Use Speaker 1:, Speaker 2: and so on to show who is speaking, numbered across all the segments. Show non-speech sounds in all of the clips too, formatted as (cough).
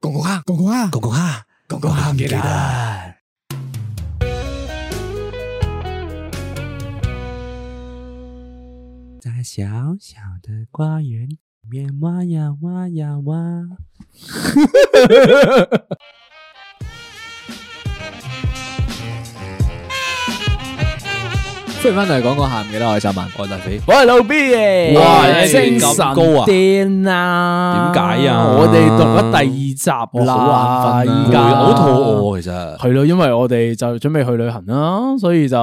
Speaker 1: 公公虾，公公虾，公公虾，公公虾唔記得。
Speaker 2: 在小小的花园里面挖呀挖呀挖。
Speaker 3: 歡迎翻到嚟講講下，唔記得我係三萬，我係大肥。
Speaker 2: 喂，老 B 耶！
Speaker 3: 哇
Speaker 2: 你
Speaker 3: 精神
Speaker 2: 咁
Speaker 3: 高啊
Speaker 2: 癲啊！
Speaker 3: 點解啊
Speaker 2: 我哋讀咗第二集啦，
Speaker 3: 好眼
Speaker 2: 而
Speaker 3: 瞓
Speaker 2: 家
Speaker 3: 啊，好肚。餓其實。
Speaker 2: 系咯，因為我哋就準備去旅行啦，所以就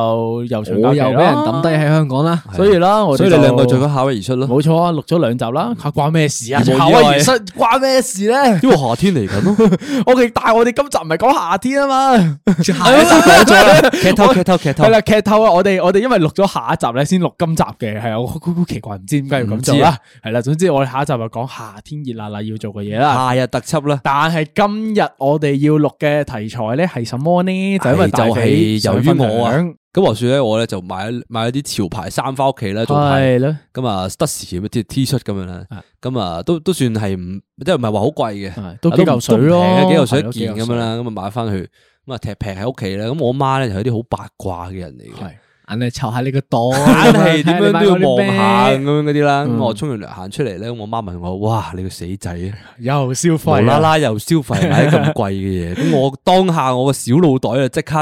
Speaker 2: 又長假
Speaker 3: 我
Speaker 2: 期
Speaker 3: 又
Speaker 2: 啦
Speaker 3: 俾人抌低喺香港啦，
Speaker 2: 所以啦，我哋
Speaker 3: 所以你
Speaker 2: 就
Speaker 3: 兩個最好考慮而出咯。
Speaker 2: 冇錯啊，錄咗兩集啦，關咩事啊？
Speaker 3: 意外
Speaker 2: 夏威夷室關咩事咧？
Speaker 3: 因為夏天嚟緊咯，
Speaker 2: OK，但係 (laughs) 我哋今集唔係講夏天啊 (laughs) 嘛，
Speaker 3: 下一集講咗
Speaker 2: (laughs)
Speaker 3: 啦，劇透劇透劇透
Speaker 2: 係，啦，劇透啊！我哋我哋因為錄咗下一集咧，先錄今集嘅，係啊，我好好奇怪，唔知點解要咁做
Speaker 3: 唔知
Speaker 2: 啦
Speaker 3: 啊。
Speaker 2: 係啦，總之我哋下一集就講夏天熱辣辣要做嘅嘢啦。
Speaker 3: 夏日特輯啦。
Speaker 2: 但係今日我哋要錄嘅題材咧係什麼呢？就因為大肥
Speaker 3: 係就係由於我啊
Speaker 2: 想分享
Speaker 3: 咁話説咧，我咧就買買咗啲潮牌衫翻屋企咧，做牌
Speaker 2: 係咯，
Speaker 3: 咁啊，Stussy 咁啲 T 恤咁樣啦
Speaker 2: 啊，
Speaker 3: 咁啊都都算係唔即係唔係話好貴嘅，
Speaker 2: 啊都幾嚿水咯
Speaker 3: 都唔平嘅幾嚿
Speaker 2: 係
Speaker 3: 水一
Speaker 2: 咯
Speaker 3: 件咁樣啦，咁啊買翻去，咁啊踢平喺屋企咧，咁我媽咧就係啲好八卦嘅人嚟嘅。
Speaker 1: 眼你湊下呢個檔，
Speaker 3: 硬係啊
Speaker 2: (laughs)
Speaker 3: (laughs) 點樣都要望下咁樣嗰啲啦，咁
Speaker 2: 嗯
Speaker 3: 我沖完涼行出嚟咧，我媽問我：，哇，你個死仔啊，
Speaker 2: 又消
Speaker 3: 無
Speaker 2: 費
Speaker 3: 啦
Speaker 2: 啊，
Speaker 3: 啦又消費買啲咁貴嘅嘢，咁我當下我個小腦袋啊即刻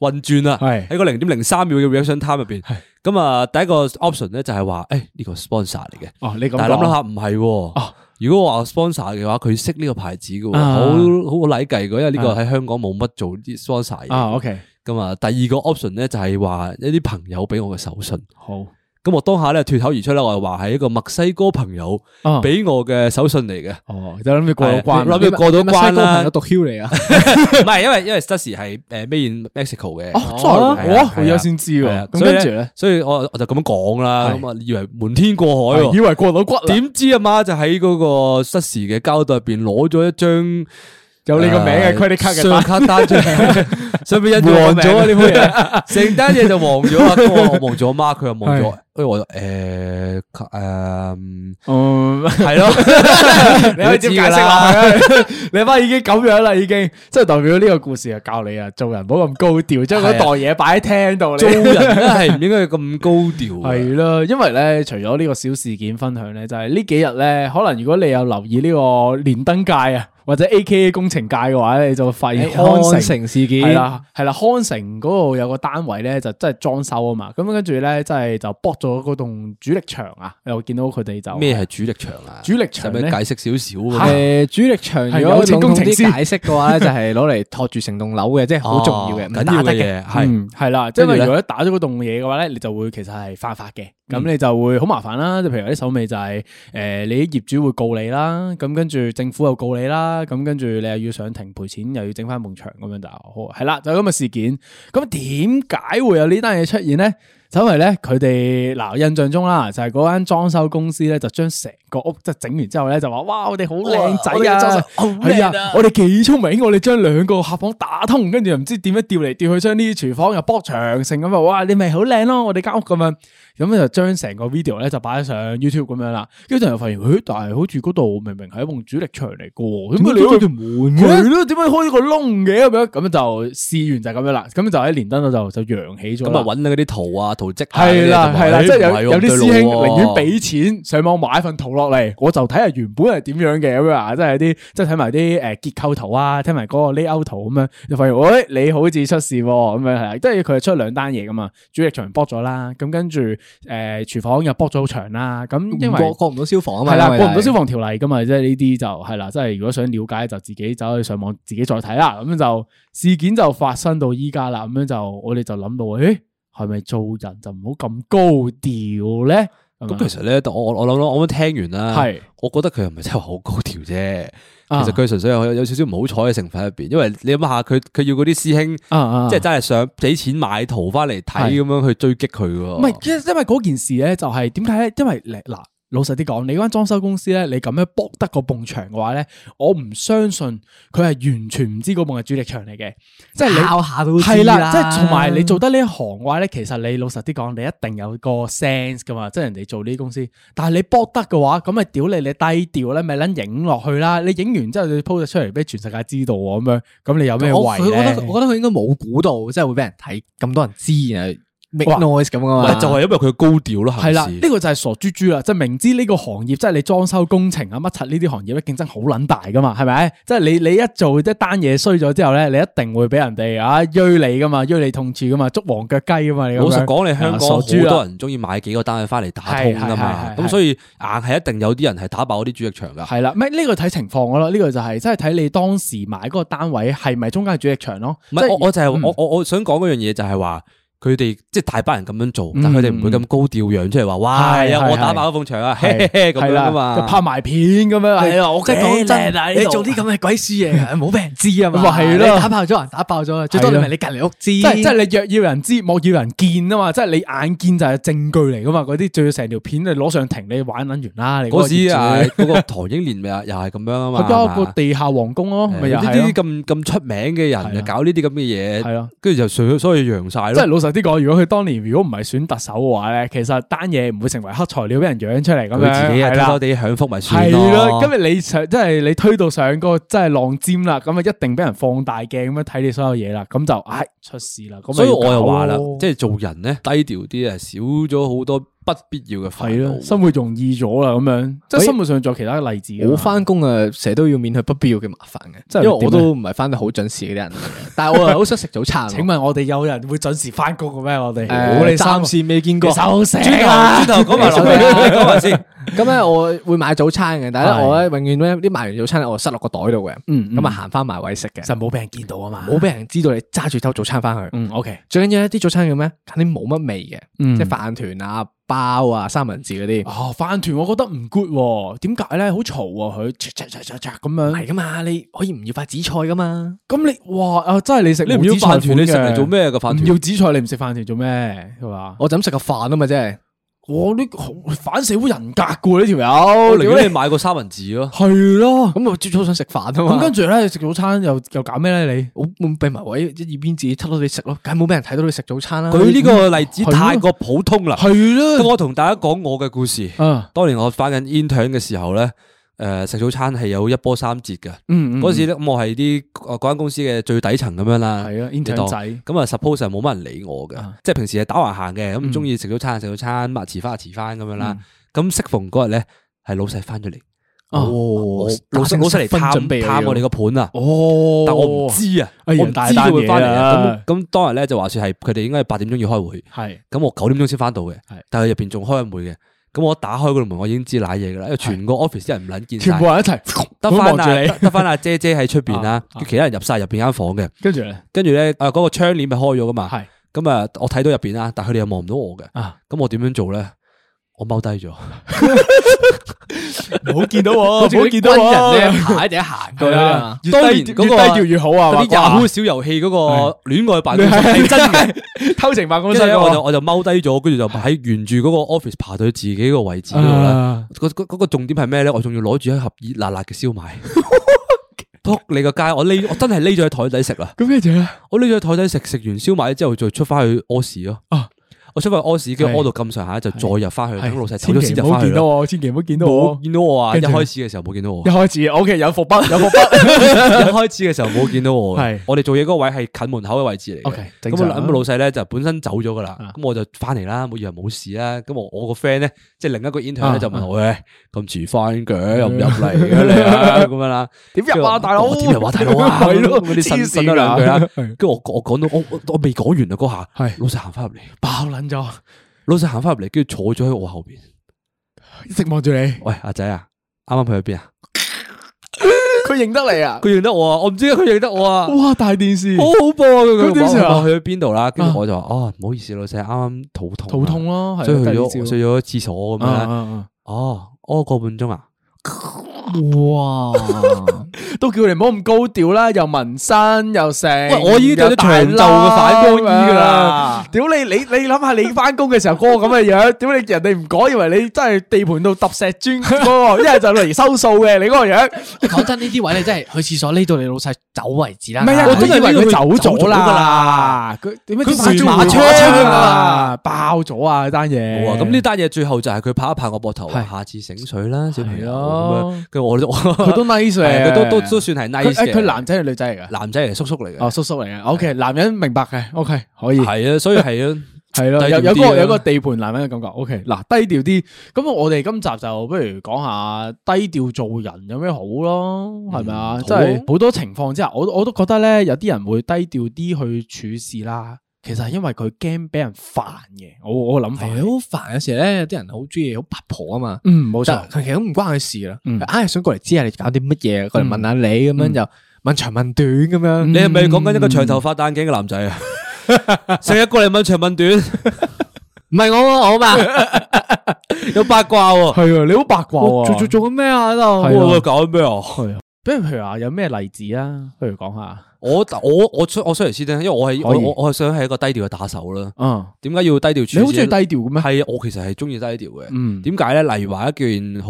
Speaker 3: 運轉啦，
Speaker 2: 係
Speaker 3: 喺個零點零三秒嘅 reaction time 入邊，咁啊第一個 option 咧就係話，誒呢個 sponsor 嚟嘅。
Speaker 2: 哦，你咁
Speaker 3: 但係諗
Speaker 2: 講
Speaker 3: 諗下唔係喎
Speaker 2: 啊。
Speaker 3: 如果我話 sponsor 嘅話，佢識呢個牌子嘅喎，
Speaker 2: 啊
Speaker 3: 好好禮計嘅，因為呢個喺香港冇乜做啲 sponsor
Speaker 2: 啊
Speaker 3: 嘢。
Speaker 2: ，OK，
Speaker 3: 咁啊，第二個 option 咧就係話一啲朋友俾我嘅手信。
Speaker 2: 好，
Speaker 3: 咁我當下咧脱口而出咧，我係話係一個墨西哥朋友
Speaker 2: 哦
Speaker 3: 俾我嘅手信嚟嘅。
Speaker 2: 哦，就諗住過咗關，
Speaker 3: 係啊諗住過到
Speaker 1: 你咪西
Speaker 3: 關
Speaker 1: 哥朋
Speaker 3: 啦
Speaker 1: 友，讀 Q 嚟啊！
Speaker 3: (laughs) 唔係因為因為 Stussy 係誒 made in Mexico 嘅。
Speaker 2: 哦，真係
Speaker 3: 係啊
Speaker 2: 哇，我而家先知
Speaker 3: 係
Speaker 2: 喎
Speaker 3: 啊，
Speaker 2: 咁
Speaker 3: 所以
Speaker 2: 跟住咧
Speaker 3: 咧，，所以我我就咁樣講啦，
Speaker 2: 係
Speaker 3: 咁啊以為瞞天過海
Speaker 2: 係
Speaker 3: 喎
Speaker 2: 啊以。為過到骨啦，
Speaker 3: 點知阿媽就喺嗰個失事嘅膠袋入邊攞咗一張呃
Speaker 2: 有你個名嘅 credit card 嘅
Speaker 3: 信用
Speaker 2: 單，
Speaker 3: 卡單
Speaker 2: (laughs)
Speaker 3: 出嚟，上面印住黃咗啊！呢杯嘢，成單嘢就黃咗啊！咁我望咗阿媽，佢又望咗
Speaker 2: 係，
Speaker 3: 跟住我就誒卡誒
Speaker 2: 嗯，
Speaker 3: 係咯，
Speaker 2: (laughs) 你可以點解釋落去啊？ (laughs) 你阿媽已經咁樣啦，已經，即係代表呢個故事啊，教你啊，做人唔好咁高調，將嗰袋嘢擺喺廳度，
Speaker 3: 做
Speaker 2: 你
Speaker 3: 人咧係唔應該咁高調啊
Speaker 2: (laughs)
Speaker 3: 嘅，
Speaker 2: 係啊啦，因為咧，除咗呢個小事件分享咧，就係呢幾日咧，可能如果你有留意呢個連登界啊，或者 A K A 工程界嘅話咧，你就會發現
Speaker 1: 康
Speaker 2: 啊
Speaker 1: 城事件
Speaker 2: 係啦，係啦，康城嗰度有個單位咧，就真係裝修啊嘛，咁跟住咧，真係就剝咗嗰棟主力牆啊，我見到佢哋就
Speaker 3: 咩係主力場啊？
Speaker 2: 主力場
Speaker 3: 使唔
Speaker 2: 咧
Speaker 3: 使解釋少少啊？
Speaker 1: 誒，主力場
Speaker 2: 係
Speaker 1: 如果
Speaker 2: 有錢
Speaker 1: 籠
Speaker 2: 工
Speaker 1: 統
Speaker 2: 程師
Speaker 1: 啲解釋嘅話咧，就係攞嚟托住成棟樓嘅，即係好重要嘅，唔
Speaker 3: 啊緊
Speaker 1: 打
Speaker 3: 要
Speaker 1: 得
Speaker 3: 嘅
Speaker 1: 嘅。
Speaker 3: 嘢係。
Speaker 2: 嗯係啦，即係
Speaker 3: 跟住
Speaker 2: 如
Speaker 3: 咧
Speaker 2: 果一打咗嗰棟嘢嘅話咧，你就會其實係犯法嘅，咁你就會好麻煩啦。即係譬如有啲手尾就係、呃你啲業主會告你啦，咁跟住政府又告你啦，咁跟住你又要上庭賠錢，又要整翻埲牆咁樣就好係啦，就係咁嘅事件。咁點解會有呢單嘢出現咧？就因為咧，佢哋嗱印象中啦，就係嗰間裝修公司咧，就將成個屋即係整完之後咧，就話哇，我哋好靚仔啊，係啊，我哋幾聰明，我哋將兩個客房打通，跟住又唔知點樣調嚟調去，將呢啲廚房又剝長成咁啊，哇，你咪好靚咯，我哋間屋咁樣，咁就將成個 video 咧就擺上 YouTube 咁樣啦，跟住就發現，誒，但係好似嗰度明明係一埲主力牆嚟嘅喎，點解你
Speaker 1: 條門嘅
Speaker 2: 係咯，點解開個窿嘅咁樣？咁就試完就係咁樣啦，咁就喺連登度就就揚起咗
Speaker 3: 咁
Speaker 2: 啦
Speaker 3: 啊，揾嗰啲圖啊、圖迹啊
Speaker 2: 係啦
Speaker 3: 嗰啲
Speaker 2: 係啦，
Speaker 3: 同埋
Speaker 2: 即係有
Speaker 3: 哎
Speaker 2: 有啲
Speaker 3: 唔
Speaker 2: 師
Speaker 3: 係喎
Speaker 2: 兄
Speaker 3: 對路
Speaker 2: 寧
Speaker 3: 喎
Speaker 2: 願俾錢上網買份圖落嚟，我就睇下原本係點樣嘅咁樣啊，即係有啲即係睇埋啲誒結構圖啊，睇埋嗰個 layout 圖咁樣，就發現喂你好似出事喎咁樣係啊啦，即係佢係出兩單嘢噶嘛，主力牆剝咗啦，咁跟住誒呃廚房又剝咗好長啦，咁因為
Speaker 1: 過過唔到消防啊嘛，
Speaker 2: 係啦，
Speaker 1: 因為
Speaker 2: 過唔到消防條例噶嘛，即係呢啲就係啦，即係如果想了解就自己走去上網自己再睇啦。咁就事件就發生到依家啦，咁樣就我哋就諗到，誒係咪做人就唔好咁高調咧？咁
Speaker 3: 咁其實咧，我我我諗諗，我咁聽完啦，
Speaker 2: 係
Speaker 3: 我覺得佢又唔係真係話好高調啫。
Speaker 2: 啊
Speaker 3: 其實佢純粹有有少少唔好彩嘅成分喺入邊，因為你諗下，佢佢要嗰啲師兄，
Speaker 2: 啊啊
Speaker 3: 即係真係想俾錢買圖翻嚟睇
Speaker 2: 係
Speaker 3: 咁樣去追擊佢喎。
Speaker 2: 唔係，因因為嗰件事咧，就係點解咧？因為你嗱，老實啲講，你嗰間裝修公司咧，你咁樣 book 得個埲牆嘅話咧，我唔相信佢係完全唔知嗰埲係主力牆嚟嘅，即係你
Speaker 4: 拗下都知
Speaker 2: 係
Speaker 4: 啦
Speaker 2: 啦，即係同埋你做得呢一行嘅話咧，其實你老實啲講，你一定有個 sense 噶嘛，即係人哋做呢啲公司，但係你 book 得嘅話，咁咪屌你，你低調咧，咪撚影落去啦，你影完之後你 post 咗出嚟俾全世界知道喎，咁樣，咁你有咩
Speaker 4: 我哦佢
Speaker 2: 為
Speaker 4: 覺
Speaker 2: 咧
Speaker 4: 得？我覺得佢應該冇估到，即係會俾人睇咁多人知啊，make
Speaker 2: 哇
Speaker 4: noise 咁啊
Speaker 3: 咪
Speaker 4: 嘛，
Speaker 3: 就係因為佢高調咯，
Speaker 2: 系啦，
Speaker 3: 行事
Speaker 2: 呢個就係傻豬豬啦，即係明知呢個行業即係你裝修工程啊乜柒呢啲行業咧競爭好撚大噶嘛，係咪？即係你你一做一單嘢衰咗之後咧，你一定會俾人哋啊追你噶嘛，追你痛處噶嘛，捉黃腳雞噶嘛，你咁樣啊
Speaker 3: 老實講，你香港好
Speaker 2: 傻豬啦
Speaker 3: 多人中意買幾個單位翻嚟打通噶嘛
Speaker 2: 係係係，係
Speaker 3: 咁所以硬係一定有啲人係打爆嗰啲主力場噶。
Speaker 2: 係啦，咪呢個睇情況噶咯，呢個就係即係睇你當時買嗰個單位係咪中間係主力場咯，
Speaker 3: 唔係我我就係
Speaker 2: 嗯
Speaker 3: 我我我想講嗰樣嘢就係話。佢哋即係大班人咁樣做，
Speaker 2: 嗯
Speaker 3: 但佢哋唔會咁高調揚出嚟話，哇！
Speaker 2: 係
Speaker 3: 有
Speaker 2: 係
Speaker 3: 我打爆嗰埲牆啊，嘿
Speaker 2: 係
Speaker 3: 嘿嘿咁樣
Speaker 2: 係啦
Speaker 3: 噶嘛，
Speaker 2: 就拍埋片咁樣，係啊，我
Speaker 4: 即係講真
Speaker 2: 啊，
Speaker 4: 你做啲咁嘅鬼事嘢㗎，冇俾人知啊嘛，
Speaker 2: 咪係咯
Speaker 4: 你打爆咗人打爆咗，最多你咪你隔離屋知，
Speaker 2: 即係即係
Speaker 3: 啊
Speaker 2: 你若要人知，莫要人見啊嘛！即係你眼見就係證據嚟噶嘛！嗰啲仲要成條片你攞上庭，你玩撚完啦！你
Speaker 3: 嗰時
Speaker 2: 時
Speaker 3: 啊，嗰個唐英年咪又又係咁樣啊嘛，
Speaker 2: 佢交
Speaker 3: 係嘛
Speaker 2: 個地下皇宮咯，咪又
Speaker 3: 呢
Speaker 2: 係
Speaker 3: 啲
Speaker 2: 咯啊
Speaker 3: 咁咁出名嘅人就搞呢啲咁
Speaker 2: 係
Speaker 3: 嘅嘢，
Speaker 2: 咯。
Speaker 3: 跟住就所所以揚晒
Speaker 2: 即係
Speaker 3: 咯。
Speaker 2: 老實啲講，如果佢當年如果唔係選特首嘅話咧，其實單嘢唔會成為黑材料俾人養出嚟咁樣。
Speaker 3: 佢自己啊
Speaker 2: 係
Speaker 3: 偷
Speaker 2: 啦
Speaker 3: 偷地享福咪算
Speaker 2: 係
Speaker 3: 咯。
Speaker 2: 咯，今日你上即係你推到上個真係浪尖啦，咁啊一定俾人放大鏡咁樣睇你所有嘢啦，咁就唉出事啦。咁
Speaker 3: 所以我又話啦，即
Speaker 2: 係
Speaker 3: 係做人咧低調啲啊，少咗好多不必要嘅煩
Speaker 2: 係咯，
Speaker 3: 惱。
Speaker 2: 生活容易咗啦，咁樣即係
Speaker 4: 喂
Speaker 2: 生活上仲有其他嘅例子㗎嘛。
Speaker 4: 我翻工啊，成日都要免去不必要嘅麻煩
Speaker 2: 即
Speaker 4: 嘅，
Speaker 2: 係
Speaker 4: 因為我
Speaker 2: 點咧
Speaker 4: 都唔係翻得好準時嗰啲人嚟嘅，但係我又好想食早 (laughs) 餐喎。
Speaker 2: 请问我哋有人会准时翻工嘅咩？我哋
Speaker 4: 誒暫時未見過。
Speaker 2: 手死
Speaker 3: 轉
Speaker 2: 啦！
Speaker 3: 頭轉頭講
Speaker 4: (laughs)
Speaker 3: 埋落去啊，你講埋先。
Speaker 4: 咁咧，我會買早餐嘅，但係
Speaker 2: 係
Speaker 4: 咧，我咧永遠咧啲買完早餐呢我塞落個袋度嘅，
Speaker 2: 嗯嗯
Speaker 4: 咁啊行翻埋位食嘅，
Speaker 2: 就冇俾人見到啊嘛。
Speaker 4: 冇俾人知道你揸住兜早餐翻去。
Speaker 2: 嗯，OK，
Speaker 4: 最緊要咧啲早餐叫咩？肯定冇乜味嘅，
Speaker 2: 嗯
Speaker 4: 即係飯團啊、包啊、三文治嗰啲。
Speaker 2: 哦，飯團我覺得唔 good，喎點解咧？好嘈喎，佢嚓嚓嚓嚓嚓咁
Speaker 4: 唔
Speaker 2: 樣。
Speaker 4: 係噶嘛，你可以唔要塊紫菜噶嘛？
Speaker 2: 咁你哇啊，真係你食
Speaker 3: 你唔要
Speaker 2: 冇紫菜
Speaker 3: 飯團，
Speaker 2: 款
Speaker 3: 你食嚟
Speaker 2: 嘅
Speaker 3: 做？咩嘅飯
Speaker 2: 唔
Speaker 3: 團？
Speaker 2: 要紫菜，你唔食飯團做咩？係嘛？
Speaker 4: 我就咁食個飯啊嘛，即係。
Speaker 2: 我呢個好反社會人格噶呢條友，
Speaker 4: 哦
Speaker 3: 我寧願你買個三文治咯。
Speaker 2: 係咯。
Speaker 4: 咁我朝早想食飯啊嘛。
Speaker 2: 咁跟住咧，食早餐又又搞咩咧？你
Speaker 4: 我咪閉埋位，一耳邊自己偷偷哋食咯，梗係冇俾人睇到你食早餐啦。
Speaker 3: 佢呢個例子
Speaker 2: 係咯
Speaker 3: 太過普通啦。
Speaker 2: 係
Speaker 3: 咁
Speaker 2: 咯，
Speaker 3: 我同大家講我嘅故事。
Speaker 2: 啊，
Speaker 3: 當年我翻緊 intern 嘅時候咧，誒食早餐係有一波三折嘅。
Speaker 2: 嗯嗯
Speaker 3: 嗰時咧，咁我係啲呃嗰間公司嘅最底層咁樣啦。
Speaker 2: 係啊
Speaker 3: 你當
Speaker 2: intern 仔
Speaker 3: 咁啊，suppose 係冇乜人理我嘅
Speaker 2: 啊，嗯
Speaker 3: 即係平時係打橫行嘅，咁中意食早餐就食早餐，咁啊遲翻就遲翻咁樣啦。咁適逢嗰日咧，係老細翻咗嚟，
Speaker 4: 哦
Speaker 3: 我老細老細嚟探探我哋個盤啊，
Speaker 2: 哦，
Speaker 3: 但我唔知啊，
Speaker 2: 哎
Speaker 3: 我
Speaker 2: 呀
Speaker 3: 唔知
Speaker 2: 大單
Speaker 3: 佢會翻嚟啊
Speaker 2: 嘢。
Speaker 3: 咁咁當日咧就話説係佢哋應該係八點鐘要開會。
Speaker 2: 係
Speaker 3: 咁我九點鐘先翻到嘅
Speaker 2: 係，
Speaker 3: 但係入邊仲開緊會嘅。咁我一打開嗰度門，我已經知瀨嘢噶啦，因為全個 office 啲人唔撚見
Speaker 2: 全
Speaker 3: 晒
Speaker 2: 部，人一齊
Speaker 3: 得
Speaker 2: 咁
Speaker 3: 翻
Speaker 2: 望住
Speaker 3: 啊
Speaker 2: 你
Speaker 3: 得，得翻阿姐姐喺出邊啦
Speaker 2: 啊，啊
Speaker 3: 跟住其他人入晒入邊間房嘅。
Speaker 2: 跟住咧
Speaker 3: 跟住咧，啊嗰個窗簾咪開咗噶嘛，
Speaker 2: 係
Speaker 3: 咁啊我睇到入邊啦，但係佢哋又望唔到我嘅。
Speaker 2: 啊，
Speaker 3: 咁我點樣做咧？我踎低咗，
Speaker 2: 唔好見到
Speaker 3: (laughs)
Speaker 2: 我，唔好見到
Speaker 4: 軍
Speaker 2: 我。啊
Speaker 4: 人咧排一定行
Speaker 2: 係
Speaker 4: 過啦
Speaker 2: 啊，。
Speaker 3: 越低
Speaker 2: 當然越
Speaker 3: 越
Speaker 2: 低
Speaker 3: 嗰個
Speaker 2: 調越好啊！
Speaker 3: 嗰啲
Speaker 2: 哇
Speaker 3: Yahoo 小遊戲嗰個戀愛辦公室
Speaker 2: 你係
Speaker 3: 係真嘅。
Speaker 2: 偷情辦公
Speaker 3: 跟
Speaker 2: 室
Speaker 3: 住咧，我就
Speaker 2: 嗰
Speaker 3: 我就踎低咗，跟住就喺沿住嗰個 office 爬到自己個位置
Speaker 2: 個
Speaker 3: 嗰度啦。
Speaker 2: 啊
Speaker 3: 嗰嗰嗰個重點係咩咧？我仲要攞住一盒熱辣辣嘅燒 (laughs) 賣，撲你個街！我匿我真係匿咗喺台底食啦，
Speaker 2: 咁跟住咧，
Speaker 3: 我匿咗喺台底食，食完燒賣之後再出翻去屙屎咯。
Speaker 2: 啊
Speaker 3: 我出翻去屙屎，跟住
Speaker 2: 係
Speaker 3: 屙到咁上下就再入翻去，
Speaker 2: 係
Speaker 3: 等老細走
Speaker 2: 千
Speaker 3: 咗
Speaker 2: 祈
Speaker 3: 先
Speaker 2: 唔
Speaker 3: 入
Speaker 2: 好
Speaker 3: 翻去
Speaker 2: 見到
Speaker 3: 咯。
Speaker 2: 我，千祈唔好見到我
Speaker 3: 冇。見到我啊！一
Speaker 2: 跟住呢
Speaker 3: 開始嘅時候冇見到我
Speaker 2: 一，開始，OK，有伏
Speaker 3: (laughs)
Speaker 2: 筆，有伏筆。
Speaker 3: 一開始嘅時候冇見到我嘅。
Speaker 2: 係
Speaker 3: 我哋做嘢嗰個位係近門口嘅位置嚟嘅。
Speaker 2: OK，正
Speaker 3: 咁
Speaker 2: 常
Speaker 3: 啊
Speaker 2: 啊
Speaker 3: 咁老細咧就本身走咗噶啦
Speaker 2: 啊，
Speaker 3: 咁我就翻嚟啦，冇以為冇事啦。咁我我個 friend 咧，即係另一個 intern
Speaker 2: 啊
Speaker 3: 咧就問我：喂，咁遲翻嘅，又唔入嚟嘅你啊？咁樣啦。
Speaker 2: 點入啊，大佬？
Speaker 4: (laughs)
Speaker 3: 我點入啊大佬啊
Speaker 2: 係咯，
Speaker 3: 嗰啲呻
Speaker 2: 黐
Speaker 3: 呻
Speaker 2: 線
Speaker 3: 咗兩句
Speaker 4: 啊
Speaker 3: 啦
Speaker 2: 係
Speaker 3: 跟住我我講到我我我未講完啊嗰下，
Speaker 2: 係
Speaker 3: 老細行翻入嚟，
Speaker 2: 爆撚咗，
Speaker 3: 老細行翻入嚟，跟住坐咗喺我後邊。
Speaker 2: 一直望住你。
Speaker 3: 喂，阿仔啊，啱啱去咗邊啊？
Speaker 2: 佢认得你啊！
Speaker 3: 佢認得我啊，我唔知點解佢認得我啊，
Speaker 2: 哇，大电视
Speaker 3: 好恐怖啊！佢
Speaker 2: 佢點算啊
Speaker 3: 我去咗邊度啦？跟
Speaker 2: 啊
Speaker 3: 住我就話哦，唔好意思，老細啱啱肚痛啊，
Speaker 2: 肚痛咯，係
Speaker 3: 所以去
Speaker 2: 第二朝
Speaker 3: 咗去咗廁所咁
Speaker 2: 啊啊
Speaker 3: 樣。
Speaker 2: 啊
Speaker 3: 哦，屙個半鐘啊，
Speaker 2: 哇！都叫你唔好咁高調啦，又紋身又啊成。
Speaker 3: 喂我已經着咗長袖嘅反光衣
Speaker 2: (laughs)
Speaker 3: 㗎啦
Speaker 2: 又大褸咁樣。屌你！你你諗下，你翻工嘅時候嗰個咁嘅樣，屌你人哋唔講，以為你真係地盤度揼石磚嗰 (laughs) 個，一係就嚟收數嘅你嗰個樣。
Speaker 4: 講真，呢啲位你真係去廁所呢度，你老細走為止啦。
Speaker 2: 唔係啊，我真係以為佢走
Speaker 4: 走
Speaker 2: 咗
Speaker 4: 咗啦。
Speaker 2: 啦。佢點解
Speaker 3: 佢
Speaker 2: 啲
Speaker 3: 換馬
Speaker 2: 槍
Speaker 3: 槍
Speaker 2: 啊
Speaker 3: 啊？
Speaker 2: 爆咗啊！呢單嘢。
Speaker 3: 冇啊！咁呢單嘢最後就係佢拍一拍我膊頭，話
Speaker 2: 係
Speaker 3: 下次醒水啦，小朋友
Speaker 2: 係
Speaker 3: 咁
Speaker 2: 咯
Speaker 3: 樣。跟住我都
Speaker 2: 佢
Speaker 3: (laughs)
Speaker 2: 都 nice 嘅
Speaker 3: 係啊佢都都都算係 nice
Speaker 2: 佢
Speaker 3: 嘅。
Speaker 2: 佢男仔定女仔嚟㗎？
Speaker 3: 男仔嚟，叔叔嚟
Speaker 2: 哦，
Speaker 3: 嘅，
Speaker 2: 叔叔嚟嘅。OK，男人明白嘅。OK，可以。
Speaker 3: 係啊，所
Speaker 2: (laughs)
Speaker 3: 以係啊。
Speaker 2: 系咯，
Speaker 3: 低
Speaker 2: 有
Speaker 3: 調
Speaker 2: 有
Speaker 3: 啲
Speaker 2: 個
Speaker 3: 啦
Speaker 2: 有個地盤男人嘅感覺。O K，嗱低調啲，咁我哋今集就不如講下低調做人有咩好咯，係咪啊？
Speaker 3: 好啊
Speaker 2: 即係好多情況之下，我我都覺得咧，有啲人會低調啲去處事啦。其實係因為佢驚俾人煩嘅，我我諗法
Speaker 4: 係。啊好煩，有時咧有啲人好中意好八婆啊嘛。
Speaker 2: 嗯，冇錯
Speaker 4: 但，佢其實都唔關佢事啦，
Speaker 2: 嗯
Speaker 4: 佢硬係想過嚟知下你搞啲乜嘢，過嚟問下你咁
Speaker 2: 嗯
Speaker 4: 樣就問長問短咁樣。
Speaker 3: 你係咪講緊一個長頭髮戴眼鏡嘅男仔
Speaker 2: (laughs)
Speaker 3: 啊？成日過嚟問長問短，
Speaker 4: 唔係我我啊
Speaker 2: (laughs)
Speaker 4: 嘛？
Speaker 3: 有八卦喎。
Speaker 2: 係啊，你好八卦
Speaker 4: 我
Speaker 2: 喎
Speaker 4: 做做。做緊咩啊？喺
Speaker 2: 係啊
Speaker 4: 度
Speaker 3: 我搞緊咩啊？
Speaker 2: 比如譬如話有咩例子啊？不如講下。
Speaker 3: 我我我出我出嚟先聽，因為我係
Speaker 2: 可以
Speaker 3: 我我我係想係一個低調嘅打手啦。
Speaker 2: 嗯，
Speaker 3: 點解要低調處事
Speaker 2: 你
Speaker 3: 呢？
Speaker 2: 好中意低調嘅咩？
Speaker 3: 啊係啊，我其實係中意低調嘅。
Speaker 2: 嗯，
Speaker 3: 點解咧？例如話一件好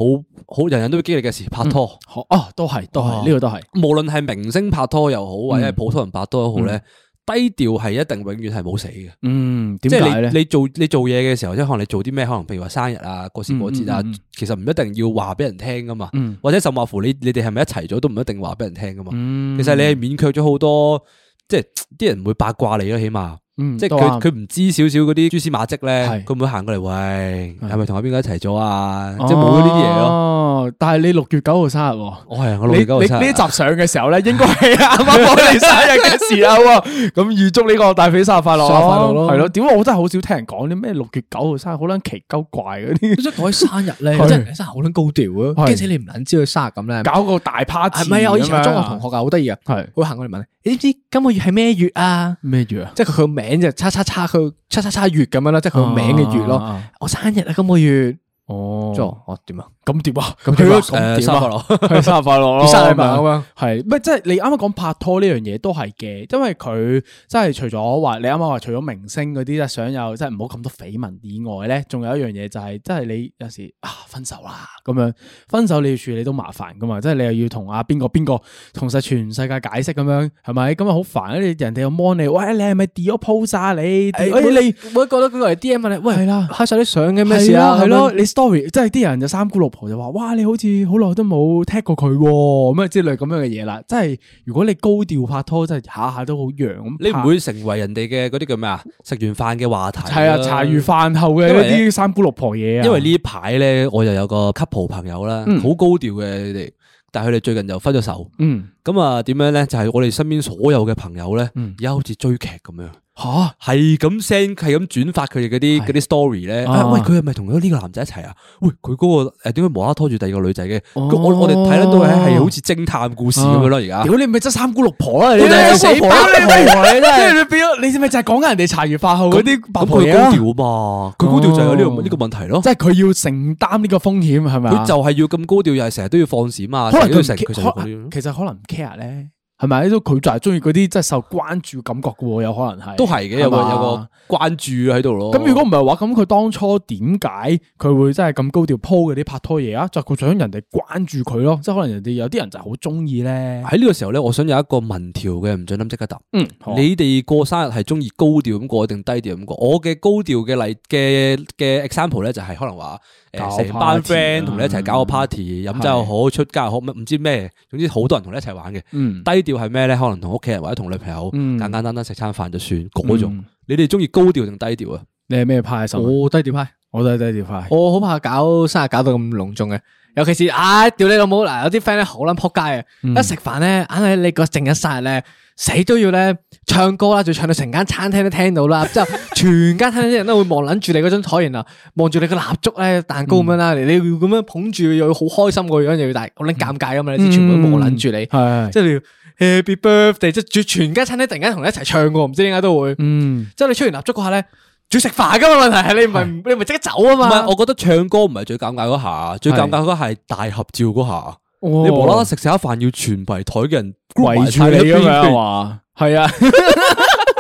Speaker 3: 好人人都會經歷嘅事，拍拖。
Speaker 2: 好哦，都係都係
Speaker 3: 哦
Speaker 2: 呢個都係。
Speaker 3: 無論係明星拍拖又好，或者係
Speaker 2: 嗯
Speaker 3: 普通人拍拖都好咧，低調係一定永遠係冇死嘅。
Speaker 2: 嗯，
Speaker 3: 即
Speaker 2: 點解
Speaker 3: 係
Speaker 2: 咧
Speaker 3: 你？你做你做嘢嘅時候，即係可能你做啲咩，可能譬如話生日啊、過時過節啊
Speaker 2: 嗯嗯嗯，
Speaker 3: 其實唔一定要話俾人聽噶嘛。
Speaker 2: 嗯
Speaker 3: 或者甚或乎你你哋係咪一齊咗都唔一定話俾人聽噶嘛。
Speaker 2: 嗯
Speaker 3: 其實你係免卻咗好多，即係啲人唔會八卦你咯，起碼。
Speaker 2: 嗯
Speaker 3: 即係
Speaker 2: 都
Speaker 3: 佢
Speaker 2: 啱
Speaker 3: 佢唔知少少嗰啲蛛絲馬跡
Speaker 2: 係
Speaker 3: 咧，佢唔會行過嚟，喂，
Speaker 2: 係
Speaker 3: 係咪同阿邊個一齊咗啊？即係冇呢啲嘢咯。
Speaker 2: 哦，但係你六月九號生日喎。
Speaker 3: 我係啊我
Speaker 2: 你
Speaker 3: 老
Speaker 2: 你
Speaker 3: 而家好
Speaker 2: 呢集上嘅時候咧，應該係啱啱我哋生日嘅時候喎。咁預祝呢個大肥生日快樂，
Speaker 4: 生日快樂咯
Speaker 2: 係咯，點解我真係好少聽人講啲咩六月九號生日，好撚奇鳩怪嗰
Speaker 4: (laughs)
Speaker 2: 啲，
Speaker 4: 即係講起生日咧，
Speaker 2: 係
Speaker 4: 真係生日好撚高調
Speaker 2: 係
Speaker 4: 啊！驚死你唔撚知佢生日咁咧。
Speaker 2: 搞個大 party
Speaker 4: 係咪啊？我以前有中學同
Speaker 2: 學
Speaker 4: 學㗎，好得意啊！
Speaker 2: 係
Speaker 4: 佢行過嚟問你，你知唔知今個月係咩月啊？
Speaker 2: 咩月啊？
Speaker 4: 即係佢個名就叉叉叉，佢叉叉叉月咁樣啦，即係佢個名嘅月
Speaker 2: 啊
Speaker 4: 咯。。我生日啊，今個月。
Speaker 2: 哦
Speaker 4: 即係我我點啊？
Speaker 2: 咁點啊？
Speaker 4: 咁點啊
Speaker 2: 係咯
Speaker 3: 誒生日快樂
Speaker 4: (laughs)
Speaker 2: 咁點啊生日快樂咯，
Speaker 4: 生日啊嘛咁樣。
Speaker 2: 係，唔係即係你啱啱講拍拖呢樣嘢都係嘅，因為佢即係除咗話你啱啱話除咗明星嗰啲即係想有即係唔好咁多緋聞以外咧，仲有一樣嘢就係、即係你有時啊分手啦咁樣，分手你要處理都麻煩噶嘛，即係你又要同啊邊個邊個同晒全世界解釋咁樣，係咪？咁啊好煩啊！你人哋又 mon 你，喂你係咪 d i o pose 啊你？哎
Speaker 4: 誒啊
Speaker 2: 你。
Speaker 4: 我覺得佢嚟 D M 問你，喂，
Speaker 2: 係啦
Speaker 4: 拍晒啲相嘅
Speaker 2: 咩
Speaker 4: 咩
Speaker 2: 事
Speaker 4: 事
Speaker 2: 啊？
Speaker 4: 啊？
Speaker 2: 係咯，
Speaker 4: 咁樣，
Speaker 2: 你 story 即係啲人就三姑六婆就話：，哇，你好似好耐都冇踢過佢喎，咁啊之類咁樣嘅嘢啦。即係如果你高調拍拖，真係下下都好揚咁。
Speaker 3: 你唔會成為人哋嘅嗰啲叫咩啊？食完飯嘅話題啦。
Speaker 2: 係啊？茶餘飯後嘅
Speaker 3: 因為
Speaker 2: 一啲三姑六婆嘢啊。
Speaker 3: 因為呢排咧，我又有個 couple 朋友啦，
Speaker 2: 嗯
Speaker 3: 好高調嘅佢哋，但係佢哋最近就分咗手。
Speaker 2: 嗯
Speaker 3: 咁啊，點樣咧？就係我哋身邊所有嘅朋友咧，
Speaker 2: 嗯
Speaker 3: 而家好似追劇咁樣，
Speaker 2: 吓
Speaker 3: 係咁 send，係咁轉發佢哋嗰啲嗰啲 story 咧。
Speaker 2: 啊
Speaker 3: 啊喂，佢係咪同咗呢個男仔一齊啊？喂，佢嗰個誒點解無啦啦拖住第二個女仔嘅？
Speaker 2: 哦
Speaker 3: 咁我我哋睇得到係係好似偵探故事咁樣咯，而家。
Speaker 2: 屌你咪真三姑六婆啦！你
Speaker 3: 我哋係
Speaker 2: 死八
Speaker 3: 三
Speaker 2: 婆
Speaker 3: 姑六婆
Speaker 2: 啦！你真係，即係你變咗，你咪就係講緊人哋茶餘飯後嗰啲八
Speaker 3: 咁
Speaker 2: 婆
Speaker 3: 佢
Speaker 2: 嘢
Speaker 3: 高
Speaker 2: 啊
Speaker 3: 調嘛，佢高調就有呢
Speaker 2: 哦
Speaker 3: 個呢個問題咯
Speaker 2: 即。係佢要承擔呢個風險係咪啊
Speaker 3: 佢就係要咁高調，又係成日都要放閃啊，
Speaker 2: 可
Speaker 3: 成
Speaker 2: 能
Speaker 3: 日都
Speaker 2: 佢
Speaker 3: 要成
Speaker 2: 唔
Speaker 3: 佢就
Speaker 2: care-
Speaker 3: 要
Speaker 2: 可
Speaker 3: 嗰啲咯
Speaker 2: 其實可能唔 care 咧，係咪？都佢就係中意嗰啲即係受關注感覺嘅喎，有可能係
Speaker 3: 都係嘅，有個
Speaker 2: 係嘛
Speaker 3: 有個關注喺度咯。
Speaker 2: 咁如果唔係話，咁佢當初點解佢會真係咁高調 po 嗰啲拍拖嘢啊？就係佢想人哋關注佢咯，即係可能人哋有啲人就係好中意咧。
Speaker 3: 喺呢個時候咧，我想有一個民調嘅，唔准諗即刻答。
Speaker 2: 嗯，你
Speaker 3: 你哋過生日係中意高調咁過定低調咁過？我嘅高調嘅例嘅嘅 example 咧，就係可能話
Speaker 2: 搞
Speaker 3: 誒成班
Speaker 2: party 啊
Speaker 3: friend 同你一齊搞個 party，飲酒又好，出街又好，乜唔知咩，總之好多人同你一齊玩嘅。
Speaker 2: 嗯
Speaker 3: 低調係咩咧？可能同屋企人或者同女朋友
Speaker 2: 嗯
Speaker 3: 簡簡單單食餐飯就算嗰種
Speaker 2: 嗯。
Speaker 3: 你哋中意高調定低調啊？
Speaker 2: 你係咩派手？
Speaker 4: 我低調派，哦
Speaker 2: 我都係低調派。
Speaker 4: 我好怕搞生日搞到咁隆重嘅。尤其是啊，屌你老母嗱，有啲 friend 咧好撚撲街
Speaker 3: 嗯
Speaker 4: 嘅，一食飯咧，硬係你個靜一晒咧，死都要咧唱歌啦，仲要唱到成間餐廳都聽到
Speaker 3: (laughs)
Speaker 4: 啦，之後全間餐廳啲人都會望撚住你嗰張台，然後望住你個蠟燭咧、蛋糕咁樣
Speaker 3: 嗯
Speaker 4: 啦，你要咁樣捧住，又要好開心個樣，又要大好撚尷尬咁嘛，你知全部都望撚住
Speaker 3: 嗯
Speaker 4: 你，
Speaker 2: 係
Speaker 4: 即係你要 Happy Birthday，即係全全間餐廳突然間同你一齊唱喎，唔知點解都會，
Speaker 2: 嗯，
Speaker 4: 即係你吹完蠟燭嗰下咧，仲要食飯噶嘛問題係你唔係你唔係即刻走啊
Speaker 3: 唔
Speaker 4: 嘛
Speaker 3: 係，，我覺得唱歌唔係最尷尬嗰下，最尷尬嗰下係大合照嗰
Speaker 2: 哦
Speaker 3: 下。
Speaker 2: 你
Speaker 3: 你無啦啦食食下飯，要全圍台嘅人
Speaker 2: 围住你咁樣話，係啊，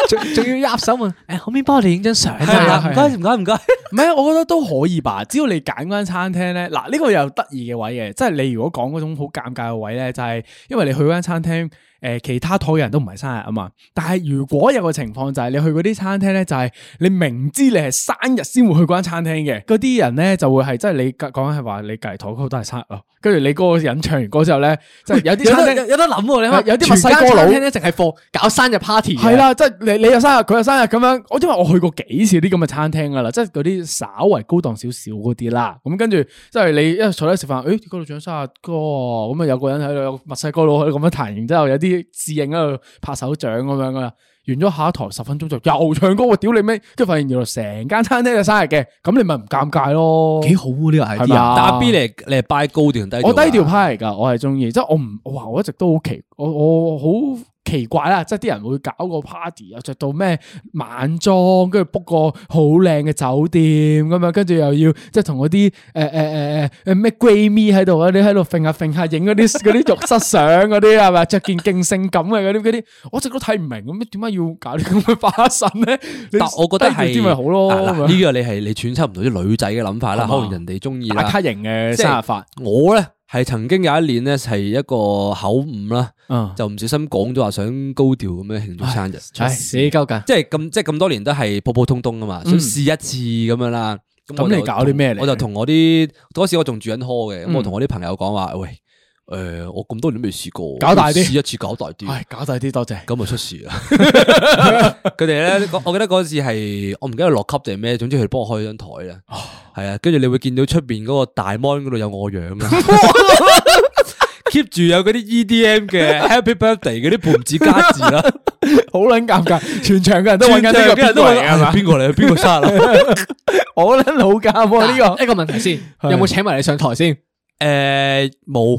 Speaker 4: 仲仲要握手
Speaker 2: (laughs)
Speaker 4: 問，誒可唔可以幫我哋影張相
Speaker 3: 係
Speaker 4: 啊？
Speaker 3: 啊，唔該唔該唔 (laughs) 該。
Speaker 2: 唔係，我覺得都可以吧。只要你揀間餐廳咧，嗱呢個又得意嘅位嘅，即係你如果講嗰種好尷尬嘅位咧，就係因為你去嗰間餐廳，誒、其他台嘅人都唔係生日啊嘛。但係如果有個情況就係你去嗰啲餐廳咧，就係你明知你係生日先會去嗰間餐廳嘅，嗰啲人咧就會係即係你講緊係話你隔離台嗰個都係生日咯，跟住你嗰個人唱完歌之後咧，就有啲
Speaker 4: 有
Speaker 2: 餐
Speaker 4: 得
Speaker 2: 廳
Speaker 4: 有。有得諗喎，你
Speaker 2: 係
Speaker 4: 睇
Speaker 2: 有啲墨西哥佬
Speaker 4: 餐廳咧，淨係放搞生日 party 嘅
Speaker 2: 系，啦，即系你你又生日，佢又生日咁樣。我因為我去過幾次啲咁嘅餐廳噶啦，即係嗰啲稍為高檔少少嗰啲啦。咁跟住即係你一坐低食飯，诶嗰度唱生日歌喎，咁啊有個人喺度，有個墨西哥佬喺度咁樣彈，然之後有啲侍應喺度拍手掌咁樣噶啦。完咗下一台十分鐘就又唱歌喎，屌你咩？跟住發現原來成間餐廳嘅生日嘅，咁你咪唔尷尬咯。
Speaker 4: 幾好喎呢個
Speaker 2: 係
Speaker 4: idea。
Speaker 2: 嘛？
Speaker 3: 打 B 你係你係拜高調定低調啊？
Speaker 2: 我低調派嚟㗎，我係中意，即係我唔，我話我一直都好奇，我我好奇怪啦，即係啲人會搞個 party，又着到咩晚裝，跟住 book 個好靚嘅酒店咁樣，跟住又要即係同嗰啲誒誒誒誒誒咩閨蜜喺度嗰啲喺度揈下揈下影嗰啲嗰啲浴室相嗰啲係咪？着件勁性感嘅嗰啲嗰啲，我一直都睇唔明，咁點解要搞啲咁嘅花神
Speaker 3: (laughs)
Speaker 2: 咧？你
Speaker 3: 但我覺得
Speaker 2: 低
Speaker 3: 係
Speaker 2: 調啲咪好咯，
Speaker 3: 嗱嗱
Speaker 2: 咁樣
Speaker 3: 呢個你係你揣測唔到啲女仔嘅諗法啦，
Speaker 2: 係
Speaker 3: 可
Speaker 2: 嘛
Speaker 3: 能人哋中意
Speaker 2: 打
Speaker 3: 啦。
Speaker 2: 卡型嘅
Speaker 3: 啊即係
Speaker 2: 生日法，
Speaker 3: 我咧係曾經有一年咧係一個口誤啦，
Speaker 2: 嗯，
Speaker 3: 就唔小心講咗話想高調咁樣慶祝生日，
Speaker 4: 唉，死鳩㗎！
Speaker 3: 即係咁即係咁多年都係普普通通噶嘛，想試一次咁樣啦。
Speaker 2: 嗯咁
Speaker 3: 我就
Speaker 2: 你搞啲咩嚟
Speaker 3: 我就同我啲嗰時我仲住緊 hall 嘅，咁
Speaker 2: 嗯
Speaker 3: 我同我啲朋友講話，喂，誒我咁多年都未試過，
Speaker 2: 搞大啲
Speaker 3: 試一次搞大啲。
Speaker 2: 係搞大啲，多謝。
Speaker 3: 咁咪
Speaker 2: (laughs)
Speaker 3: 出事啦！佢哋咧，我我記得嗰次係我唔記得係落級定係咩，總之佢哋幫我開張台啦，係啊，跟住你會見到出邊嗰個大 mon 嗰度有我樣
Speaker 2: (laughs)
Speaker 3: 啦 (laughs) ，keep 住有嗰啲
Speaker 2: (laughs)
Speaker 3: EDM 嘅 Happy Birthday 嗰啲盤子加字啦，
Speaker 2: 好撚尷 (laughs) 尬，全場嘅人都啊揾緊呢個
Speaker 3: 全場嘅
Speaker 2: 邊
Speaker 3: 人
Speaker 2: 個
Speaker 3: 都話
Speaker 2: 嚟㗎係嘛？
Speaker 3: 邊個嚟？邊個生日啦？
Speaker 2: (laughs) 我撚老尷喎呢
Speaker 4: 一個問題先，
Speaker 2: (laughs)
Speaker 4: 有冇請埋你上台先？
Speaker 3: 誒冇，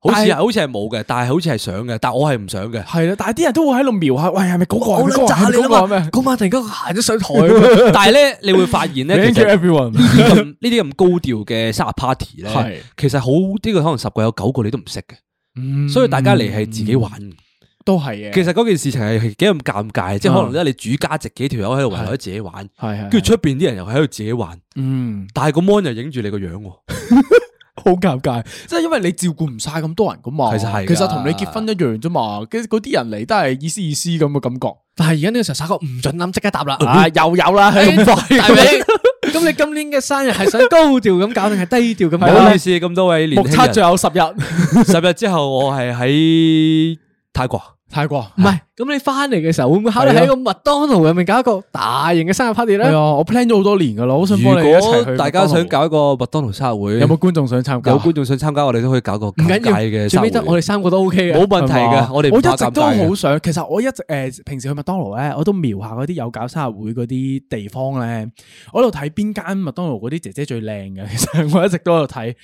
Speaker 3: 好似
Speaker 2: 但
Speaker 3: 係
Speaker 2: 係
Speaker 3: 好似係冇嘅，但係好似係想嘅，但我係唔想
Speaker 2: (laughs)
Speaker 3: 嘅。
Speaker 2: 個係啦，但係啲人都會喺度瞄下，喂係咪嗰個啊？
Speaker 4: 我
Speaker 2: 係咪嗰
Speaker 4: 撚
Speaker 2: 個啊
Speaker 4: 炸
Speaker 2: 係
Speaker 4: 你
Speaker 2: 咪嗰
Speaker 4: 啦
Speaker 2: 個啊
Speaker 4: 嘛！
Speaker 2: 咩
Speaker 4: 嗰晚突然間行咗上台，
Speaker 2: (laughs)
Speaker 3: 但係咧，你會發現咧，
Speaker 2: 啊？Thank
Speaker 3: 其
Speaker 2: you
Speaker 3: 實
Speaker 2: everyone。
Speaker 3: 呢啲咁呢啲咁高調嘅生日 party
Speaker 2: 係
Speaker 3: 咧，其實好呢個可能十個有九個你都唔識嘅。
Speaker 2: 嗯
Speaker 3: 所以大家嚟係自己玩。
Speaker 2: 都係嘅，
Speaker 3: 其實嗰件事情係係幾咁尷尬，即係可能咧你主家值幾條友喺度圍喺度自己玩，
Speaker 2: 啊係係，
Speaker 3: 跟住出邊啲人又喺度自己玩，
Speaker 2: 嗯
Speaker 3: 但係個 mon 又影住你個樣喎。
Speaker 2: 好尷尬，即係因為你照顧唔晒咁多人噶嘛。
Speaker 3: 其實係㗎
Speaker 2: 其實同你結婚一樣啫嘛。跟嗰啲人嚟都係意思意思咁嘅感覺。
Speaker 4: 但係而家呢個時候，耍個唔准諗，即刻答
Speaker 2: (laughs)
Speaker 4: 啦。
Speaker 2: 啊，又有啦，咁快
Speaker 4: 大尾，咁你今年嘅生日係想高調咁搞定係低調咁
Speaker 3: 唔好
Speaker 4: 搞
Speaker 3: 意？思，咁多位年
Speaker 2: 啊 (laughs) 目測
Speaker 3: 輕
Speaker 2: 仲
Speaker 3: 人，
Speaker 2: 有十日，
Speaker 3: (laughs) 十日之後我係喺泰國，
Speaker 2: 泰國
Speaker 4: 唔係，咁你翻嚟嘅時候會唔會考慮喺個麥當勞入面搞一個大型嘅生日 party 咧
Speaker 2: 係？啊，我 plan 咗好多年噶啦，好想幫你一
Speaker 3: 如
Speaker 2: 齊
Speaker 3: 果
Speaker 2: 去。
Speaker 3: 大家想，搞一個麥當勞生日會，
Speaker 2: 有冇觀眾想參加？
Speaker 3: 有觀眾想參加，我哋都可以搞個
Speaker 4: 唔
Speaker 3: 尷
Speaker 4: 緊
Speaker 3: 尬嘅
Speaker 4: 要，最
Speaker 3: 生
Speaker 4: 尾
Speaker 3: 日
Speaker 4: 得我
Speaker 3: 會
Speaker 4: 哋，三個都 OK 嘅。
Speaker 3: 冇問題
Speaker 2: 係嘛
Speaker 3: 嘅。我哋
Speaker 2: 我
Speaker 3: 唔怕
Speaker 2: 一直
Speaker 3: 尷
Speaker 2: 都
Speaker 3: 尬
Speaker 2: 好
Speaker 3: 嘅。
Speaker 2: 想，其實我一直誒、呃平時去麥當勞咧，我都瞄下嗰啲有搞生日會嗰啲地方咧，我喺度睇邊間麥當勞嗰啲姐姐最靚嘅。其 (laughs) 實我一直都喺度睇，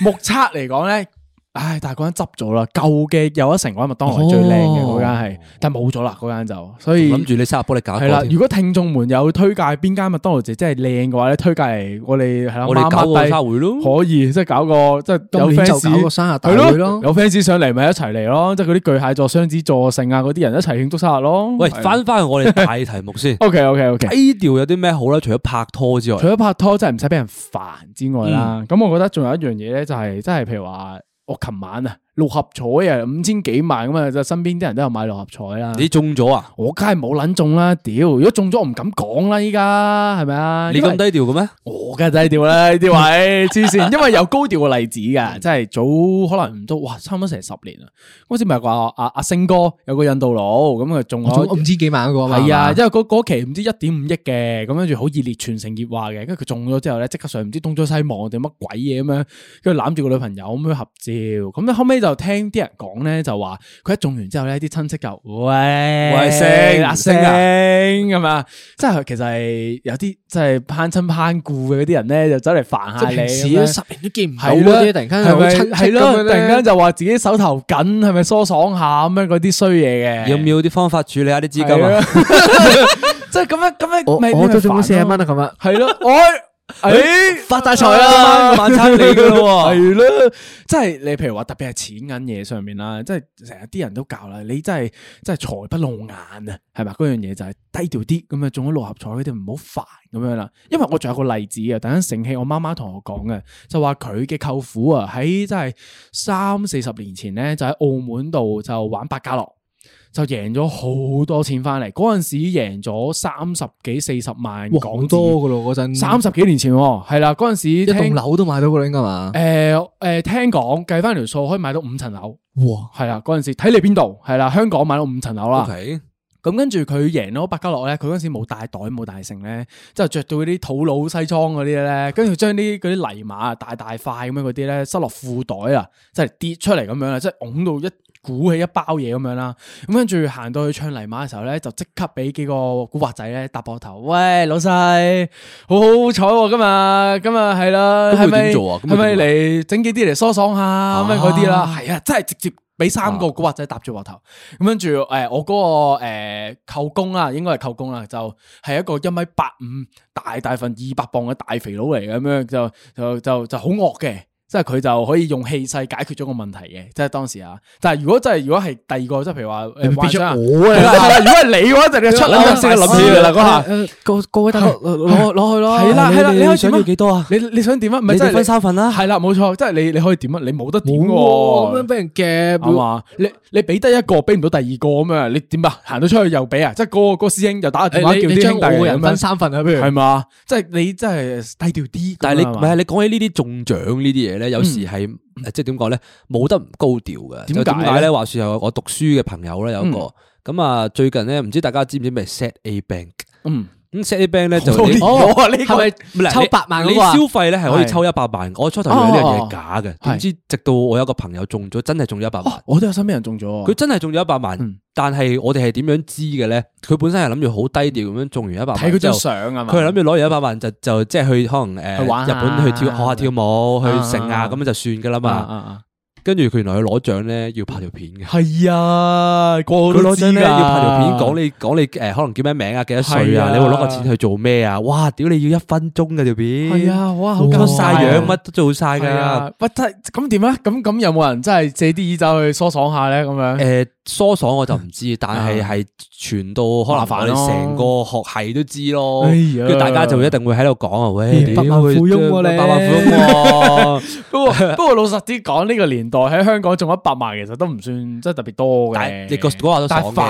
Speaker 2: 目測嚟講咧。唉，但係嗰間執咗啦，舊嘅有一成嗰間麥當勞係最靚嘅嗰間係，但係冇咗啦嗰間就，所以
Speaker 3: 哦諗住你生日幫你搞一
Speaker 2: 係
Speaker 3: 個
Speaker 2: 啦。
Speaker 3: 添
Speaker 2: 如果聽眾們有推介邊間麥當勞姐姐係靚嘅話咧，推介嚟我哋係啦，
Speaker 3: 我哋搞個
Speaker 2: 孖
Speaker 3: 生
Speaker 2: 孖
Speaker 3: 日會
Speaker 2: 低
Speaker 3: 咯。
Speaker 2: 可以，即係搞個即係有
Speaker 4: 今年就
Speaker 2: fans
Speaker 4: 搞個生日大會咯。
Speaker 2: 有 fans 上嚟咪一齊嚟咯，即係嗰啲巨蟹座、雙子座、性啊嗰啲人一齊慶祝生日咯。
Speaker 3: 喂，哎翻翻我哋大題目先。
Speaker 2: ，OK OK OK。
Speaker 3: 低調有啲咩好咧？除咗拍拖之外
Speaker 2: 除，咗拍拖真係唔
Speaker 3: 嗯
Speaker 2: 使俾人煩之外啦，咁我覺得仲有一樣嘢咧，就係真係譬如話我琴晚啊六合彩啊，五千幾萬咁啊，就身邊啲人都有買六合彩啦。
Speaker 3: 你中咗啊？
Speaker 2: 我梗係冇撚中啦，屌！如果中咗我唔敢講啦，依家係咪啊？
Speaker 3: 你
Speaker 2: 因為
Speaker 3: 咁低調嘅咩？
Speaker 2: 我梗係低調啦，呢啲位黐線，因為有高調嘅例子㗎，真係早可能唔到，哇，差唔多成十年啦。嗰時咪話阿阿星哥有個印度佬咁佢仲
Speaker 4: 我
Speaker 2: 咗
Speaker 4: 中五千幾萬嗰個嘛，
Speaker 2: 係啊，
Speaker 4: 係
Speaker 2: 因為嗰嗰期唔知一點五億嘅，咁跟住好熱烈全城熱話嘅，跟住佢中咗之後咧，即刻上唔知東張西望定乜鬼嘢咁樣，跟住攬住個女朋友咁樣合照，咁咧後尾就聽啲人講咧就話，佢一中完之後咧，啲親戚就喂
Speaker 3: 喂星
Speaker 2: 阿星
Speaker 3: 星啊
Speaker 2: 咁啊，即係其實係有啲即係攀親攀故嘅嗰啲人咧，就走嚟煩
Speaker 4: 即
Speaker 2: 下
Speaker 4: 係
Speaker 2: 你
Speaker 4: 平時
Speaker 2: 咁樣
Speaker 4: 都十年都見唔到
Speaker 2: 係
Speaker 4: 嗰
Speaker 2: 咯，
Speaker 4: 啲，突然間
Speaker 2: 係
Speaker 4: 有
Speaker 2: 咪
Speaker 4: 親
Speaker 2: 係
Speaker 4: 戚
Speaker 2: 咯，
Speaker 4: 咁樣
Speaker 2: 突然間就話自己手頭緊，係咪疏爽下咁樣嗰啲衰嘢嘅？
Speaker 3: 要唔要啲方法處理下啲資金
Speaker 2: 係
Speaker 3: 啊
Speaker 2: 啊？
Speaker 3: (laughs)
Speaker 2: 即係咁樣咁
Speaker 4: 我
Speaker 2: 樣，
Speaker 4: 我都中咗四十蚊啦，咁啊，
Speaker 2: 系咯，哎我诶
Speaker 4: 哎發大
Speaker 2: 係
Speaker 4: 財
Speaker 2: 啦，
Speaker 4: 啦！
Speaker 2: 晚餐你噶咯，系咯，即係你譬如話特別係錢銀嘢上面啦，即係成日啲人都教啦，你真係真係財不露眼啊，係咪？嗰樣嘢就係低調啲，咁啊中咗六合彩嗰啲唔好煩咁樣啦。因為我仲有個例子嘅，等陣醒起我媽媽同我講嘅，就話佢嘅舅父啊喺真係三四十年前咧就喺澳門度就玩百家樂。就贏咗好多錢翻嚟，嗰陣時贏咗三十幾四十萬
Speaker 4: 哇，
Speaker 2: 港
Speaker 4: 好
Speaker 2: 紙
Speaker 4: 多噶咯嗰陣，
Speaker 2: 三十幾年前喎，係啦，嗰陣時
Speaker 4: 嗯一棟
Speaker 2: 聽
Speaker 4: 樓都買到噶啦，應該嘛？
Speaker 2: 誒誒聽講計翻條數可以買到五層樓，
Speaker 4: 哇！
Speaker 2: 係啦，嗰陣時睇你邊度，係啦，香港買到五層樓啦。
Speaker 3: OK，
Speaker 2: 咁跟住佢贏咗百家樂咧，佢嗰陣時冇帶袋冇帶剩咧，之後着到嗰啲土佬西裝嗰啲咧，跟住將啲嗰啲泥馬啊大大塊咁樣嗰啲咧塞落褲袋啊，即係跌出嚟咁樣啦，即係拱到一鼓起一包嘢咁樣啦。咁跟住行到去唱泥馬嘅時候咧，就即刻俾幾個古惑仔咧搭膊頭，喂老細，好好彩喎今日，今日係啦，
Speaker 3: 咁佢
Speaker 2: 係咪
Speaker 3: 點做啊咁佢
Speaker 2: 係咪
Speaker 3: 點啊
Speaker 2: 嚟整幾啲嚟疏爽下咁樣嗰啲啦？係啊，真係直接。俾三
Speaker 3: 啊
Speaker 2: 個古惑仔搭住膊頭，咁跟住誒我嗰、個、呃、舅公啦，應該係舅公啦，就係、一個一米八五大大份二百磅嘅大肥佬嚟嘅，咁樣就就就就好惡嘅。即係佢就可以用氣勢解決咗個問題嘅，即係當時啊。但係如果真係如果係第二個，即係譬如話誒幻想啊，
Speaker 4: 我
Speaker 2: 係啦係啦如果係你嘅話，就你出嚟先諗起佢啦嗰下。
Speaker 4: 誒各各位大哥攞攞去咯，
Speaker 2: 係啦係啦，你可以
Speaker 3: 想
Speaker 2: 點
Speaker 3: 要
Speaker 2: 啊？
Speaker 3: 幾多啊？
Speaker 2: 你你想點啊？咪
Speaker 3: 你
Speaker 2: 即係
Speaker 3: 哋分三份啦。
Speaker 2: 係啦，冇錯，即係你你可以點啊？你冇得點
Speaker 4: 冇喎，咁樣。
Speaker 2: 喎
Speaker 4: 俾人
Speaker 2: 啱
Speaker 4: 夾，
Speaker 2: 嘛？啊你你俾得一個，俾唔到第二個咁樣，你點啊？行到出去又俾啊！即係嗰個嗰個師兄又打個電話
Speaker 4: 誒
Speaker 2: 叫
Speaker 4: 你你
Speaker 2: 啲
Speaker 4: 將
Speaker 2: 兄
Speaker 4: 我
Speaker 2: 弟
Speaker 4: 個
Speaker 2: 嚟
Speaker 4: 人
Speaker 2: 咁
Speaker 4: 分
Speaker 2: 樣，
Speaker 4: 三份啊，不如
Speaker 2: 係嘛？即係你真係低調啲咁啊。
Speaker 3: 但係你
Speaker 2: 係
Speaker 3: 唔
Speaker 2: 嘛嗯
Speaker 3: 係你講起呢啲中獎呢啲嘢咧，有時係誒即係點講咧，冇得唔高調嘅。
Speaker 2: 點
Speaker 3: 就
Speaker 2: 解嗯
Speaker 3: 解
Speaker 2: 咧
Speaker 3: 咧？話説有我讀書嘅朋友咧，有一個咁啊，最近咧唔知大家知唔知咩 set A bank？
Speaker 2: 嗯，
Speaker 3: 咁 set A bank 咧就
Speaker 2: 好多
Speaker 3: 你
Speaker 2: 年咗啊呢個
Speaker 3: 係咪唔係
Speaker 4: 抽
Speaker 3: 你
Speaker 4: 百萬嗰
Speaker 3: 你
Speaker 4: 個啊
Speaker 3: 消費咧係可以
Speaker 2: 係
Speaker 3: 抽一百萬。我初頭以為呢樣嘢
Speaker 2: 哦
Speaker 3: 係假嘅，
Speaker 2: 係
Speaker 3: 點知直到我有個朋友中咗，真係中咗一百萬。
Speaker 2: 我都有身邊人中咗啊。
Speaker 3: 佢真係中咗一百萬，
Speaker 2: 嗯
Speaker 3: 但係我哋係點樣知嘅咧？佢本身係諗住好低調咁樣中完一百萬
Speaker 2: 睇佢
Speaker 3: 之
Speaker 2: 張
Speaker 3: 後，
Speaker 2: 相啊嘛。
Speaker 3: 佢係諗住攞完一百萬就就即係去可能誒
Speaker 2: 去玩
Speaker 3: 日
Speaker 2: 下
Speaker 3: 本去跳學下跳舞
Speaker 2: 啊
Speaker 3: 去成啊
Speaker 2: 啊
Speaker 3: 咁樣就算噶啦
Speaker 2: 啊
Speaker 3: 嘛。
Speaker 2: 啊啊！
Speaker 3: 跟住佢原來佢攞獎咧要拍條片嘅，
Speaker 2: 系啊，個
Speaker 3: 佢
Speaker 2: 個都
Speaker 3: (laughs) 攞
Speaker 2: 知
Speaker 3: 獎
Speaker 2: 噶。
Speaker 3: 咧要拍條片講你講你誒可能叫咩名啊幾多歲
Speaker 2: 係
Speaker 3: 啊
Speaker 2: 啊
Speaker 3: 你會攞個錢去做咩啊？哇！屌你要一分鐘嘅條片，
Speaker 2: 係，啊，哇，好
Speaker 3: 出
Speaker 2: 搞
Speaker 3: 晒樣乜都做晒
Speaker 2: 係
Speaker 3: 㗎。
Speaker 2: 啊，喂，真係咁點咧？啊咁咁有冇人真係借啲耳仔去疏爽下咧？咁樣
Speaker 3: 誒疏爽我就唔知，但係係傳到可
Speaker 2: 麻
Speaker 3: 能
Speaker 2: 煩
Speaker 3: 我哋
Speaker 2: 咯
Speaker 3: 成個學系都知咯，
Speaker 2: 哎呀
Speaker 3: 跟住大家就一定會喺度講啊，喂，
Speaker 4: 百萬富翁喎你
Speaker 3: 百萬富翁喎，
Speaker 2: 不過 (laughs) 不過老實啲講，呢個年代喺香港中一百萬其實都唔算真係特別多
Speaker 3: 但
Speaker 2: 嘅。
Speaker 3: 係你個嗰下都
Speaker 2: 但
Speaker 3: 爽
Speaker 2: 係
Speaker 3: 嘅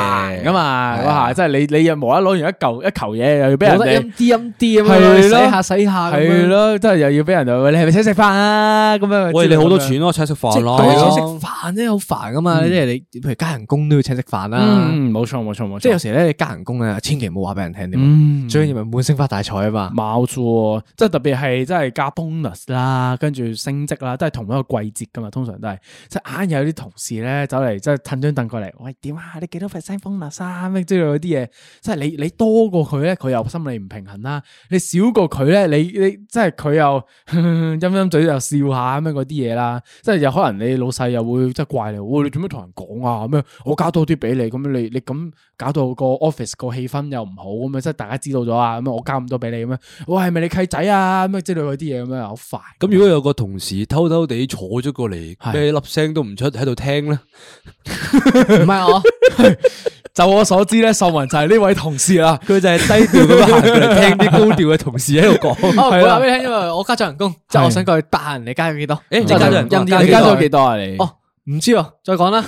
Speaker 2: 煩噶嘛，
Speaker 3: 係
Speaker 2: 嗰
Speaker 3: 啊
Speaker 2: 下即係你你又無啦啦攞完一嚿一嚿嘢，又要俾人
Speaker 4: 冇得
Speaker 2: 哋
Speaker 4: 陰啲陰啲咁樣
Speaker 2: 係
Speaker 4: 洗
Speaker 2: 咯
Speaker 4: 下洗下
Speaker 3: 啊
Speaker 4: 咁
Speaker 2: 係
Speaker 4: 樣。
Speaker 2: 咯，真係又要俾人哋喂你係咪請食飯啊？咁樣
Speaker 3: 喂，你好多
Speaker 2: 之類咁樣
Speaker 3: 哦錢咯，嗯請食飯
Speaker 4: 即係
Speaker 3: 咯，
Speaker 4: 講
Speaker 3: 係
Speaker 4: 起
Speaker 3: 咯
Speaker 4: 請食飯咧，好煩噶嘛！即係你，譬如加人工都要請食飯啦。
Speaker 2: 嗯，冇錯冇錯冇錯，
Speaker 4: 即係有時咧，你加人工咧，千祈唔好話俾人聽點。
Speaker 2: 嗯
Speaker 4: 最緊要咪滿星發大財啊嘛！
Speaker 2: 冇錯，即係特別係即係加 bonus 啦，跟住升職啦，都係同一個季節噶嘛，通常都係即係硬有啲同事咧走嚟，即係褪張凳過嚟，喂點啊？你幾多 percent bonus 啊？咩之類嗰啲嘢，即係你你多過佢咧，佢又心理唔平衡啦；你少過佢咧，你你即係佢又 (laughs) 陰陰嘴又笑下咁樣嗰啲嘢啦，即係有可能你老細又會即係怪你，喂你做咩同人講啊？咁樣我加多啲俾你，咁樣你你咁搞到個 office 個氣氛又唔好咁樣，即係大家知道咗啊，咁樣我加咁多俾你咁樣，喂係咪你契仔啊？咁樣之類嗰啲嘢咁樣好煩。
Speaker 3: 咁如果有個同事偷偷地坐咗過嚟，
Speaker 2: 係
Speaker 3: 咩粒聲都唔出喺度聽咧，
Speaker 4: 唔係
Speaker 3: 啊
Speaker 4: (laughs) 我，
Speaker 2: 就我所知咧，秀文就係呢位同事
Speaker 4: 啊
Speaker 2: 啦。
Speaker 3: 佢就係低調咁樣行過嚟聽啲高調嘅同事
Speaker 4: (laughs)
Speaker 3: 喺度講。
Speaker 4: 我唔
Speaker 2: 係
Speaker 4: 會
Speaker 2: 啦
Speaker 4: 哦話俾你聽，因為我加咗人工，即係我想過去得閒，你加咗幾多？
Speaker 3: 誒你
Speaker 2: 加咗
Speaker 3: 人工
Speaker 4: 陰
Speaker 3: 加
Speaker 4: 啲
Speaker 3: 咗
Speaker 2: 你加
Speaker 3: 幾多
Speaker 2: 咗幾多啊？你
Speaker 4: 哦，唔知啊，再講啦。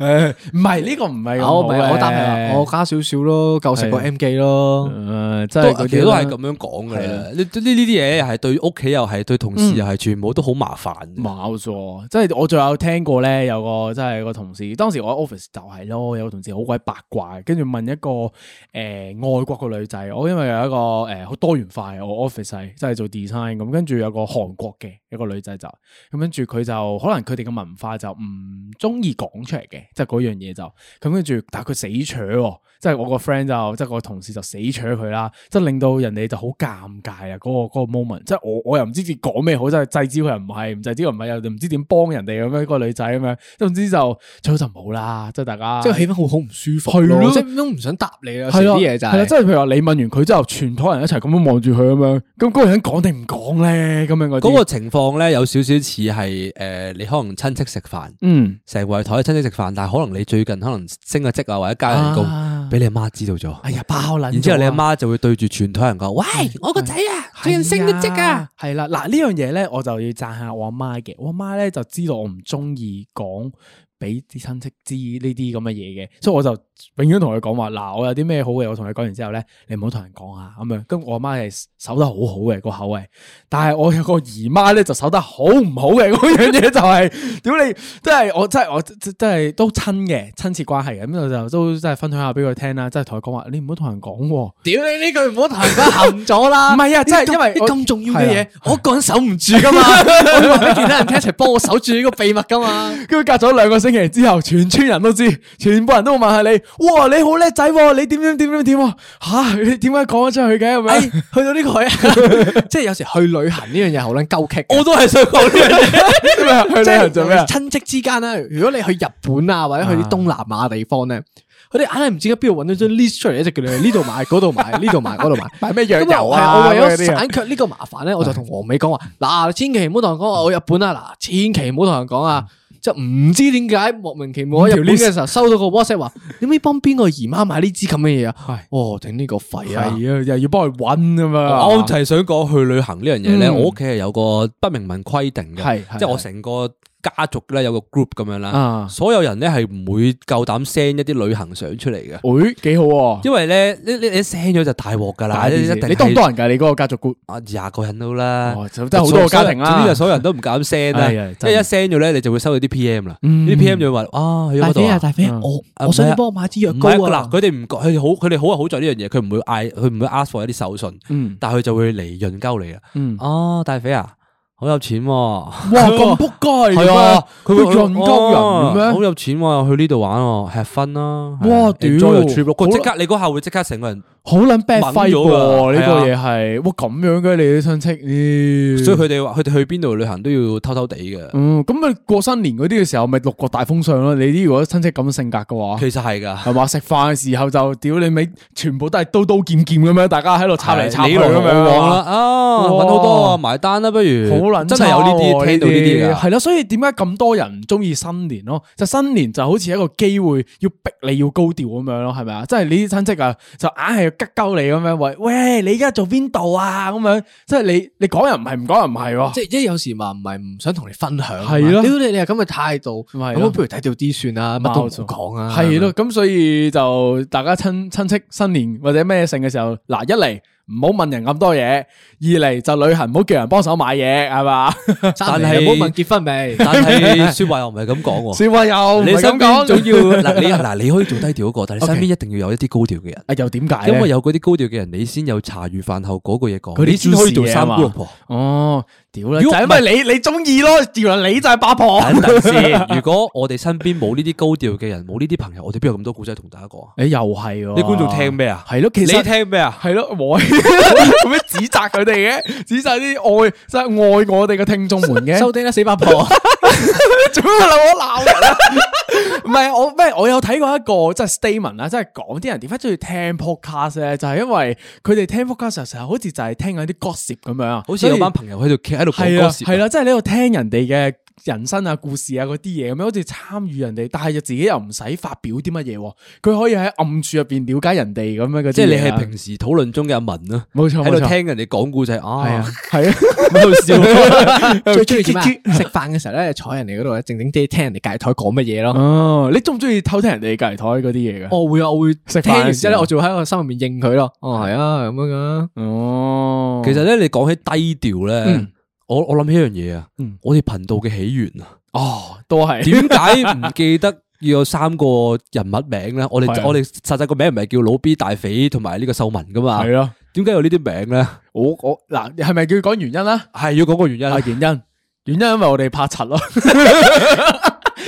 Speaker 2: 诶，唔係呢個哦唔
Speaker 3: 啊
Speaker 2: 係咁好
Speaker 4: 我唔係我答
Speaker 2: 嘅
Speaker 4: 係我加少少咯，夠食個
Speaker 2: 係
Speaker 4: M 記咯。
Speaker 3: 嗯
Speaker 2: 诶，即係
Speaker 3: 都
Speaker 2: 嗰
Speaker 3: 其
Speaker 2: 啲
Speaker 3: 實都係
Speaker 2: 啦
Speaker 3: 咁樣講嘅啦。呢呢呢啲嘢又係對屋企又係對同事又係，全部都好麻煩。
Speaker 2: 冇錯，即係我仲有聽過咧，有個即係個同事，當時我喺 office 就係咯，有個同事好鬼八卦，跟住問一個誒、呃外國個女仔，我因為有一個誒好、多元化嘅，我 office 係即係做 design 咁，跟住有個韓國嘅一個女仔就咁，跟住佢就可能佢哋嘅文化就唔中意講出嚟嘅，即係嗰樣嘢就咁，跟住但係佢死扯喎。即係我個 friend 就即係個同事就死扯佢啦，即係令到人哋就好尷尬啊！嗰、個嗰個 moment，即係我我又唔知自己講咩好，即係制止佢又唔係，唔制止佢又唔係，又唔知點幫人哋咁樣、個女仔咁樣，總之就最好就唔好啦，即係大家
Speaker 4: 即係氣氛好好唔舒服
Speaker 2: 係咯
Speaker 4: 咯，即係都唔想答你啊！有時
Speaker 2: 係
Speaker 4: 啲
Speaker 2: 咯
Speaker 4: 嘢就
Speaker 2: 係啦，
Speaker 4: 係
Speaker 2: 即係譬如話你問完佢之後，全台人一齊咁樣望住佢咁樣，咁嗰個人講定唔講咧？咁樣嗰
Speaker 3: 嗰
Speaker 2: 啲
Speaker 3: 個情況咧，有少少似係诶，誒你可能親戚食飯，
Speaker 2: 嗯
Speaker 3: 成圍台親戚食飯，但係可能你最近可能升咗職啊，或者加人
Speaker 2: 啊
Speaker 3: 工，俾你阿媽知道咗。
Speaker 2: 哎呀爆撚咗啊！嗯
Speaker 3: 然之後你阿媽就會對住全台人講：，喂，我個仔啊，最近升咗職啊！
Speaker 2: 係啦，嗱呢樣嘢咧，我就要讚下我阿媽嘅。我阿媽咧就知道我唔中意講俾啲親戚知呢啲咁嘅嘢嘅，所以我就永遠同佢講話，嗱我有啲咩好嘅，我同佢講完之後咧，你唔好同人講啊咁樣。咁我阿媽係守得好好嘅個口係，但係我有個姨媽咧就守得好唔好嘅 (laughs) 嗰樣嘢就係、屌你，真係我真係我真真係都親嘅親切關係嘅，咁我就都真係分享下俾佢聽啦，真係同佢講話，你唔好同人講喎。
Speaker 4: 屌你呢句唔好同人家含咗啦！
Speaker 2: (laughs) 唔係啊
Speaker 4: 呢
Speaker 2: 真係
Speaker 4: 咁
Speaker 2: 因為
Speaker 4: 呢
Speaker 2: 我
Speaker 4: 咁重要嘅
Speaker 2: 係
Speaker 4: 嘢
Speaker 2: 啊，
Speaker 4: 我一個人守唔住噶
Speaker 2: (laughs)
Speaker 4: 嘛，我要話俾其他人聽一齊幫我守住呢個秘密噶
Speaker 2: (laughs)
Speaker 4: 嘛。
Speaker 2: 跟住隔咗兩個星期之後，全村人都知，全部人都會問下你，哇，你好叻仔喎，你點點點點點喎，吓，你點解講咗出去嘅咁
Speaker 4: 哎，
Speaker 2: 樣？
Speaker 4: 去到呢個位 (laughs) 啊，即係有時去旅行呢樣嘢好撚鳩棘。
Speaker 3: 我都係想講呢樣嘢。
Speaker 4: (laughs)
Speaker 2: 去旅行做咩啊？
Speaker 4: 即係親戚之間咧，如果你去日本啊，或者去啲東南亞地方咧，佢哋硬係唔知喺邊度揾到張 list 出嚟，一直叫你去呢度買、嗰度買、呢度買、嗰度買。
Speaker 2: 買咩藥
Speaker 4: 咁
Speaker 2: 油啊
Speaker 4: 我為
Speaker 2: 嗰
Speaker 4: 咗
Speaker 2: 啲啊
Speaker 4: 省卻呢個麻煩咧，我就同黃美講話：嗱，千祈唔好同人講話我日本啊！嗱，千祈唔好同人講啊！即係唔知點解莫名其妙喺日本嘅時候收到個 WhatsApp 話，你可唔可以幫邊個姨媽買呢支咁嘅嘢啊？哦，頂呢個肺
Speaker 2: 係
Speaker 4: 啊
Speaker 2: 啊，！又要幫佢揾咁嘛。
Speaker 3: 我就係想講去旅行呢樣嘢咧，
Speaker 2: 嗯
Speaker 3: 我屋企係有個不明文規定嘅
Speaker 2: 係係，
Speaker 3: 即係我成個家族咧有個 group 咁樣啦
Speaker 2: 啊，
Speaker 3: 所有人咧係唔會夠膽 send 一啲旅行相出嚟嘅，
Speaker 2: 誒幾好喎，
Speaker 3: 因為咧你你你 send 咗就大鑊噶啦，
Speaker 2: 大
Speaker 3: 一
Speaker 2: 啲
Speaker 3: 定
Speaker 2: 先你多唔多人㗎？你嗰個家族觀
Speaker 3: 啊廿個人都啦
Speaker 2: 哦，就真係好多個家庭啦
Speaker 3: 總之就所有人都唔敢 send 啦，
Speaker 2: (laughs) 哎
Speaker 3: 因
Speaker 2: 呀
Speaker 3: 為一 send 咗咧你就會收到啲 PM 啦，
Speaker 2: 嗯
Speaker 3: 啲 PM 就會話啊去咗嗰度啊
Speaker 4: 肥
Speaker 2: 嗯
Speaker 4: 我
Speaker 3: 啊
Speaker 4: 我想
Speaker 3: 唔係
Speaker 4: 你
Speaker 3: 啊
Speaker 4: 幫我買支藥
Speaker 3: 唔
Speaker 4: 膏
Speaker 3: 係
Speaker 4: 啊！
Speaker 3: 啊嗱，佢哋唔講佢哋好，佢哋好啊好在呢樣嘢，佢唔會嗌，佢唔會 ask for 一啲手信，
Speaker 2: 嗯
Speaker 3: 但係佢就會嚟潤鳩你啦。
Speaker 2: 嗯，
Speaker 3: 哦，大肥啊，好有錢喎！
Speaker 2: 哇咁仆街
Speaker 3: 係啊，佢會
Speaker 2: 會潤鳩人
Speaker 3: 哦
Speaker 2: 嘅
Speaker 3: 好
Speaker 2: 咩？
Speaker 3: 有錢喎，去呢度玩喎，吃分啦。係啊
Speaker 2: 哇屌
Speaker 3: enjoy your trip 咯
Speaker 2: 好啦
Speaker 3: 即刻你嗰下會即刻成個人，
Speaker 2: 好撚 bad
Speaker 3: 掹
Speaker 2: fight
Speaker 3: 咗㗎
Speaker 2: 喎，呢個
Speaker 3: 係啊
Speaker 2: 嘢係哇咁樣嘅你啲親戚，
Speaker 3: 所以佢哋話佢哋去邊度旅行都要偷偷地 (laughs) 嘅。
Speaker 2: 嗯，咁你過新年嗰啲嘅時候，咪六個大風尚咯。你啲如果親戚咁性格嘅話，
Speaker 3: 其實係㗎，
Speaker 2: 係嘛？食飯嘅時候就屌你咪，全部都係刀刀劍劍咁樣，大家喺度插嚟插去
Speaker 3: 你
Speaker 2: 咁
Speaker 3: 來我
Speaker 2: 樣
Speaker 3: 往啦，啊，
Speaker 2: 哇
Speaker 3: 揾好多啊，埋單啦，不如
Speaker 2: 好撚
Speaker 3: 真係有呢啲聽到呢啲㗎。
Speaker 2: 係啦。所以點解咁多人唔中意新年咯？就新年就好似一個機會，要逼你要高調咁樣咯，係咪啊？即係你啲親戚啊，就硬係要吉鳩你咁樣，喂喂，你而家做邊度啊？咁樣，即係你你講又唔係，唔講又唔係喎。
Speaker 4: 即係即係有時話唔係唔想同你分享啊嘛，
Speaker 2: 係
Speaker 4: 屌
Speaker 2: 咯
Speaker 4: 你哦你係咁嘅態度，
Speaker 2: 咪
Speaker 4: 咁
Speaker 2: 係咯
Speaker 4: 我不如低調啲算啦，乜都唔
Speaker 2: 冇錯
Speaker 4: 好講啊，
Speaker 2: 系咯，咁所以就大家親親戚新年或者咩性嘅時候，嗱一嚟唔好問人咁多嘢，二嚟就旅行唔好叫人幫手買嘢，係嘛？ (laughs)
Speaker 4: 三
Speaker 3: 但係
Speaker 4: 年又冇問結婚 (laughs) 未？
Speaker 3: 但 (laughs) 係説話又唔係咁講喎。
Speaker 2: 小話又唔
Speaker 3: 你
Speaker 2: 係
Speaker 3: 身
Speaker 2: 咁
Speaker 3: 邊
Speaker 2: 講，
Speaker 3: 仲要 (laughs) 嗱，你嗱你可以做低調嗰個，但係你身
Speaker 2: OK
Speaker 3: 邊一定要有一啲高調嘅人。
Speaker 2: 啊又點解咧？
Speaker 3: 因為有嗰啲高調嘅人，你先有茶餘飯後嗰個嘢啊講，
Speaker 2: 佢啲
Speaker 3: 你先可以做三姑六婆。
Speaker 2: 哦，屌啦，
Speaker 3: 如
Speaker 2: 就
Speaker 3: 果
Speaker 2: 係因為你你中意咯，原來你就係八婆。
Speaker 3: 等
Speaker 2: (laughs)
Speaker 3: 等先， (laughs) 如果我哋身邊冇呢啲高調嘅人，冇呢啲朋友，我哋邊有咁多故仔同大家講啊？
Speaker 2: 诶，又係喎，
Speaker 3: 啲觀眾聽咩啊
Speaker 2: 係咯，其實
Speaker 3: 你聽咩啊？
Speaker 2: 係咯，我 (laughs) 做咩指責佢哋嘅？指責啲愛即係愛我哋嘅聽眾們嘅。 (laughs)
Speaker 4: 收丁啦，死八婆！
Speaker 2: 做咩我鬧人啊？ (laughs) 唔係我咩？我有睇過一個即係 statement 啦，即係講啲人點解中意聽 podcast 咧，就係因為佢哋聽 podcast 嘅時候，好似就係聽緊啲 gossip 咁樣啊，
Speaker 3: 好似有班朋友喺度企喺度
Speaker 2: 係
Speaker 3: 講
Speaker 2: 啊
Speaker 3: 歌詞，
Speaker 2: 係啦，即係你喺度聽人哋嘅人生啊、故事啊嗰啲嘢咁樣，好似參與人哋，但係又自己又唔使發表啲乜嘢喎，佢可以喺暗處入邊了解人哋咁樣嘅。
Speaker 3: 即係你係平時討論中嘅阿文啦，
Speaker 2: 冇錯
Speaker 3: 喺度
Speaker 2: 冇錯
Speaker 3: 聽人哋講故仔
Speaker 2: 係
Speaker 3: 啊
Speaker 2: 啊，，係啊，
Speaker 3: 喺度
Speaker 2: (laughs)
Speaker 3: 笑。
Speaker 4: 最中意點啊？食飯嘅時候咧，坐人哋嗰度咧，靜靜啲聽人哋隔離台講乜嘢咯。
Speaker 2: 哦，你中唔中意偷聽人哋隔離台嗰啲嘢㗎？
Speaker 3: 哦
Speaker 4: 我會啊，我會
Speaker 2: 食飯嘅
Speaker 4: 聽完之後
Speaker 2: 時
Speaker 4: 咧，
Speaker 2: 候
Speaker 4: 我就會喺我心入面應佢咯。哦，係啊，咁樣噶。
Speaker 2: 哦，
Speaker 3: 其實咧，你講起低調咧
Speaker 2: 嗯，
Speaker 3: 我我諗起一樣嘢啊
Speaker 2: 嗯，
Speaker 3: 我哋頻道嘅起源啊，
Speaker 2: 哦都係
Speaker 3: 點解唔記得？要有三個人物名咧，我哋
Speaker 2: 係啊
Speaker 3: 我哋實際個名唔係叫老 B 大肥同埋呢個秀文噶嘛
Speaker 2: 係？咯。
Speaker 3: 點解有呢啲名咧？
Speaker 2: 我我嗱，係咪叫講原因啦？
Speaker 3: 係要講個原因
Speaker 2: 啊，
Speaker 3: 啦。
Speaker 2: 原因，原因因為我哋怕柒咯。 (laughs)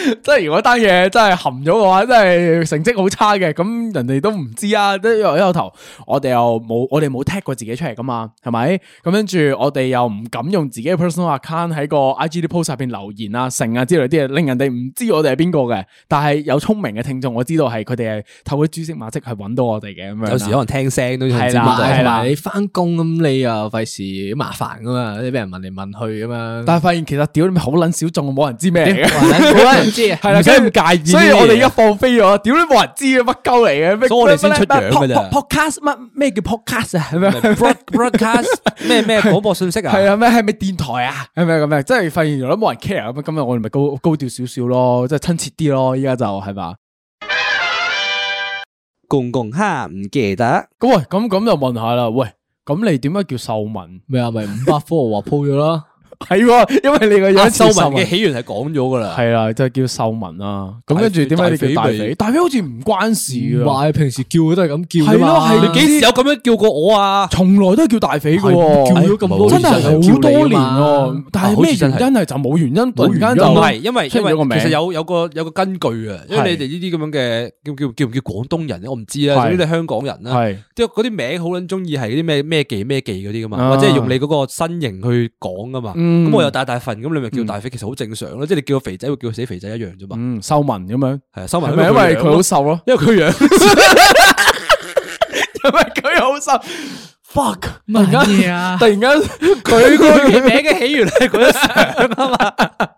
Speaker 2: 即係如果單嘢真係含咗嘅話，真係成績好差嘅，咁人哋都唔知啊。即係因為一有頭，我哋又冇，我哋冇踢過自己出嚟噶嘛，係咪？咁跟住我哋又唔敢用自己嘅 personal account 喺個 IG 啲 post 入邊留言啊、成啊之類啲嘢，令人哋唔知我哋係邊個嘅。但係有聰明嘅聽眾，我知道係佢哋係透過蛛絲馬跡係揾到我哋嘅咁啊樣啦。
Speaker 3: 有時可能聽聲都
Speaker 2: 係
Speaker 3: 知
Speaker 2: 啦
Speaker 3: 道
Speaker 2: 係
Speaker 4: 同
Speaker 2: 啦
Speaker 4: 埋你翻工咁，你又費事麻煩噶嘛，你俾人問嚟問去咁嘛。
Speaker 2: 但係發現其實屌你咪好撚小眾，冇人知咩
Speaker 3: (laughs)
Speaker 4: (laughs)
Speaker 2: 嚟嘅。
Speaker 4: 冇人知啊。
Speaker 2: 係啦，
Speaker 3: 唔使咁介意呢啲嘢
Speaker 2: 所以我哋而家放飛咗，屌都冇人知嘅，乜鳩嚟嘅？咩
Speaker 3: 所以我哋先出樣㗎咋
Speaker 2: Podcast 乜咩叫 podcast 啊？係咪
Speaker 3: Broad- broadcast 咩咩廣播信息啊？
Speaker 2: 係啊，咩係咪電台啊？係咪咁樣？即係發現原來都冇人 care 咁，今日我哋咪高高調少少咯，即係親切啲咯。依家就係嘛？
Speaker 3: 公公哈唔記得，
Speaker 2: 咁喂，咁咁就問下啦，喂，咁你點解叫秀文？
Speaker 4: 咩啊？咪五百科我話鋪咗啦。
Speaker 2: 係喎，因為你個
Speaker 3: 阿
Speaker 2: 樣
Speaker 3: 啊秀
Speaker 2: 似
Speaker 3: 文嘅起源係講咗噶啦，
Speaker 2: 係啦，就叫秀文啦。咁跟住
Speaker 3: 大
Speaker 2: 點解你叫大
Speaker 3: 大肥
Speaker 2: 肥？大肥好似唔關事
Speaker 4: 唔
Speaker 2: 啊，
Speaker 4: 係平時叫佢都係咁叫㗎
Speaker 2: 係咯
Speaker 4: 嘛。
Speaker 2: 係
Speaker 3: 你幾時有咁樣叫過我啊？
Speaker 2: 從來都係叫大肥嘅
Speaker 4: 係
Speaker 2: 喎。
Speaker 4: 叫
Speaker 3: 哎
Speaker 4: 咗咁多
Speaker 2: 真
Speaker 4: 年啊
Speaker 2: 係
Speaker 4: 就哎係
Speaker 2: 好
Speaker 4: 叫
Speaker 2: 多
Speaker 4: 你㗎
Speaker 2: 年
Speaker 4: 嘛
Speaker 2: 喎，但係咩原因係就冇原因，突然間就
Speaker 3: 唔係，因為
Speaker 2: 出
Speaker 3: 因
Speaker 2: 現咗個
Speaker 3: 為
Speaker 2: 名
Speaker 3: 其實有有個有個根據啊，因為你哋呢啲咁樣嘅叫叫叫唔叫廣東人咧？我唔知啊，
Speaker 2: 係
Speaker 3: 總之你香港人啦，
Speaker 2: 係
Speaker 3: 即係嗰啲名好撚中意係嗰啲咩咩記咩記嗰啲噶嘛，
Speaker 2: 啊
Speaker 3: 或者係用你嗰個身形去講噶嘛。
Speaker 2: 嗯
Speaker 3: 咁我又大大份，咁你咪叫大肥，其實好正常咯。即係你叫個肥仔會叫個死肥仔一樣啫嘛。
Speaker 2: 嗯秀文咁樣，
Speaker 3: 係啊收埋
Speaker 2: 係咪因為
Speaker 3: 樣
Speaker 2: 佢好瘦咯？
Speaker 3: 因為佢樣。
Speaker 2: (laughs) 因為佢好瘦，fuck！
Speaker 4: 乜嘢啊？
Speaker 2: 突然間佢個名嘅起源係嗰一相啊嘛。 (laughs)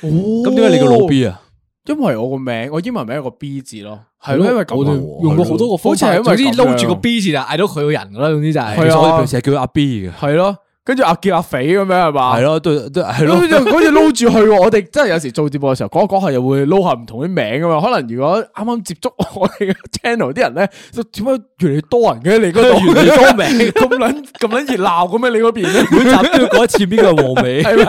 Speaker 2: 哦，
Speaker 3: 咁點解你叫老？B 啊？
Speaker 2: 因為我個名，我英文名有個 B 字咯，係
Speaker 4: 係咯，
Speaker 2: 咯，因為
Speaker 4: 我
Speaker 2: 咁
Speaker 4: 哋用過好多個方法，
Speaker 2: 好似係
Speaker 4: 總之
Speaker 2: 因為咁樣
Speaker 4: 撈住個 B 字就嗌到佢個人噶啦，總之就係
Speaker 3: 其
Speaker 2: 係啊
Speaker 3: 實我哋平時係叫佢阿 B 嘅，
Speaker 2: 係咯，跟住阿叫阿肥咁樣係嘛？
Speaker 3: 係咯，都都係
Speaker 2: 係
Speaker 3: 咯
Speaker 2: 咯，。 (laughs) 好似撈住去喎。我哋真係有時做節目嘅時候，講一講下又會撈下唔同啲名噶嘛。可能如果啱啱接觸我哋嘅 channel 啲人咧，就點解越嚟越多人嘅？你嗰度
Speaker 3: 越嚟越多名
Speaker 2: (laughs) 咁撚咁撚熱鬧嘅咩？你嗰邊咧
Speaker 3: 每集都要講一次邊個係黃尾。
Speaker 2: (laughs) 係咪？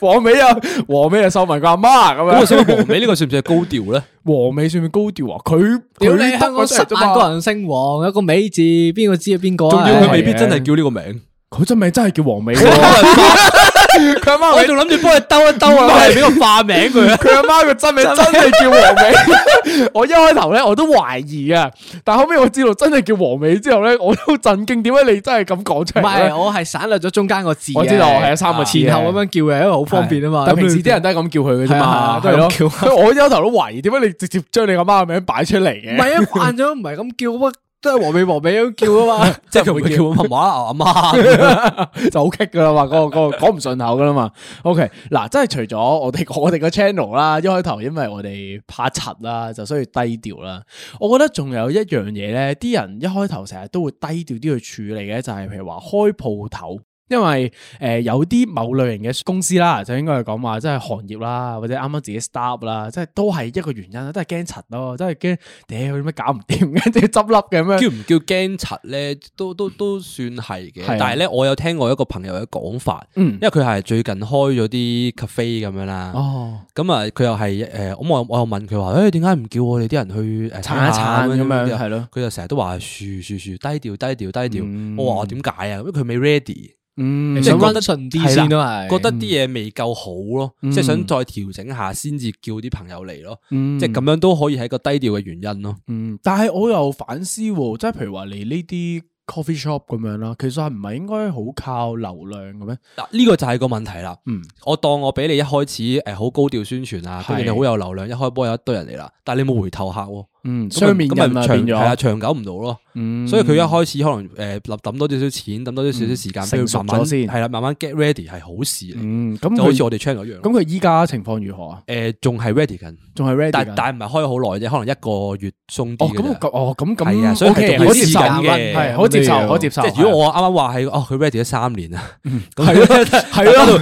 Speaker 2: 黃尾啊，黃尾啊，秀文個阿媽咁
Speaker 3: 咁我
Speaker 2: 樣。
Speaker 3: 想問黃尾呢個算唔算係高
Speaker 2: (laughs)
Speaker 3: 調咧？
Speaker 2: 黃尾算唔算高調啊？佢
Speaker 4: 屌
Speaker 2: 佢
Speaker 4: 你香港十
Speaker 2: 得我出嚟啫嘛
Speaker 4: 萬個人姓王，有個美字，邊個知啊邊個啊？
Speaker 3: 仲要佢未必
Speaker 2: 係
Speaker 3: 真係叫呢個名。
Speaker 2: 佢真名真係叫黃
Speaker 4: (laughs)
Speaker 2: 尾喎。 (laughs) 佢阿媽
Speaker 3: 我
Speaker 2: 咪
Speaker 3: 仲諗住幫佢兜一兜啊，
Speaker 2: 唔係
Speaker 3: 我係俾個化名
Speaker 2: (laughs)
Speaker 3: 佢啊。
Speaker 2: 佢阿媽個真名真係叫黃美， (laughs) 我一開頭咧我都懷疑啊，但後尾我知道真係叫黃美之後咧，我都震驚，點解你真係咁講出
Speaker 4: 唔
Speaker 2: 嚟
Speaker 4: 係
Speaker 2: 咧？
Speaker 4: 我係省略咗中間個字嘅，
Speaker 2: 我知道係有三個字嘅
Speaker 4: 前後咁樣叫嘅，因為好方便啊嘛。
Speaker 2: 但
Speaker 4: 咁
Speaker 2: 平時
Speaker 4: 你
Speaker 2: 啲人都係咁叫佢嘅啫
Speaker 4: 係
Speaker 2: 嘛，
Speaker 4: 啊
Speaker 2: 都
Speaker 4: 係
Speaker 2: 係咯。
Speaker 4: 咁
Speaker 2: 所以我一開頭都懷疑，點解你直接將你阿媽嘅名擺出嚟
Speaker 4: 唔
Speaker 2: 嘅？
Speaker 4: 係啊，慣咗唔係咁叫乜，都係黃尾黃尾咁叫
Speaker 2: (laughs)
Speaker 4: 啊嘛。
Speaker 3: 即係佢唔會叫我媽媽阿媽，
Speaker 2: 就好棘噶啦嘛，嗰、個嗰、個講唔順口噶啦嘛。OK，嗱，真係除咗我哋 (laughs) 我哋個 channel 啦，一開頭因為我哋怕柒啦，就所以低調啦。我覺得仲有一樣嘢咧，啲人一開頭成日都會低調啲去處理嘅，就係、譬如話開鋪頭。因為誒、呃有啲某類型嘅公司啦，就應該係講話，即係行業啦，或者啱啱自己 start 啦，即係都係一個原因啦，都係驚柒咯，都係驚屌點解搞唔掂，跟住執笠嘅咁樣。
Speaker 3: 叫唔叫驚柒咧，都都都算係嘅
Speaker 2: 係啊。
Speaker 3: 但係咧，我有聽過一個朋友嘅講法，
Speaker 2: 嗯
Speaker 3: 因，為佢係最近開咗啲 cafe 咁樣啦。
Speaker 2: 哦，
Speaker 3: 咁啊，佢又係誒，呃咁我我又問佢話，誒點解唔叫我哋啲人去
Speaker 2: (laughs)
Speaker 3: 呃誒
Speaker 2: 撐一撐咁樣，
Speaker 3: 係
Speaker 2: 係咯，
Speaker 3: 佢就成日都話噓噓噓，低調低調低
Speaker 2: 嗯
Speaker 3: 調。我話點解啊？因為佢未 ready，
Speaker 2: 嗯，
Speaker 4: 你
Speaker 3: 即係
Speaker 4: 想
Speaker 3: 覺
Speaker 4: 温
Speaker 3: 得
Speaker 4: 順啲先都係，
Speaker 3: 覺得啲嘢未夠好咯，
Speaker 2: 嗯
Speaker 3: 即係想再調整下先至叫啲朋友嚟咯。
Speaker 2: 嗯
Speaker 3: 即係咁樣都可以係一個低調嘅原因咯。
Speaker 2: 嗯，但係我又反思喎，即係譬如話你呢啲 coffee shop 咁樣啦，其實係唔係應該好靠流量嘅咩？
Speaker 3: 嗱，呢個就係個問題啦。
Speaker 2: 嗯，
Speaker 3: 我當我俾你一開始誒好高調宣傳啊，
Speaker 2: 係
Speaker 3: 跟住你好有流量，一開波有一堆人嚟啦，但係你冇回頭客喎，
Speaker 2: 嗯，
Speaker 3: 咁咪
Speaker 2: 雙面人啊
Speaker 3: 咁咪長
Speaker 2: 變咗
Speaker 3: 係啊，長久唔到咯。
Speaker 2: 嗯
Speaker 3: 所以佢一開始可能诶抌抌多少少錢，抌多少少時間，
Speaker 2: 嗯
Speaker 3: 俾
Speaker 2: 成熟
Speaker 3: 佢慢慢
Speaker 2: 咗先
Speaker 3: 係啦，慢慢 get ready 係好事嚟，
Speaker 2: 嗯咁
Speaker 3: 就好似
Speaker 2: 佢
Speaker 3: 我哋 channel 一樣。
Speaker 2: 咁佢依家情況如何啊？
Speaker 3: 诶，仲係 ready 緊，
Speaker 2: 仲係 ready
Speaker 3: 但
Speaker 2: 㗎
Speaker 3: 但唔係開好耐啫，可能一個月鬆
Speaker 2: 哦
Speaker 3: 啲嘅
Speaker 2: 咁
Speaker 3: 啫。
Speaker 2: 咁哦咁
Speaker 3: 係啊
Speaker 2: 咁
Speaker 3: 所以
Speaker 2: OK，
Speaker 3: 係仲
Speaker 2: 可
Speaker 3: 係
Speaker 2: 接受
Speaker 3: 時間嘅
Speaker 2: 係可接受可接受。啊嗯
Speaker 3: 即係如果我啱啱話係哦，佢 ready 咗三年啊， (laughs) 咁
Speaker 2: 係咯，系咯，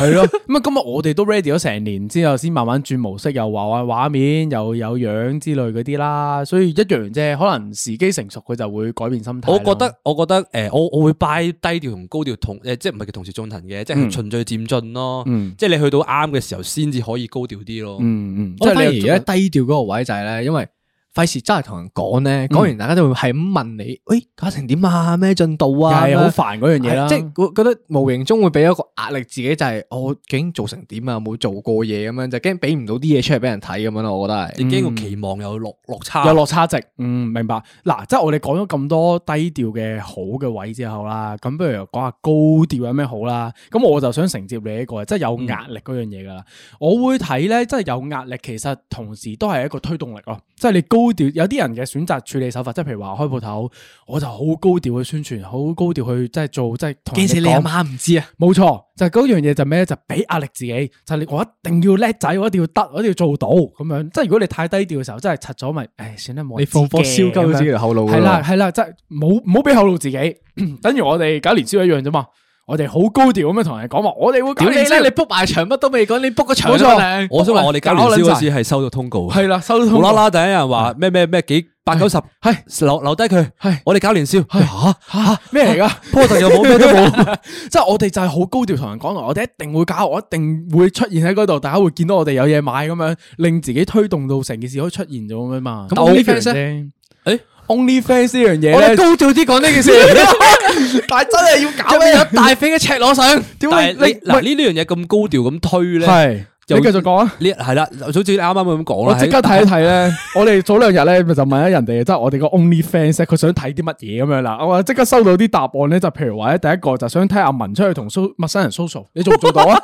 Speaker 2: 系咯。咁啊，咁啊，我哋都 ready 咗成年之後，先慢慢轉模式，又話話畫面，又有樣之類嗰啲啦。所以一樣啫，可能時機成熟，佢就會改變心態咯。
Speaker 3: 我覺得我覺得誒，我我會 buy 低調同高調同誒，即係唔係叫同時進行嘅，即係循序漸進咯。
Speaker 2: 嗯
Speaker 3: 即係你去到啱嘅時候，先至可以高調啲咯。
Speaker 2: 嗯，嗯嗯，
Speaker 4: 我反而
Speaker 2: 你
Speaker 4: 而家低調嗰個位就係咧，因為費事真係同人講咧，講完大家都會係咁問你，喂，搞成點啊？咩進度啊？
Speaker 2: 係
Speaker 4: 咁樣
Speaker 2: 好煩嗰樣嘢啦。
Speaker 4: 係即係我覺得無形中會俾一個壓力自己，就係我究竟做成點啊？冇做過嘢咁樣，就驚俾唔到啲嘢出嚟俾人睇咁樣咯。我覺得係
Speaker 3: 你驚個期望有落落差，
Speaker 2: 嗯有落差值，嗯，明白。嗱，即係我哋講咗咁多低調嘅好嘅位之後啦，咁不如講下高調有咩好啦。咁我就想承接你呢個，即係有壓力嗰樣嘢噶啦。我會睇咧，即係有壓力，其實同時都係一個推動力咯。即係你高調，有啲人嘅選擇處理手法，即係譬如話開鋪頭，我就好高調去宣傳，好高調去即係做，即係同
Speaker 4: 驚
Speaker 2: 人
Speaker 4: 死
Speaker 2: 哋
Speaker 4: 你
Speaker 2: 講
Speaker 4: 阿媽唔知啊！
Speaker 2: 冇錯，就係嗰樣嘢就咩咧？就俾壓力自己，就係你我一定要叻仔，我一定要得，我一定要做到咁樣。即係如果你太低調嘅時候，真係柒咗咪，唉，算啦，冇人
Speaker 4: 你放火
Speaker 2: 知
Speaker 4: 燒
Speaker 2: 嘅
Speaker 4: 鳩自己
Speaker 2: 咁樣
Speaker 4: 條後路㗎
Speaker 2: 係啦
Speaker 4: 啦
Speaker 2: 係啦，即係冇冇俾後路自己， (clears throat) 等於我哋搞年宵一樣啫嘛。我哋好高調咁樣同人講話，我哋會搞
Speaker 4: 屌你
Speaker 2: 年宵
Speaker 4: 咧！你 book 埋場乜都未講，你 book 個場
Speaker 2: 冇
Speaker 4: 都
Speaker 2: 錯
Speaker 4: 靚
Speaker 3: 我想話我哋搞
Speaker 2: 搞
Speaker 3: 年宵
Speaker 2: 撚
Speaker 3: 嗰時係收到通告，
Speaker 2: 係啦，收到
Speaker 3: 無
Speaker 2: 通
Speaker 3: 啦
Speaker 2: 告
Speaker 3: 啦第一人話咩咩咩幾八九十，係留留低佢，
Speaker 2: 係
Speaker 3: 我哋搞年宵嚇嚇
Speaker 2: 咩嚟㗎？
Speaker 3: p r o d 又冇咩都冇，
Speaker 2: (laughs) 即係我哋就係好高調同人講話，我哋一定會搞，我一定會出現喺嗰度，大家會見到我哋有嘢買咁樣，令自己推動到成件事可以出現咗咁樣嘛。
Speaker 4: 咁
Speaker 2: 但我
Speaker 4: OnlyFans
Speaker 2: 呢樣
Speaker 4: 呢
Speaker 2: 啫
Speaker 3: 誒
Speaker 2: OnlyFans 呢樣
Speaker 4: 我
Speaker 2: 嘢
Speaker 4: 哋
Speaker 2: 咧，
Speaker 4: 高調啲講呢件事，
Speaker 2: (laughs) 但係真係要
Speaker 4: 搞咩有大肥嘅赤裸
Speaker 2: (laughs)
Speaker 4: 相？
Speaker 2: 點
Speaker 3: 但係
Speaker 2: 解
Speaker 3: 你
Speaker 2: 你
Speaker 3: 嗱呢呢樣嘢咁高調咁推咧，
Speaker 2: 係
Speaker 3: 又
Speaker 2: 你繼續講啊！
Speaker 3: 呢係啦，好似你啱啱咁講
Speaker 2: 我
Speaker 3: 啦，
Speaker 2: 即刻睇一睇咧， (laughs) 我哋早兩日咧咪就問咗人哋，即係我哋個 OnlyFans 咧佢想睇啲乜嘢咁樣啦。我即刻收到啲答案咧，就譬如話咧，第一個就想睇阿文出去同蘇陌生人 social，你做唔做到啊？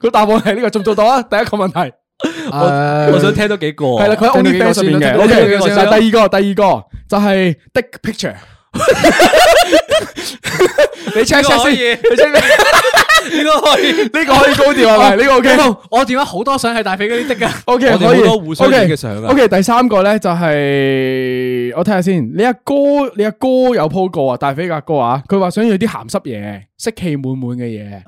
Speaker 2: 個答案係呢個做唔做到啊？第一個問題。
Speaker 3: 我想聽多幾個，
Speaker 2: 系啦，佢喺
Speaker 4: 聽到幾個
Speaker 2: OnlyFans 上
Speaker 4: 先啦
Speaker 2: 面嘅。
Speaker 4: 聽到
Speaker 2: OK，
Speaker 4: 幾個先啦
Speaker 2: 嗱第二個，第二個就係 Dick Picture。你 check
Speaker 3: 呢個
Speaker 2: check
Speaker 3: 可以
Speaker 2: 先，你 check
Speaker 3: 應該可以。
Speaker 2: 呢個可以高調係咪？呢個 OK。
Speaker 4: 我電話好多相係大肥嗰啲的噶。
Speaker 2: OK，
Speaker 3: 我哋
Speaker 2: 可以
Speaker 3: 好多互相影嘅相啊
Speaker 2: OK，OK，第三個咧就係我睇下先，你阿哥你阿哥有 po 過啊，大飛嘅阿哥啊，佢話想要啲鹹濕嘢，色氣滿滿嘅嘢，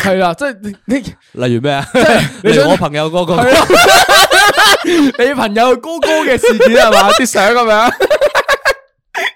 Speaker 2: 係啦，即係你你。
Speaker 3: 例如咩啊？即係例如我朋友嗰個
Speaker 2: 係啊咯，你朋友高高嘅事件系
Speaker 3: (laughs)
Speaker 2: 嘛？啲相咁样， (laughs)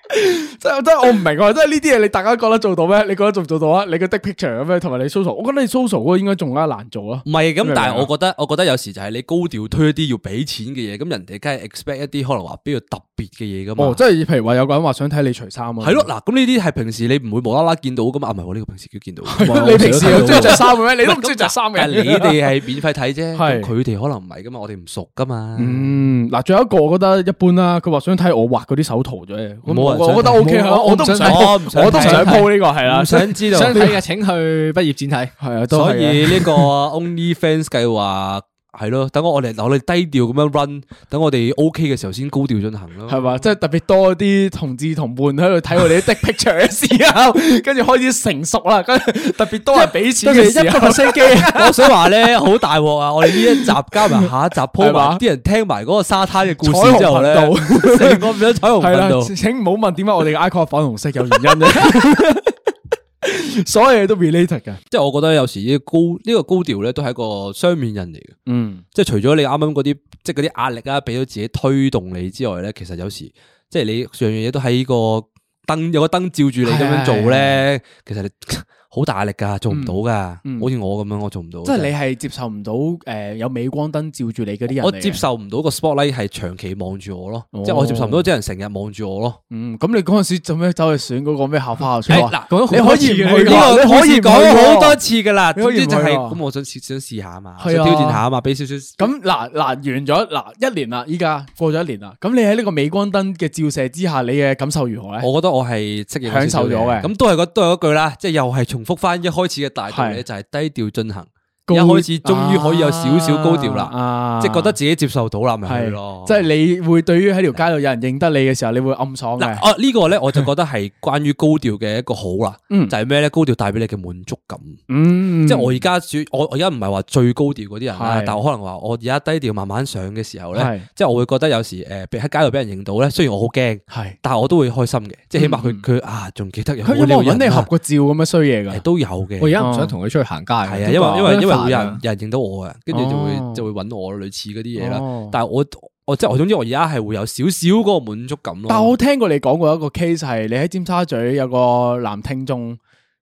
Speaker 2: 即系真系我唔明啊！即系呢啲嘢，你大家觉得做到咩？你觉得做唔做到啊？你嘅 d picture 咁樣，同埋你 social，我覺得你 social 嗰個應該仲加難做咯。
Speaker 3: 唔係咁，但
Speaker 2: 明唔明啊
Speaker 3: 係我覺得，我覺得有時就係你高調推一啲要俾錢嘅嘢，咁人哋梗係 expect 一啲可能話比較特別嘅嘢噶嘛
Speaker 2: 哦，。即係譬如話有個人話想睇你除衫啊，
Speaker 3: 係咯，，嗱，咁呢啲係平時你唔會無啦啦見到噶嘛？啊，唔係喎，呢個平時都見到。
Speaker 2: 你平時又中意着
Speaker 3: 唔
Speaker 2: 衫
Speaker 4: (laughs)
Speaker 2: 嘅咩？ (laughs) 你都唔
Speaker 3: 係
Speaker 2: 中意着衫
Speaker 3: 但
Speaker 2: 嘅。
Speaker 3: 係你哋係免費睇
Speaker 2: (laughs)
Speaker 3: 啫，
Speaker 2: 係
Speaker 3: 咁佢哋可能唔係噶嘛，我哋唔熟噶嘛。
Speaker 2: 嗯，嗱，仲有一個我覺得一般啦，佢話想睇我畫嗰啲手圖啫，咁
Speaker 3: 冇人
Speaker 2: 我
Speaker 3: 想
Speaker 2: 我覺得
Speaker 3: 睇
Speaker 2: OK 啊，
Speaker 4: 我
Speaker 2: 我
Speaker 4: 我
Speaker 2: 都唔
Speaker 4: 唔
Speaker 2: 想
Speaker 4: 想
Speaker 3: 睇
Speaker 2: 我我都唔想 po 呢個係啊啦，
Speaker 3: 唔想知
Speaker 4: (laughs)
Speaker 3: 道
Speaker 4: 想睇嘅請去畢業展睇。
Speaker 2: 係啊，都係
Speaker 3: 所
Speaker 2: 嘅
Speaker 3: 以
Speaker 2: (laughs)
Speaker 3: 呢個 OnlyFans 計劃係咯，等我我哋我哋低調咁樣 run，等我哋 OK 嘅時候先高調進行咯。
Speaker 2: 系嘛，即係特別多啲同志同伴喺度睇我哋啲 dick picture 嘅時候，跟住開始成熟啦，跟住特別多人俾錢嘅時候，
Speaker 3: percent (laughs) 机，我想話咧好大鑊啊！我哋呢一集加埋下一集鋪
Speaker 2: 係嘛
Speaker 3: 埋，啲人聽埋嗰個沙灘嘅故
Speaker 2: 彩虹
Speaker 3: 事之後咧，
Speaker 2: 頻道
Speaker 3: (laughs) 成個變咗彩虹
Speaker 2: 係
Speaker 3: 頻
Speaker 2: 啦，
Speaker 3: 道。
Speaker 2: 請唔好問點解我哋嘅 icon 粉紅色有原因嘅， (laughs) 所有嘢都 related 嘅。
Speaker 3: 即係我覺得有時呢個高呢個高調咧，都係一個雙面人嚟嘅。
Speaker 2: 嗯，
Speaker 3: 即係除咗你啱啱嗰啲，即係嗰啲壓力啊，俾到自己推動你之外咧，其實有時即係你樣樣嘢都喺個燈有個燈照住你咁樣做咧，其實你好大壓力㗎，做唔到㗎。
Speaker 2: 嗯
Speaker 3: 好似我咁樣，我做唔到。
Speaker 2: 即係你係接受唔到诶有鎂光燈照住你嗰啲人，
Speaker 3: 我接。受唔到個 spotlight 係長期望住我咯，
Speaker 2: 哦
Speaker 3: 即係我接受唔到啲人成日望住我咯。
Speaker 2: 嗯，咁你嗰阵时做咩走去選嗰個咩校花校草
Speaker 3: 誒
Speaker 2: 啊？
Speaker 3: 嗱講
Speaker 2: 你可以唔去
Speaker 3: 呢
Speaker 2: 㗎
Speaker 3: 個
Speaker 2: 你
Speaker 3: 可
Speaker 2: 可以
Speaker 3: 以
Speaker 2: 唔去喎
Speaker 3: 講好多次噶啦，
Speaker 2: 你可
Speaker 3: 總
Speaker 2: 以唔去
Speaker 3: 之就係
Speaker 2: 喎
Speaker 3: 咁，我想試想試下嘛，想
Speaker 2: 係啊
Speaker 3: 挑戰下嘛，俾少少。
Speaker 2: 咁嗱嗱完咗嗱一年啦，依家過咗一年啦，咁你喺呢個鎂光燈嘅照射之下，你嘅感受如何咧？
Speaker 3: 我覺得我係適應
Speaker 2: 享受咗嘅
Speaker 3: 咁都係嗰都係嗰句啦，即係又係重複翻一開始嘅大道
Speaker 2: 係
Speaker 3: 理，就係低調進行，一開始終於可以有少少高調啦，
Speaker 2: 啊
Speaker 3: 即係覺得自己接受到啦，咪去
Speaker 2: 係
Speaker 3: 咯。
Speaker 2: 即係你會對於喺條街度有人認得你嘅時候，你會暗爽
Speaker 3: 嗱，
Speaker 2: 嘅。
Speaker 3: 哦呢個咧我就覺得係關於高調嘅一個好啦，
Speaker 2: 嗯
Speaker 3: 就係咩咧？高調帶俾你嘅滿足感。
Speaker 2: 嗯，
Speaker 3: 即係我而家主我我而家唔係話最高調嗰啲人啦
Speaker 2: 係，
Speaker 3: 但我可能話我而家低調慢慢上嘅時候
Speaker 2: 係
Speaker 3: 咧，即係我會覺得有時誒俾喺街度俾人認到咧，雖然我好驚，
Speaker 2: 係
Speaker 3: 但係我都會開心嘅，即係起碼
Speaker 2: 嗯
Speaker 3: 佢佢啊仲記得有
Speaker 2: 佢有冇人揾你合
Speaker 3: 合
Speaker 2: 個照咁樣衰嘢㗎？
Speaker 3: 都有
Speaker 4: 我而
Speaker 3: 嘅，
Speaker 4: 家唔想同佢出去行街。
Speaker 3: 係啊，因為因為因為會有人
Speaker 4: 人
Speaker 3: 有人認到我啊，跟住就
Speaker 2: 哦
Speaker 3: 會就會揾我咯，類似嗰啲嘢
Speaker 2: 哦
Speaker 3: 啦。但係我我即係我總之我而家係會有少少嗰個滿足感咯。
Speaker 2: 但我聽過你講過一個 case 係你喺尖沙咀有個男聽眾，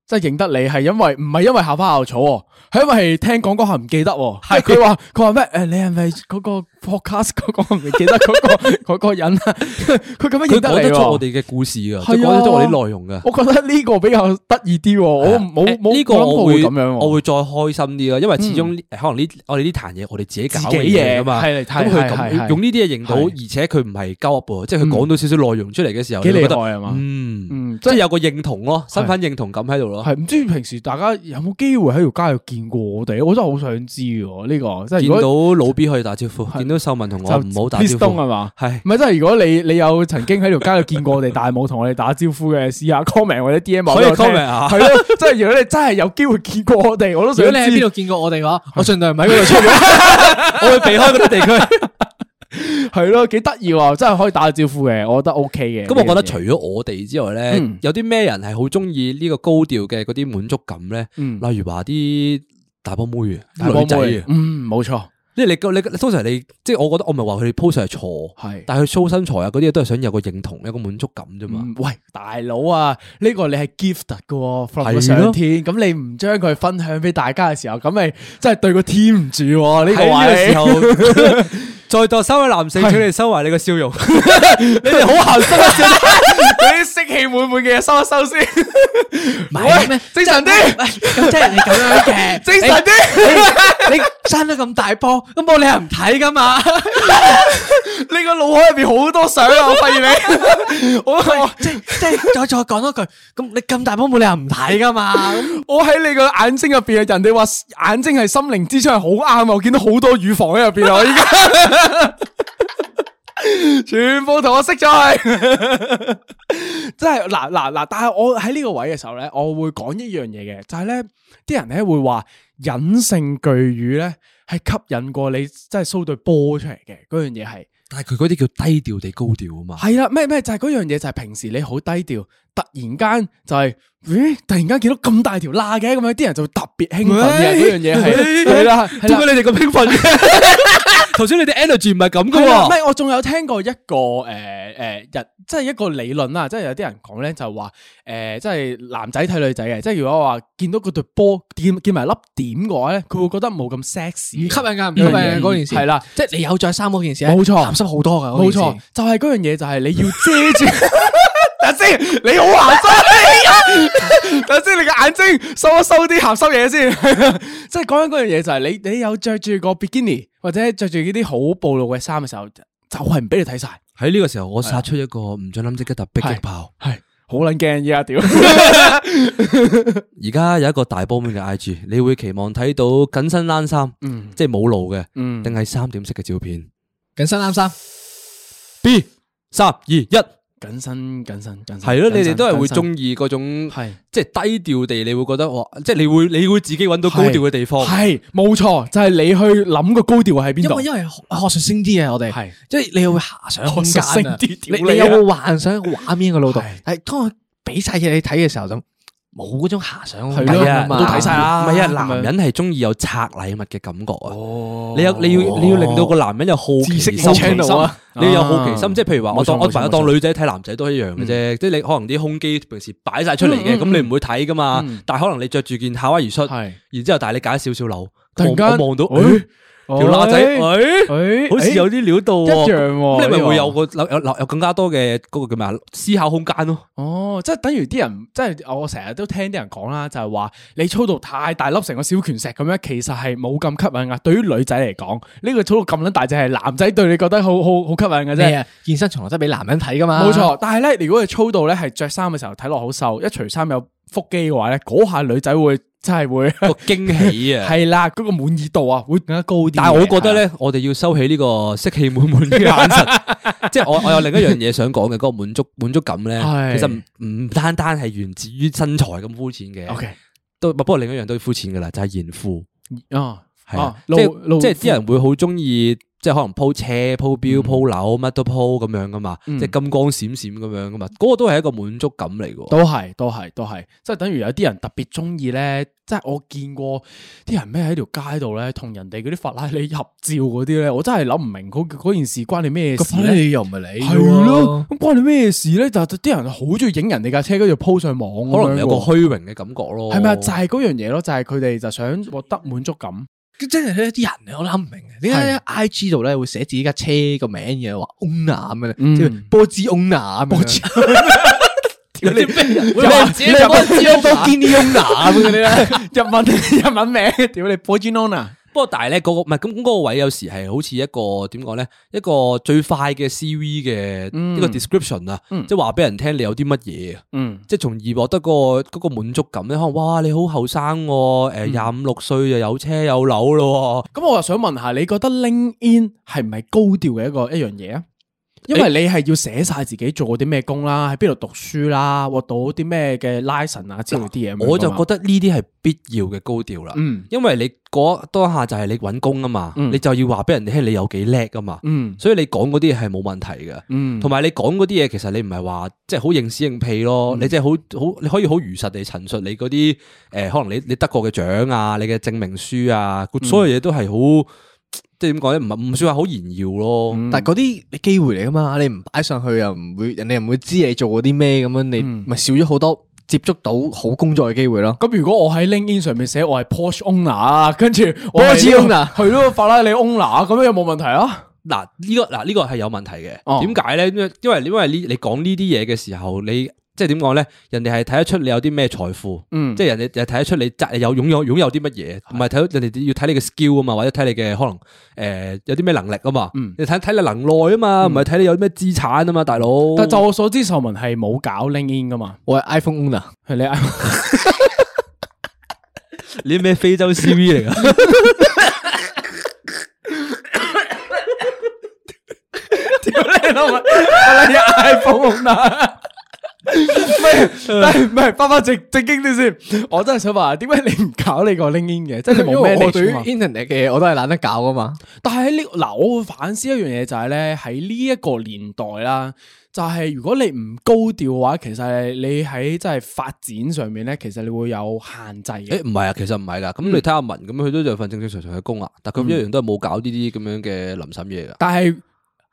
Speaker 2: 即係認得你係因為唔係因為校花校草喎，係因為聽講嗰下唔記得喎，係佢話佢話咩誒你係咪嗰個 podcast 嗰個唔記得嗰
Speaker 3: (laughs)
Speaker 2: 個嗰個人啊？ (laughs) 佢咁樣
Speaker 3: 佢
Speaker 2: 認
Speaker 3: 講
Speaker 2: 得
Speaker 3: 得
Speaker 2: 你
Speaker 3: 出我
Speaker 2: 喎。
Speaker 3: 哋嘅故事
Speaker 2: 係
Speaker 3: 噶，
Speaker 2: 啊
Speaker 3: 佢講得出我啲內容噶。
Speaker 2: 我覺得呢個比較得意啲喎，我冇
Speaker 3: 啊誒
Speaker 2: 冇
Speaker 3: 呢
Speaker 2: 個
Speaker 3: 個我
Speaker 2: 會
Speaker 3: 會
Speaker 2: 咁樣喎，嗯
Speaker 3: 我會再開心啲咯，因為始終呢可能呢我哋呢壇嘢我哋自己搞
Speaker 2: 自
Speaker 3: 嘅
Speaker 2: 己嘢
Speaker 3: 嘢啊嘛，
Speaker 2: 係
Speaker 3: 咁
Speaker 2: 係
Speaker 3: 佢
Speaker 2: 係係
Speaker 3: 咁用呢啲嘢認到，
Speaker 2: 係嗯
Speaker 3: 而且佢唔係鳩噏喎，即係佢講到少少內容出嚟嘅時候，
Speaker 2: 幾
Speaker 3: 你會覺
Speaker 2: 厲
Speaker 3: 得
Speaker 2: 害啊係嘛？
Speaker 3: 嗯，
Speaker 2: 嗯，即
Speaker 3: 即係
Speaker 2: 係
Speaker 3: 有個認同咯，身份認同感喺度咯。
Speaker 2: 係唔知平時大家有冇機會喺條街度見過我哋？我真係好想知喎呢個，即係
Speaker 3: 見
Speaker 2: 如果
Speaker 3: 到老 B 可以打招呼，見到秀文同我唔好打招
Speaker 2: Miss 啊東係
Speaker 3: 呼，
Speaker 2: 嘛？
Speaker 3: 係
Speaker 2: 唔係，即係如果你你有曾經喺條街度見過我哋，但係冇同我哋打招呼嘅，試
Speaker 3: (laughs)
Speaker 2: 下 comment 或者 D M
Speaker 3: 可以 comment 啊
Speaker 2: 係咯，即係如果你真係有機會見過我哋，我都
Speaker 4: 如
Speaker 2: 想
Speaker 4: 果
Speaker 3: (laughs)
Speaker 2: 知。
Speaker 4: 你喺邊度見過我哋嘅
Speaker 2: (laughs)
Speaker 4: 話，我盡量唔喺嗰度出。
Speaker 3: 我會避開嗰啲地
Speaker 2: (laughs)
Speaker 3: 區。
Speaker 2: 係咯，幾得意喎！真係可以打個招呼嘅，我覺得 O K 嘅。
Speaker 3: 咁我覺得
Speaker 2: 呢樣嘢
Speaker 3: 除咗我哋之外咧
Speaker 2: 嗯，
Speaker 3: 有啲咩人係好中意呢個高調嘅嗰啲滿足感咧？
Speaker 2: 嗯
Speaker 3: 例如話啲大波妹
Speaker 2: 大
Speaker 3: 啊、
Speaker 2: 波
Speaker 3: 女仔
Speaker 2: 妹
Speaker 3: 啊，。
Speaker 2: 嗯，冇錯，
Speaker 3: 即係你個你通常你即係我覺得我唔係話佢哋 pose 係錯，
Speaker 2: 係。
Speaker 3: 但係佢 show 身材啊嗰啲都係想有個認同，有個滿足感啫嘛。
Speaker 2: 嗯喂， (laughs) 大佬啊，呢個你係 gift 嘅喎，from
Speaker 3: 係
Speaker 2: 個
Speaker 3: 咯
Speaker 2: 上天，咁你唔將佢分享俾大家嘅時候，咁咪真係對個天唔住喎呢個位。
Speaker 3: 喺呢個時候， (laughs) 在座三位男性，請你收埋你
Speaker 4: (laughs)
Speaker 3: 個笑容。
Speaker 4: 哦
Speaker 3: 你哋好鹹濕啊！笑得
Speaker 2: 嗰啲色氣滿滿嘅嘢收一收先，
Speaker 4: 唔係咩？
Speaker 2: 精神啲。
Speaker 4: 咁即係你咁樣嘅，
Speaker 2: (laughs) 精神
Speaker 4: 啲。你生得咁大波，咁冇理由唔睇噶
Speaker 2: (laughs)
Speaker 4: 嘛。
Speaker 2: 你個腦海入邊好多相啊！我發現你，我
Speaker 4: 即係即係再再講多句，咁你咁大波冇理由唔睇噶嘛。咁
Speaker 2: 我喺你個眼睛入邊啊！人哋話眼睛係心靈之窗，係好啱啊！我見到好多乳房喺入邊啊！我依家全部同我熄咗佢，真係嗱嗱嗱！但係我喺呢個位嘅時候咧，我會講一樣嘢嘅，就係咧啲人咧會話隱性巨乳咧係吸引過你，真係 show 對波出嚟嘅嗰樣嘢係。
Speaker 3: 但係佢嗰啲叫低調地高調啊嘛。
Speaker 2: 系啦，咩咩就係嗰樣嘢，就係平時你好低調，突然間就係，咦，突然間見到咁大條罅嘅，咁樣啲人就會特別興奮
Speaker 4: 啊
Speaker 2: 嘅嗰樣嘢係，啊係啦，係啦
Speaker 3: 點。解你哋咁興奮嘅？
Speaker 4: (laughs)
Speaker 3: 頭先你哋 energy 唔係咁噶
Speaker 2: 係啦
Speaker 3: 喎。
Speaker 2: 咩？我仲有聽過一個诶诶日，即係一個理論啦，即係有啲人講咧就話诶，即係男仔睇女仔嘅，即係如果話見到嗰對波見見埋粒點嘅話咧，佢會覺得冇咁 sexy，
Speaker 4: 唔吸引噶，唔吸引㗎嗰件事。
Speaker 2: 係啦，
Speaker 4: 即係你有着衫嗰件事，
Speaker 2: 冇錯
Speaker 4: 鹹濕好多噶，
Speaker 2: 冇錯，就係嗰樣嘢，就係你要遮
Speaker 3: (laughs)
Speaker 2: 住。等先，你好鹹濕。 (laughs) 等先，你個眼睛收一收啲鹹濕嘢先。 (laughs) 即係講緊嗰樣嘢就係你，你有着住個 bikini 或者着住呢啲好暴露嘅衫嘅時候，就係唔俾你睇晒。
Speaker 3: 喺呢個時候，我殺出一個唔准諗即刻突迫擊炮。
Speaker 2: 係好撚驚依家
Speaker 3: (laughs)
Speaker 2: 屌。
Speaker 3: 而家有一個大波妹嘅 IG，你會期望睇到緊身冷衫，
Speaker 2: 嗯
Speaker 3: 即係冇露嘅，
Speaker 2: 嗯
Speaker 3: 定係三點式嘅照片
Speaker 4: 緊身啱衫。
Speaker 3: ？B 三二一，係
Speaker 2: 緊身緊身緊身。
Speaker 3: 咯，你哋都係會
Speaker 2: 緊身
Speaker 3: 中意嗰種
Speaker 2: 係
Speaker 3: 即係低調地，你會覺得哇，即係你會你會自己揾到高調嘅地方。
Speaker 2: 係冇錯，就係你去諗個高調係邊
Speaker 4: 因
Speaker 2: 度
Speaker 4: 為。因為學學術性啲嘅我哋
Speaker 2: 係
Speaker 4: 即係你又會遐想空間
Speaker 2: 學術性
Speaker 4: 啊，
Speaker 2: 啲屌
Speaker 4: 你
Speaker 2: 你啊
Speaker 4: 你有個幻想嘅畫面個腦度
Speaker 2: 係，
Speaker 4: 但係當佢俾晒嘢你睇嘅時候就冇嗰種遐想
Speaker 2: 係
Speaker 4: 嘅感
Speaker 2: 咯
Speaker 4: 覺啊嘛，
Speaker 2: 我都睇晒啦
Speaker 3: 唔係啊，
Speaker 2: 咁樣
Speaker 3: 男人係中意有拆禮物嘅感覺啊。
Speaker 2: 哦
Speaker 3: 你有你要你要令到個男人有好奇
Speaker 2: 知識
Speaker 3: 心，
Speaker 2: 好
Speaker 3: 哦
Speaker 2: channel 啊
Speaker 3: 你要有好奇心，即係譬如話
Speaker 2: 冇錯冇
Speaker 3: 我當
Speaker 2: 錯
Speaker 3: 我朋友
Speaker 2: 冇
Speaker 3: 當
Speaker 2: 錯
Speaker 3: 女仔睇男仔都一樣嘅啫，即係你可能啲胸肌平時擺晒出嚟嘅，咁你唔會睇噶嘛。但係可能你着住件夏威夷恤，
Speaker 2: 係
Speaker 3: 然之後但嗯係你解少少褸，
Speaker 2: 突然間
Speaker 3: 我我望到
Speaker 2: 哎
Speaker 3: 誒條乸仔，
Speaker 2: 哎
Speaker 3: 哎
Speaker 2: 誒
Speaker 3: 好似有啲料到喎
Speaker 2: 一樣喎
Speaker 3: 咁你
Speaker 2: 呢
Speaker 3: 咪
Speaker 2: 個
Speaker 3: 會有個有有有更加多嘅嗰個叫咩啊思考空間咯。
Speaker 2: 哦，即係等於啲人，即係我成日都聽啲人講啦，就係話你操到太大粒成個小拳石咁樣，其實係冇咁吸引噶。對於女仔嚟講，呢個操到咁撚大隻係男仔對你覺得好好好吸引
Speaker 3: (laughs)
Speaker 2: 嘅
Speaker 4: 咩
Speaker 2: 啫。
Speaker 4: 啊？健身從來都係俾男人睇噶嘛，
Speaker 2: 冇錯，但係咧，如果你操到咧係着衫嘅時候睇落好瘦，一除衫有腹肌嘅話咧，嗰下女仔會真 (laughs) 係
Speaker 3: (laughs)
Speaker 2: 會
Speaker 3: 个惊喜啊！
Speaker 2: 係啦，嗰個滿意度啊會更加高啲嘅。
Speaker 3: 但系我覺得咧，我哋要收起呢個色氣滿滿嘅眼
Speaker 2: (laughs)
Speaker 3: 神，即係我我有另一樣嘢想講嘅，嗰、個滿足滿足感咧，
Speaker 2: 係
Speaker 3: 其實唔唔單單係源自於身材咁膚淺嘅
Speaker 2: 係，OK，
Speaker 3: 都不過另一樣都膚淺噶啦，就係炫富，
Speaker 2: 啊，
Speaker 3: 係啊
Speaker 2: 啊，
Speaker 3: 即係即係啲人會好中意，即係可能鋪車、鋪表、鋪樓，乜都鋪咁樣噶嘛，
Speaker 2: 嗯
Speaker 3: 即係金光閃閃咁樣噶嘛，嗰、個都係一個滿足感嚟嘅。
Speaker 2: 都係，都係，都係，即係等於有啲人特別中意咧，即係我見過啲人咩喺條街度咧，同人哋嗰啲法拉利合照嗰啲咧，我真係諗唔明嗰嗰件事關你咩事咧？
Speaker 4: 又唔系你
Speaker 2: 係咯，咁關你咩事咧？就就啲人好中意影人哋架車，跟住 po 上網咁樣喎，
Speaker 3: 可能有個虛榮嘅感覺咯，
Speaker 2: 係咪啊就係嗰樣嘢咯，就係佢哋就想獲得滿足感。
Speaker 4: 即系呢啲人咧，我谂唔明嘅，点解 I G 度咧会写自己架车个名嘅，话 owner 咁嘅咧，
Speaker 2: 嗯
Speaker 4: 即系波子 owner 咁樣。波子
Speaker 2: 有啲
Speaker 4: 你自己有波子 owner 咁嗰啲咧，
Speaker 2: (laughs) 日文日文名，屌你 b o r g i n o n a
Speaker 3: 不過但係咧嗰個唔係咁咁嗰個位有時係好似一個點講咧，一個最快嘅 CV 嘅一個 description 啊，即係話俾人聽你有啲乜嘢啊，
Speaker 2: 嗯，
Speaker 3: 即係從而獲得嗰個嗰個滿足感咧。可能哇你好後生喎，誒廿五六歲就有車有樓咯
Speaker 2: 咁我又想問下，你覺得 LinkedIn 係唔係高調嘅一個一樣嘢啊？因為你係要寫晒自己做過啲咩工啦，喺邊度讀書啦，獲到啲咩嘅 license 啊之類啲嘢咁樣
Speaker 3: 喎，
Speaker 2: 㗎嘛。
Speaker 3: 我就覺得呢啲係必要嘅高調啦。
Speaker 2: 嗯
Speaker 3: 因為你嗰當下就係你揾工啊嘛，
Speaker 2: 嗯
Speaker 3: 你就要話俾人聽你有幾叻啊嘛，
Speaker 2: 嗯
Speaker 3: 所以你講嗰啲係冇問題嘅。
Speaker 2: 嗯，
Speaker 3: 同埋你講嗰啲嘢，其實你唔係話即係好認屎認屁咯，你即係好好你可以好如實地陳述你嗰啲誒，可能你你得過嘅獎啊，你嘅證明書啊，所有嘢都係好即係點講咧，唔係唔算話好炫耀咯。
Speaker 4: 但系嗰啲機會嚟噶嘛，你唔擺上去又唔會，人哋又唔會知你做過啲咩咁樣，你咪少咗好多接觸到好工作嘅機會咯。
Speaker 2: 咁如果我喺 LinkedIn 上面寫我係 Porsche owner 啊，跟住我係
Speaker 4: Porsche
Speaker 2: 呢個
Speaker 4: owner 哦
Speaker 2: 係咯法拉利 owner 啊咁樣有冇問題啊？
Speaker 3: 嗱呢個嗱呢個係有問題
Speaker 2: 哦
Speaker 3: 嘅，點解咧？因為因為因為呢你講呢啲嘢嘅時候，你即係點講咧？人哋係睇得出你有啲咩財富，
Speaker 2: 嗯
Speaker 3: 即係人哋又睇得出你責有擁有擁有啲乜嘢，唔係睇到人哋要睇你嘅 skill 啊嘛，或者睇你嘅可能誒、呃有啲咩能力啊嘛，
Speaker 2: 嗯
Speaker 3: 你睇睇你能耐啊嘛，唔係睇你有啲咩資產啊嘛，大佬。
Speaker 2: 但就我所知，秀文係冇搞 LinkedIn 噶嘛，
Speaker 4: 我係 iPhone owner，(laughs)
Speaker 2: 係你
Speaker 3: (laughs)
Speaker 2: 啊
Speaker 3: 你咩非洲 CV
Speaker 2: (laughs)
Speaker 3: 嚟噶？
Speaker 2: iPhone owner。唔係但係唔係翻翻正正經啲先，我真係想話，點解你唔搞你個 LinkedIn 嘅？即係你
Speaker 4: 因
Speaker 2: 冇
Speaker 4: 為
Speaker 2: 咩
Speaker 4: 我對於
Speaker 2: manage 啊嘛
Speaker 4: internet 嘅嘢我都係懶得搞噶嘛。
Speaker 2: 但係喺呢嗱，我會反思一樣嘢就係咧，喺呢一個年代啦，就係、如果你唔高調嘅話，其實你喺即係發展上面咧，其實你會有限制嘅。
Speaker 3: 誒唔係啊，其實唔係噶，咁
Speaker 2: 嗯
Speaker 3: 你睇下文咁，佢都有份正正常常嘅工啊，但佢一樣都係冇搞呢啲咁樣嘅臨審嘢噶。
Speaker 2: 但係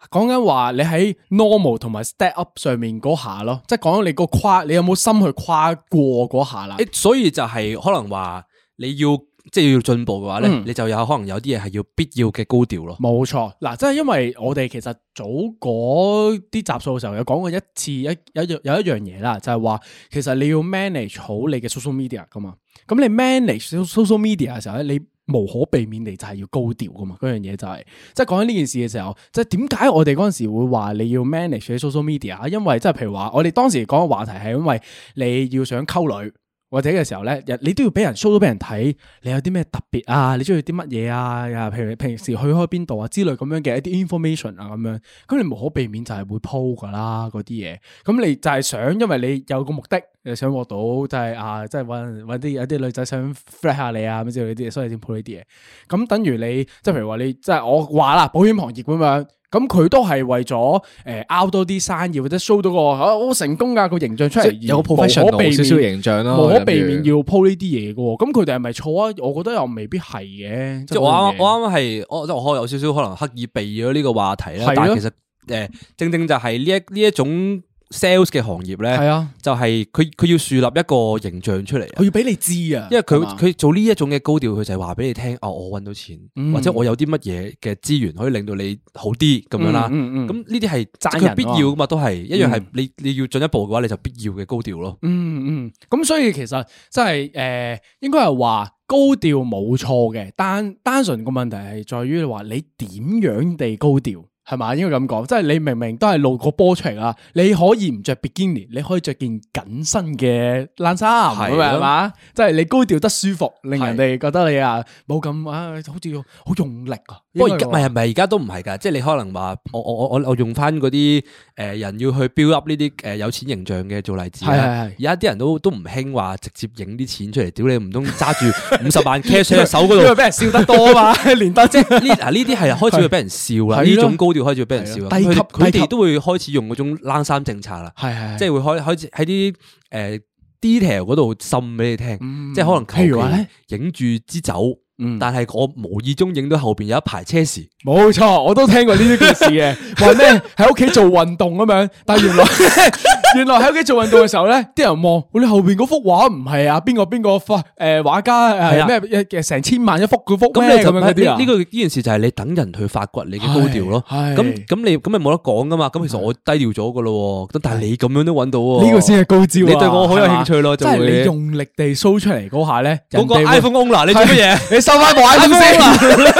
Speaker 2: 講緊話，你喺 normal 同埋 step up 上面嗰下咯，即係講緊你個跨，你有冇心去跨過嗰下啦？
Speaker 3: 誒，所以就係可能話你要即係要進步嘅話咧，
Speaker 2: 嗯
Speaker 3: 你就有可能有啲嘢係要必要嘅高調咯。
Speaker 2: 冇錯，嗱，即係因為我哋其實早嗰啲集數嘅時候有講過一次一有一樣有一樣嘢啦，就係話其實你要 manage 好你嘅 social media 噶嘛。咁你 manage social media 嘅時候咧，你無可避免地就係要高調噶嘛。嗰樣嘢就係、即係講緊呢件事嘅時候，即係點解我哋嗰陣時會話你要 manage 你 social media？因啊為即係譬如話，我哋當時講嘅話題係因為你要想溝女。或者嘅時候咧，日你都要俾人 show 到俾人睇，你有啲咩特別啊？你中意啲乜嘢啊？啊，譬如平時去開邊度啊之類咁樣嘅一啲 information 啊咁樣，咁你無可避免就係會 po 噶啦嗰啲嘢。咁你就係想，因為你有個目的，你想獲到就係、啊，即係揾揾啲有啲女仔想 flat 下你啊咁之類啲嘢，所以先 po 呢啲嘢。咁等於你即係譬如話你即係我話啦，保險行業咁樣。咁佢都係為咗誒 out 多啲生意，或者 show 到個啊好成功㗎個形象出嚟，
Speaker 4: 即係有個
Speaker 2: 而無可
Speaker 4: professional
Speaker 2: 避免
Speaker 4: 少少形象咯
Speaker 2: 無
Speaker 4: 我
Speaker 2: 可
Speaker 4: 諗
Speaker 2: 避免
Speaker 4: 住
Speaker 2: 要 po 呢啲嘢嘅喎。咁佢哋係咪錯啊？我覺得又未必係嘅。
Speaker 3: 即係我啱我啱啱係我即係我有少少可能刻意避咗呢個話題
Speaker 2: 係啊
Speaker 3: 啦，但係其實誒正正就係呢一呢一種 sales 嘅行業
Speaker 2: 係
Speaker 3: 咧，
Speaker 2: 啊，
Speaker 3: 就係佢佢要樹立一個形象出嚟啊
Speaker 2: 佢。要俾你知啊，
Speaker 3: 因為佢
Speaker 2: 係嘛
Speaker 3: 佢做呢一種嘅高調，佢就係話俾你聽，哦，我揾到錢，
Speaker 2: 嗯
Speaker 3: 或者我有啲乜嘢嘅資源可以令到你好啲咁樣啦。
Speaker 2: 嗯嗯嗯
Speaker 3: 咁呢啲係
Speaker 2: 讚
Speaker 3: 即係佢
Speaker 2: 人
Speaker 3: 必
Speaker 2: 啊嘛
Speaker 3: 要噶嘛，都係一樣係
Speaker 2: 嗯
Speaker 3: 你你要進一步嘅話，你就必要嘅高調咯。
Speaker 2: 嗯嗯，咁所以其實真係誒，應該係話高調冇錯嘅，單單純個問題係在於話你點樣地高調。系嘛？應該咁講，即係你明明都係露個波出嚟啦，你可以唔着 bikini，你可以着件緊身嘅冷衫，
Speaker 3: 係
Speaker 2: 咁
Speaker 3: 咯
Speaker 2: 係嘛？即係你高調得舒服，令
Speaker 3: 係
Speaker 2: 人哋覺得你啊冇咁啊，好似好用力啊。
Speaker 3: 不過而家
Speaker 2: 應
Speaker 3: 唔
Speaker 2: 該話
Speaker 3: 係唔係而家都唔係㗎，即係你可能話我我我我我用翻嗰啲誒人要去 build up 呢啲誒有錢形象嘅做例子啦。
Speaker 2: 係係係
Speaker 3: 而家啲人都都唔興話直接影啲錢出嚟，屌你唔通揸
Speaker 2: (laughs)
Speaker 3: 住五十萬 cash 喺手嗰
Speaker 2: 因為
Speaker 3: 度。
Speaker 2: 俾人笑得多
Speaker 3: (laughs)
Speaker 2: 嘛， (laughs) 連得啫。
Speaker 3: 呢嗱呢啲係開始會俾人笑啦，
Speaker 2: 係
Speaker 3: 呢
Speaker 2: 係咯
Speaker 3: 種高調開始會俾人笑啦。
Speaker 2: 係咯
Speaker 3: 咁佢哋
Speaker 2: 低級
Speaker 3: 佢
Speaker 2: 低
Speaker 3: 哋
Speaker 2: 級
Speaker 3: 都會開始用嗰種冷衫政策啦，
Speaker 2: 係係
Speaker 3: 即係會開開始喺啲誒 detail 嗰度滲俾你聽，
Speaker 2: 嗯
Speaker 3: 即係可能
Speaker 2: 譬如話
Speaker 3: 求
Speaker 2: 呢
Speaker 3: 其影住支酒
Speaker 2: 嗯，
Speaker 3: 但係我無意中影到後邊有一排車匙。
Speaker 2: 冇錯，我都聽過呢啲故事
Speaker 3: (laughs)
Speaker 2: 嘅，話咩喺屋企做運動咁樣，但係原來 (laughs) 原來喺屋企做運動嘅時候咧，啲人望你後边嗰幅畫唔係啊邊個邊個畫诶画家
Speaker 3: 係
Speaker 2: 诶
Speaker 3: 啊
Speaker 2: 咩誒成千萬一幅嗰幅
Speaker 3: 咁
Speaker 2: 咩
Speaker 3: 你
Speaker 2: 咁
Speaker 3: 就
Speaker 2: 樣嗰啲啊？
Speaker 3: 呢呢個呢件事就係你等人去發掘你嘅高調咯。
Speaker 2: 係係
Speaker 3: 咁咁你咁咪冇得講噶嘛？咁其實我低調咗噶咯喎，咁但係你咁樣都揾到喎。
Speaker 2: 呢個先係高招啊！
Speaker 3: 哦你對我好有興趣咯
Speaker 2: 係嘛
Speaker 3: 就
Speaker 2: 即
Speaker 3: 會
Speaker 2: 係你用力地 show 出嚟嗰下咧，
Speaker 3: 嗰個
Speaker 2: 人哋會
Speaker 3: iPhone owner，你做乜
Speaker 2: (laughs)
Speaker 3: 嘢？
Speaker 2: 你收翻部 iPhone 先啦，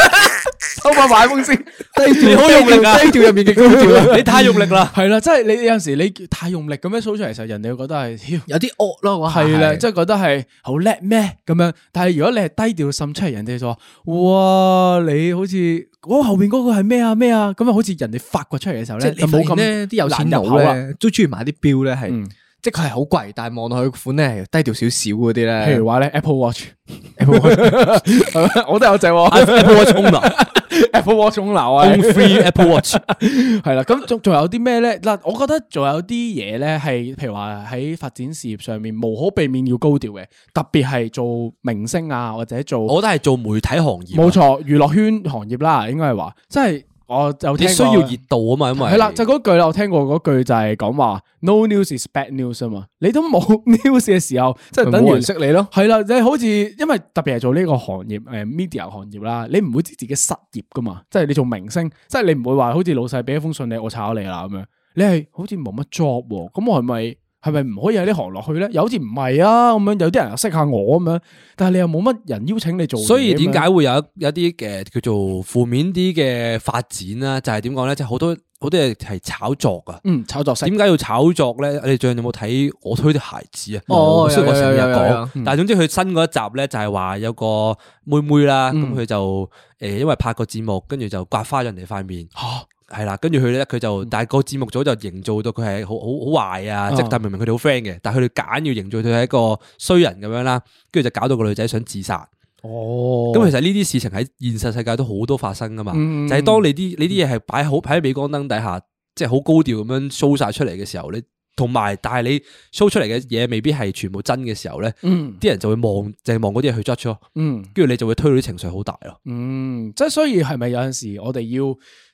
Speaker 4: (laughs)
Speaker 2: 收翻部 iPhone 先，低
Speaker 3: 你好用力啊
Speaker 2: 低調入面嘅高調啊！
Speaker 3: 你太用
Speaker 2: (laughs)
Speaker 3: 力啦！
Speaker 2: 系啦，即系你有阵时你太用力咁樣 show 出嚟，其實人哋會覺得係， (laughs) 屌
Speaker 4: 有啲惡咯，我
Speaker 2: 係啦，即係覺得係好叻咩咁樣。但係如果你係低調滲出嚟，人哋就話：哇，你好似我後边嗰個係咩啊咩啊，咁啊好似人哋發掘出嚟嘅時候
Speaker 4: 即
Speaker 2: 咧，
Speaker 4: 係你
Speaker 2: 就
Speaker 4: 冇
Speaker 2: 冇
Speaker 4: 咁咧，
Speaker 2: 咁
Speaker 4: 啲有錢
Speaker 2: 難入
Speaker 4: 佬
Speaker 2: 口啦。
Speaker 4: 咧都中意買啲表咧，係
Speaker 2: 嗯
Speaker 4: 即係佢係好貴，但係望落去款咧係低調少少嗰啲咧。
Speaker 2: 譬如話咧，Apple Watch，Apple Watch，我都 (laughs) 有隻喎
Speaker 3: Apple Watch owner
Speaker 2: (laughs) Apple Watch 中流啊
Speaker 3: own
Speaker 2: (laughs)
Speaker 3: free Apple Watch，
Speaker 2: 系啦，咁仲仲有啲咩咧？嗱，我覺得仲有啲嘢咧，係譬如話喺發展事業上面，無可避免要高調嘅，特別係做明星啊，或者做
Speaker 3: 我都係做媒體行業。啊
Speaker 2: 冇，錯娛樂圈行業啦，應該係話，即係我有
Speaker 3: 你
Speaker 2: 聽過
Speaker 3: 需要熱度啊嘛，因為
Speaker 2: 係啦，就嗰句啦，我聽過嗰句就係講話 no news is bad news 啊嘛，你都冇 (laughs) news 嘅時候，即係
Speaker 4: 咪
Speaker 2: 等
Speaker 4: 冇
Speaker 2: 於
Speaker 4: 人識你咯。
Speaker 2: 係啦，你好似因為特別係做呢個行業，诶、media 行業啦，你唔會知自己失業噶嘛，即係你做明星，即係你唔會話好似老細俾一封信你，我炒你啦咁樣，你係好似冇乜 job，喎咁我係咪係咪唔可以喺呢行落去咧？又好似唔係啊，咁樣有啲人又識下我咁樣，但係你又冇乜人邀請你
Speaker 4: 啊
Speaker 2: 做嘢咁樣，
Speaker 3: 所以點解會有一有啲嘅叫做負面啲嘅發展啦？就係點講咧？即係好多好多嘢係炒作啊。
Speaker 2: 嗯炒作式
Speaker 3: 點解要炒作咧？你最近有冇睇我推啲孩子啊？
Speaker 4: 哦
Speaker 3: 雖然我
Speaker 4: 有有
Speaker 3: 成日
Speaker 4: 有有有
Speaker 3: 講
Speaker 4: 有，
Speaker 3: 但係總之佢新嗰一集咧就係話有個妹妹啦，咁
Speaker 2: 嗯
Speaker 3: 佢就誒因為拍個節目，跟住就刮花咗人哋塊面。
Speaker 4: 哦
Speaker 3: 係啦，跟住佢咧，佢
Speaker 4: 嗯
Speaker 3: 就但係個節目組就營造到佢係好好好壞啊！
Speaker 4: 哦
Speaker 3: 即係
Speaker 2: 啊
Speaker 3: 但明明佢哋好 friend 嘅，但係佢哋揀要營造佢係一個衰人咁樣啦，跟住就搞到個女仔想自殺。
Speaker 2: 哦
Speaker 3: 咁其實呢啲事情喺現實世界都好多發生噶嘛，
Speaker 2: 嗯
Speaker 3: 就係當你啲你啲嘢係擺好擺喺鎂光燈底下，即係好高調咁樣 show 晒出嚟嘅時候，你同埋但係你 show 出嚟嘅嘢未必係全部真嘅時候咧，
Speaker 2: 嗯
Speaker 3: 啲人就會望就係望嗰啲嘢去 judge 咯，
Speaker 2: 嗯。
Speaker 3: 跟住你就會推到啲情緒好大咯。
Speaker 2: 嗯，即系所以系咪有阵时我哋要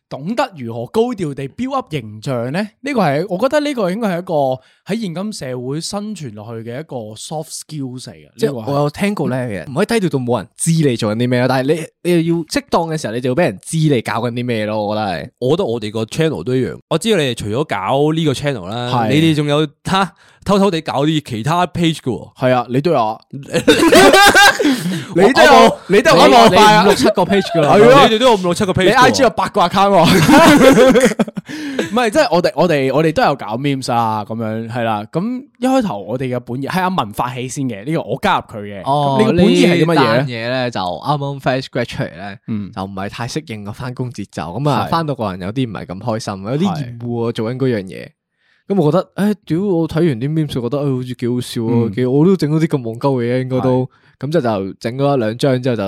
Speaker 2: 懂得如何高調地 build up 形象咧？呢個係我覺得呢個應該係一個喺現今社會生存落去嘅一個 soft skills 嚟嘅。
Speaker 4: 即
Speaker 2: 即
Speaker 4: 係嗯
Speaker 2: 係
Speaker 4: 我有聽過咧，唔可以低調到冇人知你做緊啲咩咯。但係你你又要適當嘅時候，你就要俾人知你搞緊啲咩咯。我覺得係。
Speaker 3: 我覺得我哋個 channel 都一樣，我知道你哋除咗搞呢個 channel 啦，
Speaker 2: 係
Speaker 3: 你哋仲有哈偷偷地搞啲其他 page 噶喎。
Speaker 2: 係啊，你都有啊，你
Speaker 3: 你
Speaker 2: 都有， (laughs) 你都有咁
Speaker 3: 我冇
Speaker 2: 我
Speaker 4: 你
Speaker 2: 快啊
Speaker 4: 五六！七個 page (laughs) 噶啦。
Speaker 2: 係啊
Speaker 3: 你哋都有五六七個 page
Speaker 2: 你
Speaker 3: 㗎喎。
Speaker 2: I G 有八個 account 喎， (laughs) 唔係即係我哋我哋我哋都有搞 memes 啊，咁樣係啦。咁一開頭我哋嘅本意係阿文發起先嘅，呢個我加入佢嘅。
Speaker 4: 哦，
Speaker 2: 咁你個本意係啲
Speaker 4: 呢
Speaker 2: 乜嘢
Speaker 4: 單
Speaker 2: 咧？
Speaker 4: 嘢咧就啱啱 fresh grad 出嚟咧，
Speaker 2: 嗯
Speaker 4: 就唔係太適應個翻工節奏，咁啊
Speaker 2: 係
Speaker 4: 翻到個人有啲唔係咁開心，有啲
Speaker 2: 係
Speaker 4: 厭惡啊做緊嗰樣嘢。咁我覺得，誒屌！我睇完啲 memes 覺得，誒好似幾好笑啊，
Speaker 2: 嗯
Speaker 4: 幾我都整到啲咁戇鳩嘅嘢，應該都咁就就整咗一兩張之後就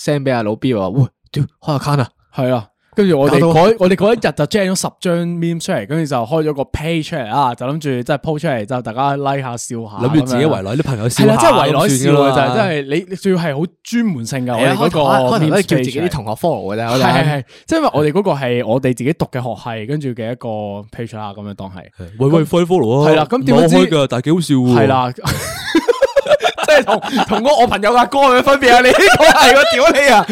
Speaker 4: send 俾阿老 B 話，喂，屌開 account 啊！
Speaker 2: 系啦，跟住我
Speaker 4: 搞
Speaker 2: 哋
Speaker 4: 到
Speaker 2: 嗰我哋嗰一日就 gen 咗十張 meme 出嚟，跟住就開咗個 page 出嚟啦，就諗住即係 po 出嚟之後，大家 like 下笑下，
Speaker 3: 諗住自己圍
Speaker 2: 內，
Speaker 3: 內啲朋友
Speaker 2: 系
Speaker 3: 笑
Speaker 2: 啦，
Speaker 3: 下，
Speaker 2: 即係圍內笑
Speaker 3: 咁算㗎啦
Speaker 2: 啊，就係即係你仲要係好專門性噶，我
Speaker 4: 係
Speaker 2: 哋
Speaker 4: 啊，
Speaker 2: 嗰
Speaker 4: 開
Speaker 2: 個
Speaker 4: 頭開頭都係
Speaker 2: meme
Speaker 4: 叫自己啲同學 follow 嘅啫，我
Speaker 2: 系
Speaker 4: 哋
Speaker 2: 系系，即係因為我哋嗰個係我哋自己讀嘅學系，跟住嘅一個 page 啦，咁樣當係
Speaker 3: 喂喂快 follow 啊！
Speaker 2: 係啦咁點
Speaker 3: 我
Speaker 2: 樣知
Speaker 3: 開㗎，但係幾好笑喎。
Speaker 2: 係，啦，即係同同我我朋友阿哥有咩分別啊？你呢個係我屌你啊！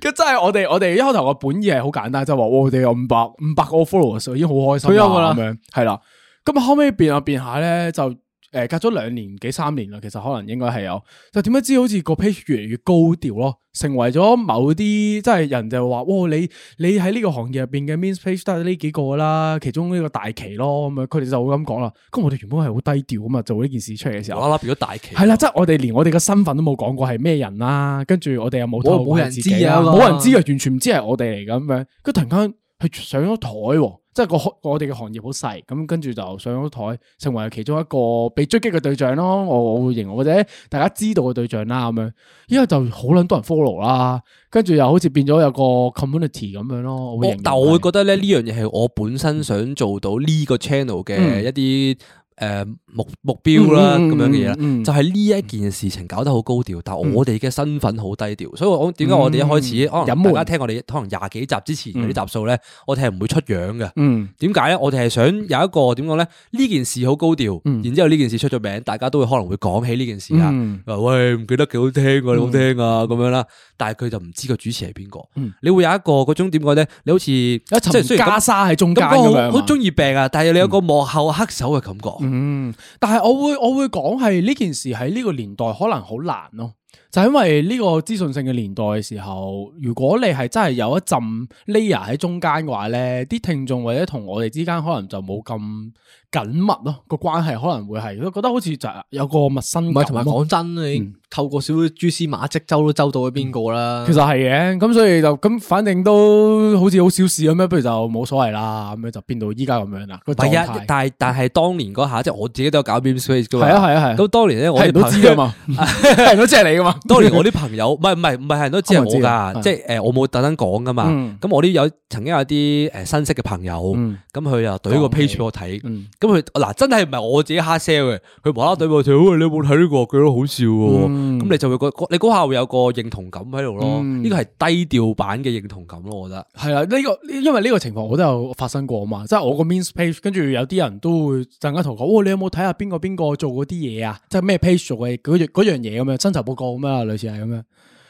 Speaker 2: 咁真係我哋我哋一開頭個本意係好簡單，就話哇我哋有五百五百個 followers 已經好開心
Speaker 4: 退休㗎啦
Speaker 2: 啦，咁樣係啦。咁後尾變下變下咧，就诶隔咗兩年幾三年啦，其實可能應該係有，就點解知好似個 page 越嚟越高調咯，成為咗某啲即係人就話，哇你你喺呢個行業入边嘅 means page 都係呢幾個啦，其中呢個大旗咯，咁樣佢哋就會咁講啦。咁我哋原本係好低調啊嘛，做呢件事出嚟嘅時候
Speaker 3: 無。啦啦變咗大旗，
Speaker 2: 系啦，即系我哋连我哋嘅身份都冇讲过系咩人啦，跟住我哋又冇透露過
Speaker 4: 冇人
Speaker 2: 係自己啦
Speaker 4: 知啊
Speaker 2: 冇人知啊，完全唔知系我哋嚟㗎咁样。跟住突然间佢上咗台喎，即系个行我哋嘅行业好细，咁跟住就上咗台，成为其中一个被追击嘅对象咯。我我会形容或者大家知道嘅对象啦，咁样，因为就好捻多人 follow 啦，跟住又好似变咗有个 community 咁样咯。我會
Speaker 3: 我
Speaker 2: 形容
Speaker 3: 哦但我會
Speaker 2: 係
Speaker 3: 覺得咧呢樣嘢係我本身想做到呢個 channel 嘅
Speaker 2: 嗯
Speaker 3: 一啲诶目目標啦
Speaker 2: 嗯嗯
Speaker 3: 咁樣嘅嘢啦，
Speaker 2: 嗯嗯
Speaker 3: 就係呢一件事情搞得好高調，但我哋嘅身份好低調，所以我點解我哋一開
Speaker 2: 嗯
Speaker 3: 始可能
Speaker 2: 隱瞞
Speaker 3: 大家聽我哋可能廿幾集之前嗰啲集數咧，我哋係唔會出樣嘅。
Speaker 2: 嗯
Speaker 3: 點解咧？我哋係想有一個點講咧？呢件事好高調，然之後呢件事出咗名，大家都會可能會講起呢件事啦。啊
Speaker 2: 嗯
Speaker 3: 話喂，唔記得幾好聽㗎，你好聽啊咁樣啦。但係佢就唔知個主持係邊個。你會有一個嗰種點講咧？你好似即
Speaker 2: 嗯一層
Speaker 3: 雖然
Speaker 2: 袈
Speaker 3: 咁
Speaker 2: 裟喺中
Speaker 3: 咁
Speaker 2: 間咁
Speaker 3: 講
Speaker 2: 樣啊嘛
Speaker 3: 好好中意病啊，但係你有個幕後黑手嘅感覺。
Speaker 2: 嗯，但係我會我會講係呢件事喺呢個年代可能好難咯，就係因為呢個資訊性嘅年代嘅時候，如果你係真係有一陣 layer 喺中間嘅話咧，啲聽眾或者同我哋之間可能就冇咁緊密咯，個關係可能會係覺得好似就係有個陌生
Speaker 4: 唔係
Speaker 2: 感啊
Speaker 4: 同埋
Speaker 2: 咯
Speaker 4: 講真，你透過少少蛛絲馬跡周都周到去邊個啦。
Speaker 2: 其實係嘅，咁所以就咁，反正都好似好小事咁樣，不如就冇所謂啦，咁樣就變到依家咁樣啦。個
Speaker 3: 唔係
Speaker 2: 狀
Speaker 3: 啊
Speaker 2: 態，
Speaker 3: 但係但係當年嗰下，即係我自己都有搞 b e a m space 噶嘛。
Speaker 2: 係啊係啊係啊
Speaker 3: 咁當年咧，我
Speaker 2: 係啊人
Speaker 3: 哋
Speaker 2: 都
Speaker 3: 朋
Speaker 2: 知噶嘛，係人都知係你噶嘛。
Speaker 3: (laughs)
Speaker 2: (laughs)
Speaker 3: 當年我啲朋友，唔係唔係唔係係人都知係
Speaker 2: 我
Speaker 3: 我
Speaker 2: 知啊
Speaker 3: 噶，
Speaker 2: 係
Speaker 3: 即係诶我冇特登講噶嘛。
Speaker 2: 嗯
Speaker 3: 咁我啲有曾經有啲诶新識嘅朋友，咁
Speaker 2: 嗯
Speaker 3: 佢又懟個
Speaker 2: 講起
Speaker 3: page 俾我睇，
Speaker 2: 嗯
Speaker 3: 咁佢嗱真係唔係我自己 hard sell 嘅，佢無啦啦懟俾我睇，喂你有冇睇呢個？佢都好笑喎。
Speaker 2: 嗯
Speaker 3: 哦咁你就會覺你嗰下會有個認同感喺度咯。
Speaker 2: 嗯
Speaker 3: 呢個係低調版嘅認同感咯，我覺得。
Speaker 2: 系啊啦，呢、個因為呢個情況我都有發生過啊嘛，即係我個 means page，跟住有啲人都會陣間同我講，哦哇，你有冇睇下邊個邊個做嗰啲嘢啊？即係咩 page 做嘅嗰樣嗰樣嘢咁樣，薪酬報告咁樣啊，類似係咁樣。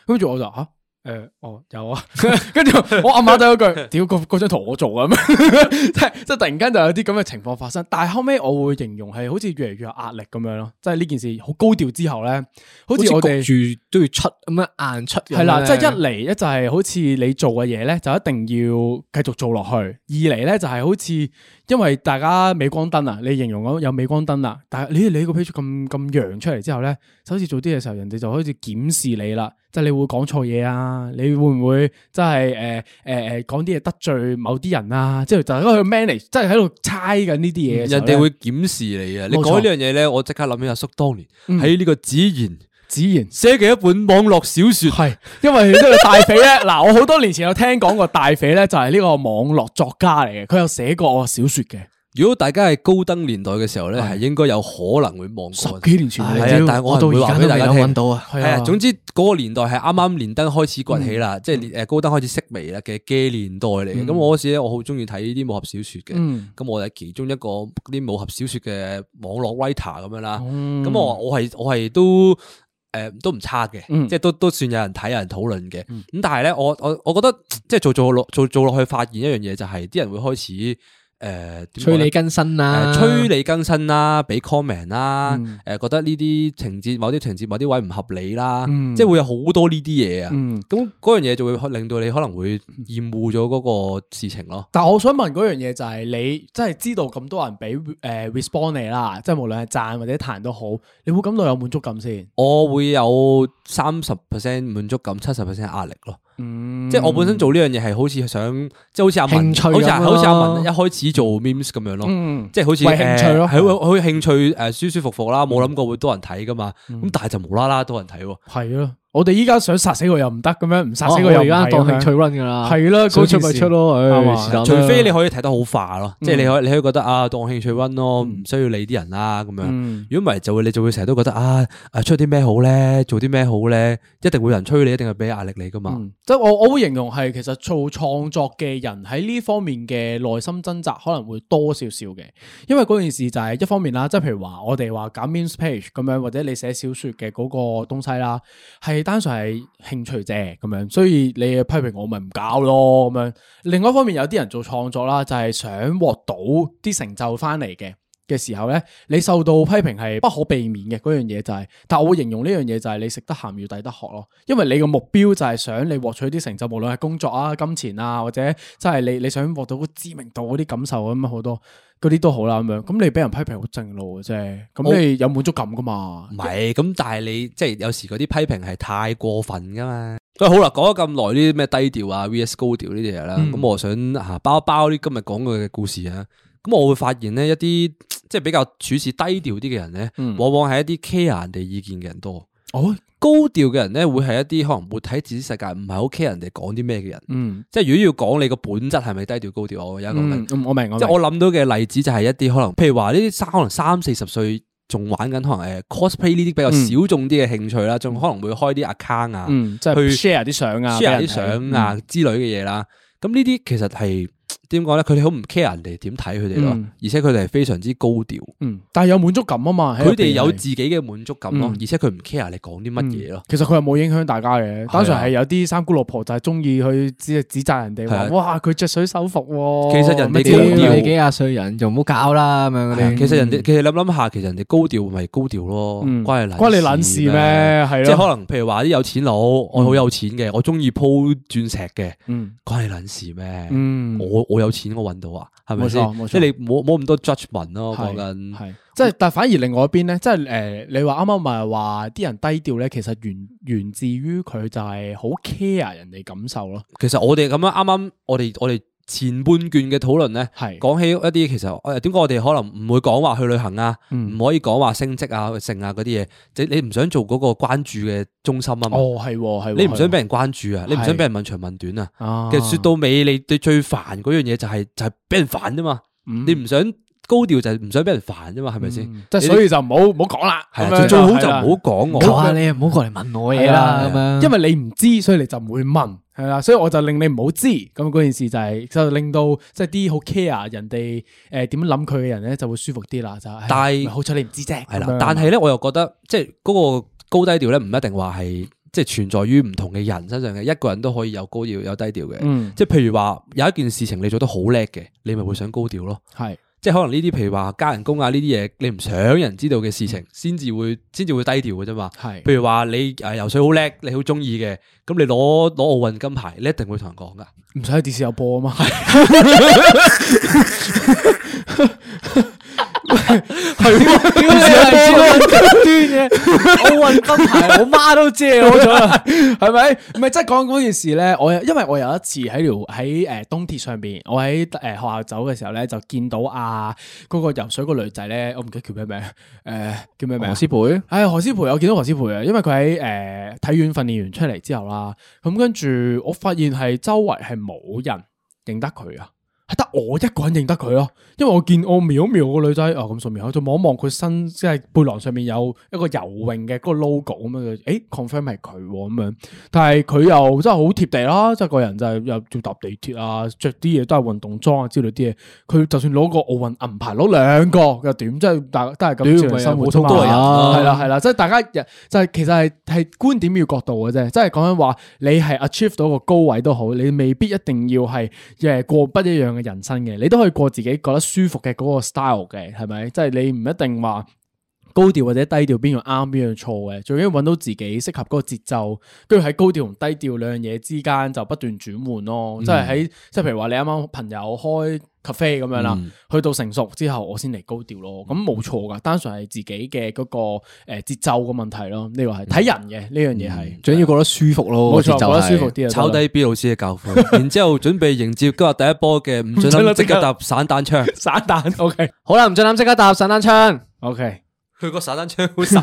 Speaker 2: 跟住我就吓，啊誒、哦，有啊。跟住我暗下咗一句，屌，嗰嗰張圖我做啊咁樣，即係即係突然間就有啲咁嘅情況發生。但係後尾我會形容係好似越嚟越有壓力咁樣咯，即係呢件事好高調之後咧，好似我哋
Speaker 4: 焗住都要出咁樣硬出咁樣咧，
Speaker 2: 系啦，即系一嚟一就係好似你做嘅嘢咧，就一定要繼續做落去；二嚟咧就係好似因為大家鎂光燈啊，你形容咗有鎂光燈啦，但係你你個 page 咁咁揚出嚟之後咧，首次做啲嘢嘅時候，人哋就開始檢視你啦，即係你會講錯嘢啊，你會唔會即係诶诶诶講啲嘢得罪某啲人啊？之後就喺度 manage，即係喺度猜緊呢啲嘢嘅時
Speaker 3: 嗯人
Speaker 2: 候咧。
Speaker 3: 哋會檢視你啊！你
Speaker 2: 冇
Speaker 3: 講
Speaker 2: 錯嗯
Speaker 3: 呢樣嘢咧，我即刻諗起阿叔當年喺呢個子言
Speaker 2: 自然。
Speaker 3: 寫嘅一本網絡小说，
Speaker 2: 系，因為呢個大肥咧，嗱，我好多年前有聽講過大肥咧，就係呢個網絡作家嚟嘅，佢有寫過我小说嘅，
Speaker 3: 如果大家係高登年代嘅時候咧，係應該有可能會望
Speaker 2: 十
Speaker 3: 過。
Speaker 2: 幾年前
Speaker 3: 係啊，但係我
Speaker 4: 到
Speaker 3: 係唔會
Speaker 4: 而
Speaker 3: 話
Speaker 4: 家
Speaker 3: 俾
Speaker 4: 都
Speaker 3: 大
Speaker 4: 未
Speaker 3: 家
Speaker 4: 有
Speaker 3: 聽
Speaker 4: 揾。到啊。
Speaker 3: 係啊，總之嗰個年代係啱啱連登開始崛起啦，即係诶高登開始式微啦嘅嘅年代嚟嘅。咁我嗰時咧，我好中意睇呢啲武俠小说嘅
Speaker 2: 嗯。
Speaker 3: 咁我係其中一個啲武俠小说嘅網絡 writer 咁樣啦。咁我我係我係都。诶、都唔差嘅，
Speaker 2: 嗯
Speaker 3: 即係都都算有人睇、有人討論嘅。咁、但係咧，我我我覺得即係做做落做做落去，發現一樣嘢就係、啲人會開始诶、
Speaker 2: 啊
Speaker 3: 點
Speaker 4: 催
Speaker 3: 講呢
Speaker 4: 你更新啦，哦
Speaker 3: 誒催你更新啦，俾 comment 啦，
Speaker 2: 嗯
Speaker 3: 誒覺得呢啲情節某啲情節某啲位唔合理啦，
Speaker 2: 嗯
Speaker 3: 即係會有好多呢啲嘢啊。
Speaker 2: 嗯
Speaker 3: 咁嗰樣嘢就會令到你可能會厭惡咗嗰個事情咯。
Speaker 2: 但我想問嗰樣嘢就係你真係知道咁多人俾诶 respond 你啦，即係無論係讚或者彈都好，你會感到有滿足感先。
Speaker 3: 我會有三十 percent 滿足感，七十 percent 壓力咯。
Speaker 2: 嗯
Speaker 3: 即係我本身做呢樣嘢係好似想，即係好似阿
Speaker 4: 興
Speaker 3: 文，
Speaker 4: 趣咁
Speaker 3: 好似阿
Speaker 4: 咯
Speaker 3: 好似阿文一開始做 memes 咁樣咯。
Speaker 2: 嗯
Speaker 3: 即係好似
Speaker 2: 為興趣咯
Speaker 3: 誒係好好興趣誒舒舒服服啦，冇諗過會多人睇噶嘛。
Speaker 2: 嗯
Speaker 3: 咁但係就無啦啦多人睇喎。
Speaker 2: 係咯，我哋依家想殺死佢又唔得，咁樣唔殺死
Speaker 4: 死
Speaker 2: 佢
Speaker 4: 我
Speaker 2: 又唔
Speaker 4: 而家
Speaker 2: 係
Speaker 4: 當
Speaker 2: 咁樣
Speaker 4: 興趣 run 噶啦，
Speaker 2: 係咯
Speaker 4: 想出
Speaker 2: 嗰件
Speaker 4: 咪
Speaker 2: 事
Speaker 4: 出咯，
Speaker 2: 啱
Speaker 4: 唉
Speaker 2: 啊
Speaker 4: 是但啦
Speaker 3: 除非你可以睇得好化咯，即係你可以你可以覺得啊，當興趣温咯，唔需要理啲人啦咁樣。如果唔係，就會你就會成日都覺得啊，啊出啲咩好咧，做啲咩好咧，一定會有人催你，一定係俾壓力你噶嘛。
Speaker 2: 即係我我會形容係其實做創作嘅人喺呢方面嘅內心掙扎可能會多少少嘅，因為嗰件事就係一方面啦，即係譬如話我哋話搞 means page 咁樣，或者你寫小說嘅嗰個東西啦，係單純係興趣啫咁樣，所以你批評我咪唔搞咯咁樣。另外一方面有啲人做創作啦，就係想獲到啲成就翻嚟嘅。嘅時候咧，你受到批評係不可避免嘅嗰樣嘢就係、但我會形容呢樣嘢就係你食得鹹魚抵得渴咯，因為你個目標就係想你獲取啲成就，無論係工作啊、金錢啊，或者即係你你想獲到知名度嗰啲感受咁樣好多嗰啲都好啦咁樣，咁你俾人批評好正路嘅啫，咁你有滿足感噶嘛
Speaker 3: 唔？係，咁但係你即係有時嗰啲批評係太過分噶嘛。喂，好啦，講咗咁耐呢啲咩低調啊、VS 高調呢啲嘢啦，咁、我想啊包一包啲今日講嘅故事啊。咁我會發現呢，一啲即係比較處事低調啲嘅人呢，往往係一啲 care 人哋意見嘅人多。
Speaker 2: 哦，
Speaker 3: 高調嘅人呢，會係一啲可能活喺自己世界，唔係好 care 人哋講啲咩嘅人。
Speaker 2: 嗯
Speaker 3: 即係如果要講你個本質係咪低調高調，我而家講緊
Speaker 2: 嗯，嗯我明我
Speaker 3: 即
Speaker 2: 明
Speaker 3: 係我諗到嘅例子就係一啲可能，譬如話呢啲三可能三四十歲仲玩緊可能誒 cosplay 呢啲比較小眾啲嘅興趣啦，仲、可能會開啲 account 啊、
Speaker 2: 嗯，即係
Speaker 3: 去
Speaker 2: share 啲相啊
Speaker 3: share
Speaker 2: 俾
Speaker 3: 啲
Speaker 2: 人睇
Speaker 3: 相啊之類嘅嘢啦。咁呢啲其實係點講咧？佢哋好唔 care 人哋點睇佢哋咯，
Speaker 2: 嗯
Speaker 3: 而且佢哋係非常之高調，
Speaker 2: 嗯，但係有滿足感啊嘛，喺
Speaker 3: 佢
Speaker 2: 入邊
Speaker 3: 哋有
Speaker 2: 係
Speaker 3: 自己嘅滿足感咯，
Speaker 2: 嗯
Speaker 3: 而且佢唔 care 你講啲乜嘢咯。啊
Speaker 2: 其實佢又冇影響大家嘅，單純係有啲三姑六婆就係中意去指指責人哋
Speaker 3: 係
Speaker 2: 話，
Speaker 3: 啊
Speaker 2: 哇佢着水手服喎，
Speaker 3: 其實人哋
Speaker 2: 乜嘢
Speaker 3: 高調
Speaker 4: 你幾廿歲人就唔好搞啦咁
Speaker 2: 嗯
Speaker 4: 樣嗰
Speaker 3: 係啊
Speaker 4: 啲。
Speaker 3: 其實人哋其實諗諗下，其實人哋高調咪高調咯，
Speaker 2: 嗯
Speaker 3: 關你
Speaker 2: 關你撚事咩？？係
Speaker 3: 即係
Speaker 2: 咯，
Speaker 3: 可能譬如話啲有錢佬，我好有錢嘅，我中意鋪鑽石嘅，
Speaker 2: 嗯
Speaker 3: 關你撚事咩？
Speaker 2: 嗯，
Speaker 3: 我我有錢我揾到啊，係咪
Speaker 2: 冇錯冇
Speaker 3: 先？
Speaker 2: 錯
Speaker 3: 即係你冇冇咁多 judgment 咯，
Speaker 2: 係
Speaker 3: 講緊
Speaker 2: 係即係，但係反而另外一邊咧，即係誒，你話啱啱咪話啲人低調咧，其實源源自於佢就係好 care 人哋感受咯，
Speaker 3: 其實我哋咁樣啱啱我哋我哋前半段嘅討論咧，
Speaker 2: 係
Speaker 3: 講起一啲其實誒點解我哋可能唔會講話去旅行啊，
Speaker 2: 嗯
Speaker 3: 唔可以講話升職啊、剩啊嗰啲嘢，即係你唔想做嗰個關注嘅中心啊嘛，
Speaker 2: 哦係喎係喎，
Speaker 3: 你唔想俾
Speaker 2: 人
Speaker 3: 人關注啊，你唔想俾人問長問短啊。
Speaker 2: 啊，
Speaker 3: 其實說到尾，你你最煩嗰樣嘢就係就係俾人煩啫嘛。
Speaker 2: 嗯
Speaker 3: 你唔想高調就係唔想俾人煩啫嘛，係咪先？
Speaker 2: 即係所以就唔好唔好講啦，
Speaker 3: 係
Speaker 2: 咁
Speaker 3: 啊，
Speaker 2: 樣
Speaker 3: 最好
Speaker 2: 係
Speaker 3: 就唔
Speaker 2: 啦啊
Speaker 3: 好講我。
Speaker 4: 求下你唔好過嚟問我嘢啦咁樣。
Speaker 2: 因為你唔知，所以你就唔會問，係啦，所以我就令你唔好知，咁嗰件事就係、就令到即係啲好 care 啊人哋誒點諗佢嘅人咧就會舒服啲啦，就係、
Speaker 3: 但係
Speaker 2: 唉好彩你唔知啫，
Speaker 3: 係
Speaker 2: 咁
Speaker 3: 啦
Speaker 2: 樣，
Speaker 3: 但係咧，我又覺得即係嗰個高低調咧，唔一定話係即係存在於唔同嘅人身上嘅，一個人都可以有高調有低調嘅。
Speaker 2: 嗯
Speaker 3: 即係譬如話有一件事情你做得好叻嘅，你咪會想高調咯。
Speaker 2: 係
Speaker 3: 即係可能呢啲譬如話加人工啊呢啲嘢，你唔想人知道嘅事情，先至會先至會低調嘅啫嘛。
Speaker 2: 係
Speaker 3: 譬如話你誒游水好叻，你好中意嘅，咁你攞攞奧運金牌，你一定會同人講噶。
Speaker 2: 唔使喺電視有播啊
Speaker 4: (laughs)
Speaker 2: 嘛， (laughs)
Speaker 4: 屌你嚟端嘅
Speaker 2: (laughs)
Speaker 4: 奧運
Speaker 3: (laughs)
Speaker 4: 金牌，我媽都借
Speaker 2: (laughs)
Speaker 4: 我啊咗啦。
Speaker 2: 係咪？唔係即係講嗰件事咧，我有因為我有一次喺條喺誒東鐵上邊，我喺誒、學校走嘅時候咧，就見到啊嗰、個游水個女仔咧，我唔記得叫咩名，誒、叫咩名啊？
Speaker 4: 何詩蓓
Speaker 2: 唉，何詩蓓，我見到何詩蓓啊，因為佢喺誒體院訓練完出嚟之後啦，咁跟住我發現係周圍係冇人認得佢啊，係得我一個人認得佢啊咯，因為我見我瞄一瞄個女仔啊咁順便我就望一望佢身，即係背囊上面有一個游泳嘅嗰個 logo 咁樣，誒 confirm 係佢喎咁樣，但係佢又真係好貼地啦，即係個人就係又要搭地鐵啊，着啲嘢都係運動裝啊之類啲嘢，佢就算攞個奧運銀牌攞兩個又點，即係大家都係咁
Speaker 4: 屌
Speaker 2: 照
Speaker 4: 咪
Speaker 2: 嚟生活
Speaker 4: 普
Speaker 2: 啫
Speaker 4: 通
Speaker 2: 嘛
Speaker 4: 都係人啊
Speaker 2: 係啦係啦，即係大家人就係其實係係觀點與角度嘅啫，即係講緊話你係 achieve 到個高位都好，你未必一定要係誒過不一樣嘅人生嘅，你都可以過自己覺得舒服嘅嗰個 style 嘅，係咪？即係你唔一定話。高調或者低調邊樣啱邊樣錯嘅，最緊要揾到自己適合嗰個節奏，跟住喺高調同低調兩樣嘢之間就不斷轉換咯。
Speaker 3: 嗯
Speaker 2: 即係喺即係譬如話你啱啱朋友開 cafe 咁樣啦，
Speaker 3: 嗯
Speaker 2: 去到成熟之後我先嚟高調咯。咁冇錯噶，單純係自己嘅嗰個誒節奏嘅問題咯。呢個
Speaker 3: 嗯
Speaker 2: 係睇人嘅呢樣嘢係，
Speaker 4: 最緊要覺得舒服咯，
Speaker 2: 冇錯，
Speaker 4: 就
Speaker 2: 覺得舒服啲啊，
Speaker 3: 抄低 B 老師嘅教訓， (laughs) 然之後準備迎接今日第一波嘅唔準
Speaker 2: 唔準啦
Speaker 3: 諗即
Speaker 2: 即刻
Speaker 3: 刻搭散彈槍。
Speaker 2: 散彈。OK
Speaker 4: 好啦，唔准諗，即刻搭散彈槍。
Speaker 2: OK，
Speaker 3: 佢個散彈槍好散，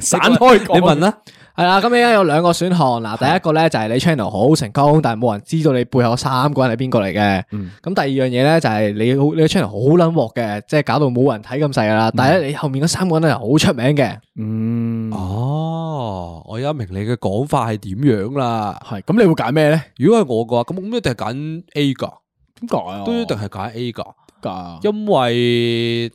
Speaker 2: 散開講
Speaker 3: 你問啦，
Speaker 4: 係啦，咁而家有兩個選項嗱，第一個咧就係你 channel 好成功，但係冇人知道你背後三個人係邊個嚟嘅。
Speaker 2: 嗯
Speaker 4: 咁第二樣嘢咧就係你好你個 channel 好撚鑊嘅，即係搞到冇人睇咁細噶啦。但
Speaker 3: 嗯
Speaker 4: 係咧你後面嗰三個人咧好出名嘅，
Speaker 2: 嗯，
Speaker 3: 哦，我而家明你嘅講法係點樣啦。
Speaker 2: 係咁，你會揀咩咧？
Speaker 3: 如果係我嘅話，咁咁一定係揀 A 噶，
Speaker 2: 點解啊？
Speaker 3: 都一定係揀 A 噶，
Speaker 2: 噶，
Speaker 3: 因為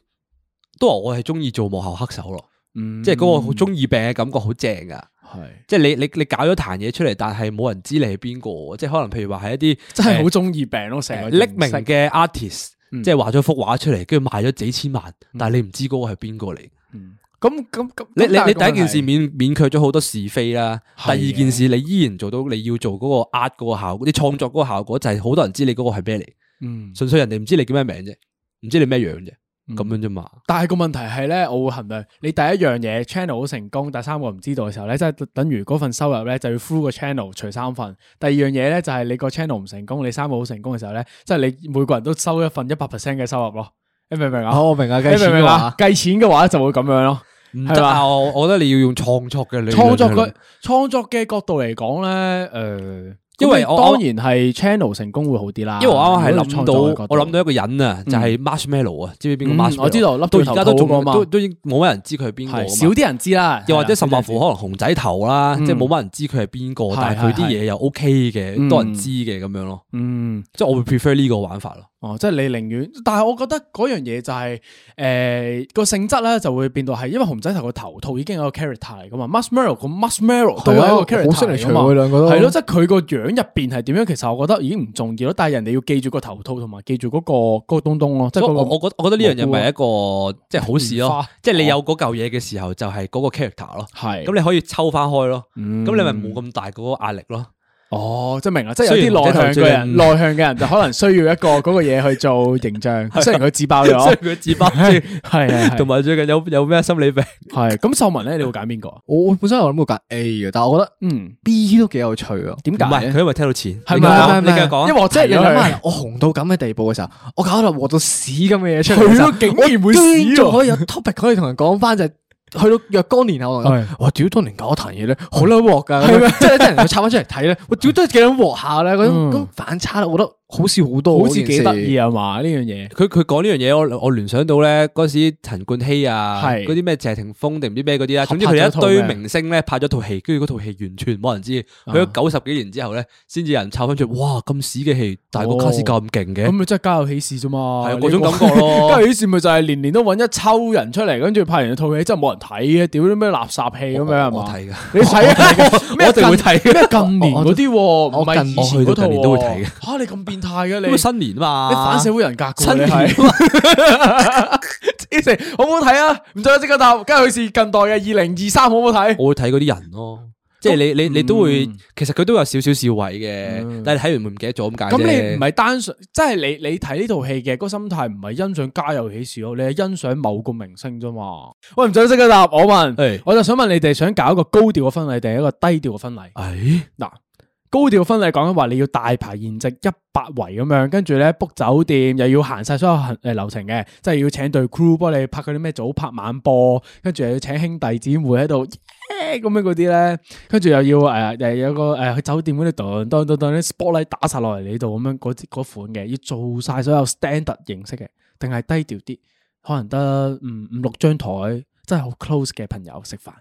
Speaker 3: 都話我係中意做幕後黑手咯，
Speaker 2: 嗯
Speaker 3: 即係嗰個好中意病嘅感覺好正噶。
Speaker 2: 係
Speaker 3: 即係你你你搞咗壇嘢出嚟，但係冇人知你係邊個喎，即係可能譬如話係一啲
Speaker 2: 真係好中意病咯，成個
Speaker 3: 匿名嘅 artist，
Speaker 2: 嗯
Speaker 3: 即係畫咗幅畫出嚟，跟住賣咗幾千萬，但係你唔知嗰個係邊個嚟。
Speaker 2: 咁咁咁，
Speaker 3: 你你
Speaker 2: 咁
Speaker 3: 你第
Speaker 2: 但係
Speaker 3: 一件事
Speaker 2: 個問題
Speaker 3: 免免卻咗好多是非啦，
Speaker 2: 係
Speaker 3: 第二
Speaker 2: 啊
Speaker 3: 件事你依然做到你要做嗰個呃嗰個效果，你創作嗰個效果就係好多人知你嗰個係咩嚟，
Speaker 2: 嗯，
Speaker 3: 純粹人哋唔知你叫咩名啫，唔知你咩樣啫，咁樣啫嘛。
Speaker 2: 但係個問題係咧，我會衡量你第一樣嘢 channel 好成功，第三個唔知道嘅時候咧，即係等於嗰份收入咧就要 through 個 channel 除三份。第二樣嘢咧就係你個 channel 唔成功，你三個好成功嘅時候咧，即係你每個人都收一份一百 percent 嘅收入咯。你明唔明啊？
Speaker 4: 好，我明啊，
Speaker 2: 你
Speaker 4: 計
Speaker 2: 明
Speaker 4: 錢
Speaker 2: 唔
Speaker 4: 嘅
Speaker 2: 明啊
Speaker 4: 話？，
Speaker 2: 計錢嘅話就會咁樣咯。
Speaker 3: 唔
Speaker 2: 係
Speaker 3: 得
Speaker 2: 嘛
Speaker 3: 啊！我我覺 (laughs) 得你要用創作嘅理論
Speaker 2: 創作
Speaker 3: 去
Speaker 2: 嘅創作嘅角度嚟講咧，誒，
Speaker 3: 因為我
Speaker 2: 當然係 channel 諗成功會好啲啦。
Speaker 3: 因為我啱啱係諗
Speaker 2: 如
Speaker 3: 到，
Speaker 2: 啊果用創作嘅角度
Speaker 3: 我諗到一個人啊，就係 Marshmallow 啊，知唔知邊個
Speaker 2: 嗯
Speaker 3: Marshmallow？
Speaker 2: 我知道笠
Speaker 3: 到
Speaker 2: 住
Speaker 3: 而家都
Speaker 2: 頭
Speaker 3: 仲
Speaker 2: 套嗰個嘛
Speaker 3: 都都已經冇乜人知佢係邊個
Speaker 2: 係
Speaker 3: 啊
Speaker 2: 少
Speaker 3: 嘛。
Speaker 2: 啲人知啦，
Speaker 3: 又或者甚
Speaker 2: 係啊
Speaker 3: 或
Speaker 2: 啦
Speaker 3: 乎可能熊仔頭啦，
Speaker 2: 嗯
Speaker 3: 即係冇乜人知佢係邊個，但係佢啲
Speaker 2: 係係
Speaker 3: 嘢又 OK 嘅，
Speaker 2: 嗯
Speaker 3: 多人知嘅咁樣咯。
Speaker 2: 嗯。
Speaker 3: 即係我會 prefer 呢個玩法咯。
Speaker 2: 哦，即係你寧願，但係我覺得嗰樣嘢就係誒個性質咧就會變到係，因為熊仔頭個頭套已經有個 character 嚟噶嘛，Marshmallow 個 Marshmallow 都係一
Speaker 4: 係
Speaker 2: 個
Speaker 4: 啊好
Speaker 2: character 嚟噶
Speaker 4: 識嚟
Speaker 2: 嘛
Speaker 4: 除佢兩個，都
Speaker 2: 係咯，即係佢個樣入邊係點樣，其實我覺得已經唔重要咯，但係人哋要記住個頭套同埋記住嗰個嗰個東東咯，即
Speaker 3: 即
Speaker 2: 係
Speaker 3: 係
Speaker 2: 嗰
Speaker 3: 我
Speaker 2: 個
Speaker 3: 我覺我覺得呢樣嘢
Speaker 2: 啊
Speaker 3: 咪一個即係好事
Speaker 2: 變
Speaker 3: 咯
Speaker 2: 化。
Speaker 3: 即係你有嗰嚿嘢嘅時候，就係嗰個 character 咯。
Speaker 2: 係
Speaker 3: 咁你可以抽翻開咯，咁
Speaker 2: 哦嗯
Speaker 3: 你咪冇咁大嗰個壓力咯。
Speaker 2: 哦，即係明啦，即係有
Speaker 3: 雖然
Speaker 2: 啲內向嘅
Speaker 3: 熊仔頭最
Speaker 2: 人，
Speaker 3: 近
Speaker 2: (laughs) 內向嘅人就可能需要一個嗰個嘢去做形 (laughs) 象，雖然佢自爆咗，
Speaker 3: 所以佢自爆先，
Speaker 2: 哦 (laughs) 係係係
Speaker 3: 同埋最近有有咩心理病？
Speaker 2: 係咁，秀文咧，你會揀邊個？啊
Speaker 4: 我我本身我諗過揀 A 嘅，但係我覺得
Speaker 2: 嗯，
Speaker 4: B 都幾有趣啊。
Speaker 2: 點
Speaker 3: 唔係
Speaker 2: 解
Speaker 3: 佢？因為聽到錢，
Speaker 2: 係
Speaker 3: 你
Speaker 2: 咪係
Speaker 3: 繼續講你
Speaker 2: 咪
Speaker 3: 繼續講。
Speaker 2: 因為我即係
Speaker 4: 你
Speaker 2: 有
Speaker 4: 諗
Speaker 2: 人
Speaker 4: 下，我紅到咁嘅地步嘅時候，我搞到和到屎咁嘅嘢出嚟嘅
Speaker 2: 佢
Speaker 4: 時候，
Speaker 2: 都竟然會
Speaker 4: 我
Speaker 2: 屎
Speaker 4: 居
Speaker 2: 喎
Speaker 4: 仲可以有 topic 可以同人講翻，就係去到若干年後，我
Speaker 2: 係
Speaker 4: 話屌當年搞嗰壇嘢咧，好撚鑊㗎，咁樣即嗯係啲人去插翻出嚟睇 (laughs) 咧，我屌都幾撚鑊下咧，嗰種
Speaker 2: 嗯
Speaker 4: 嗰種反差，我覺得好笑好多，
Speaker 2: 好似幾得意
Speaker 4: 啊！
Speaker 2: 啊嘛呢樣嘢。
Speaker 3: 佢佢講呢樣嘢，我我聯想到咧嗰時陳冠希啊，
Speaker 2: 係
Speaker 3: 嗰啲咩謝霆鋒定唔知咩嗰啲啦，
Speaker 2: 合
Speaker 3: 總
Speaker 2: 拍
Speaker 3: 之佢
Speaker 2: 咗
Speaker 3: 哋
Speaker 2: 套
Speaker 3: 一堆
Speaker 2: 咩
Speaker 3: 明星咧拍咗套戲，跟住嗰套戲完全冇人知，
Speaker 2: 啊
Speaker 3: 去咗九十幾年之後咧，先至有人抄翻出，哇咁屎嘅戲，但係個卡士咁勁
Speaker 2: 咁
Speaker 3: 嘅，
Speaker 2: 咪真係家有喜事啫嘛，
Speaker 3: 係啊
Speaker 2: 呢
Speaker 3: 嗰種
Speaker 2: 個 (laughs)
Speaker 3: 感覺咯
Speaker 2: 家有喜事咪就係年年都揾一抽人出嚟，跟住拍完套戲真係冇人睇嘅，屌啲咩垃圾戲咁樣係
Speaker 3: 我我
Speaker 2: 嘛？
Speaker 3: 睇㗎
Speaker 2: 你睇啊？ (laughs) 咩
Speaker 3: 我一定會睇嘅
Speaker 2: 近咩近年嗰啲喎，唔係
Speaker 4: 近
Speaker 2: 以前
Speaker 3: 我去到
Speaker 2: 嗰套
Speaker 3: 近年都會睇
Speaker 2: 喎
Speaker 3: 嘅
Speaker 2: 嚇你咁變態嘅
Speaker 3: 因為
Speaker 2: 你，
Speaker 3: 新年嘛，
Speaker 2: 你反社會人格㗎喎
Speaker 3: 新
Speaker 2: 你
Speaker 3: 啊年
Speaker 2: 係。黐線好唔好睇啊？唔再即刻答，家有喜事近代嘅二零二三好唔好睇？
Speaker 3: 我會睇嗰啲人咯。即係你你你都會，
Speaker 2: 嗯
Speaker 3: 其實佢都有少少笑位嘅，但係睇完會唔記得咗咁解
Speaker 2: 咁
Speaker 3: 啫
Speaker 2: 你唔係單純，即係你你睇呢套戲嘅嗰個心態唔係欣賞家有喜事咯，你係欣賞某個明星啫嘛。喂，唔想即刻答我問，
Speaker 3: 誒
Speaker 2: 我就想問你哋想搞一個高調嘅婚禮定係一個低調嘅婚禮？
Speaker 3: 誒
Speaker 2: 嗱，高調嘅婚禮講緊話你要大排筵席一百圍咁樣，跟住咧 book 酒店又要行晒所有行誒流程嘅，即係要請隊 crew 幫你拍嗰啲咩早拍晚播，跟住又要請兄弟姊妹喺度。耶咁樣嗰啲咧，跟住又要誒誒有個誒去酒店嗰啲當當當當啲 spotlight 打晒落嚟你度咁樣嗰嗰款嘅，要做晒所有 standard 形式嘅，定係低調啲，可能得嗯五五六張台，真係好 close 嘅朋友食飯。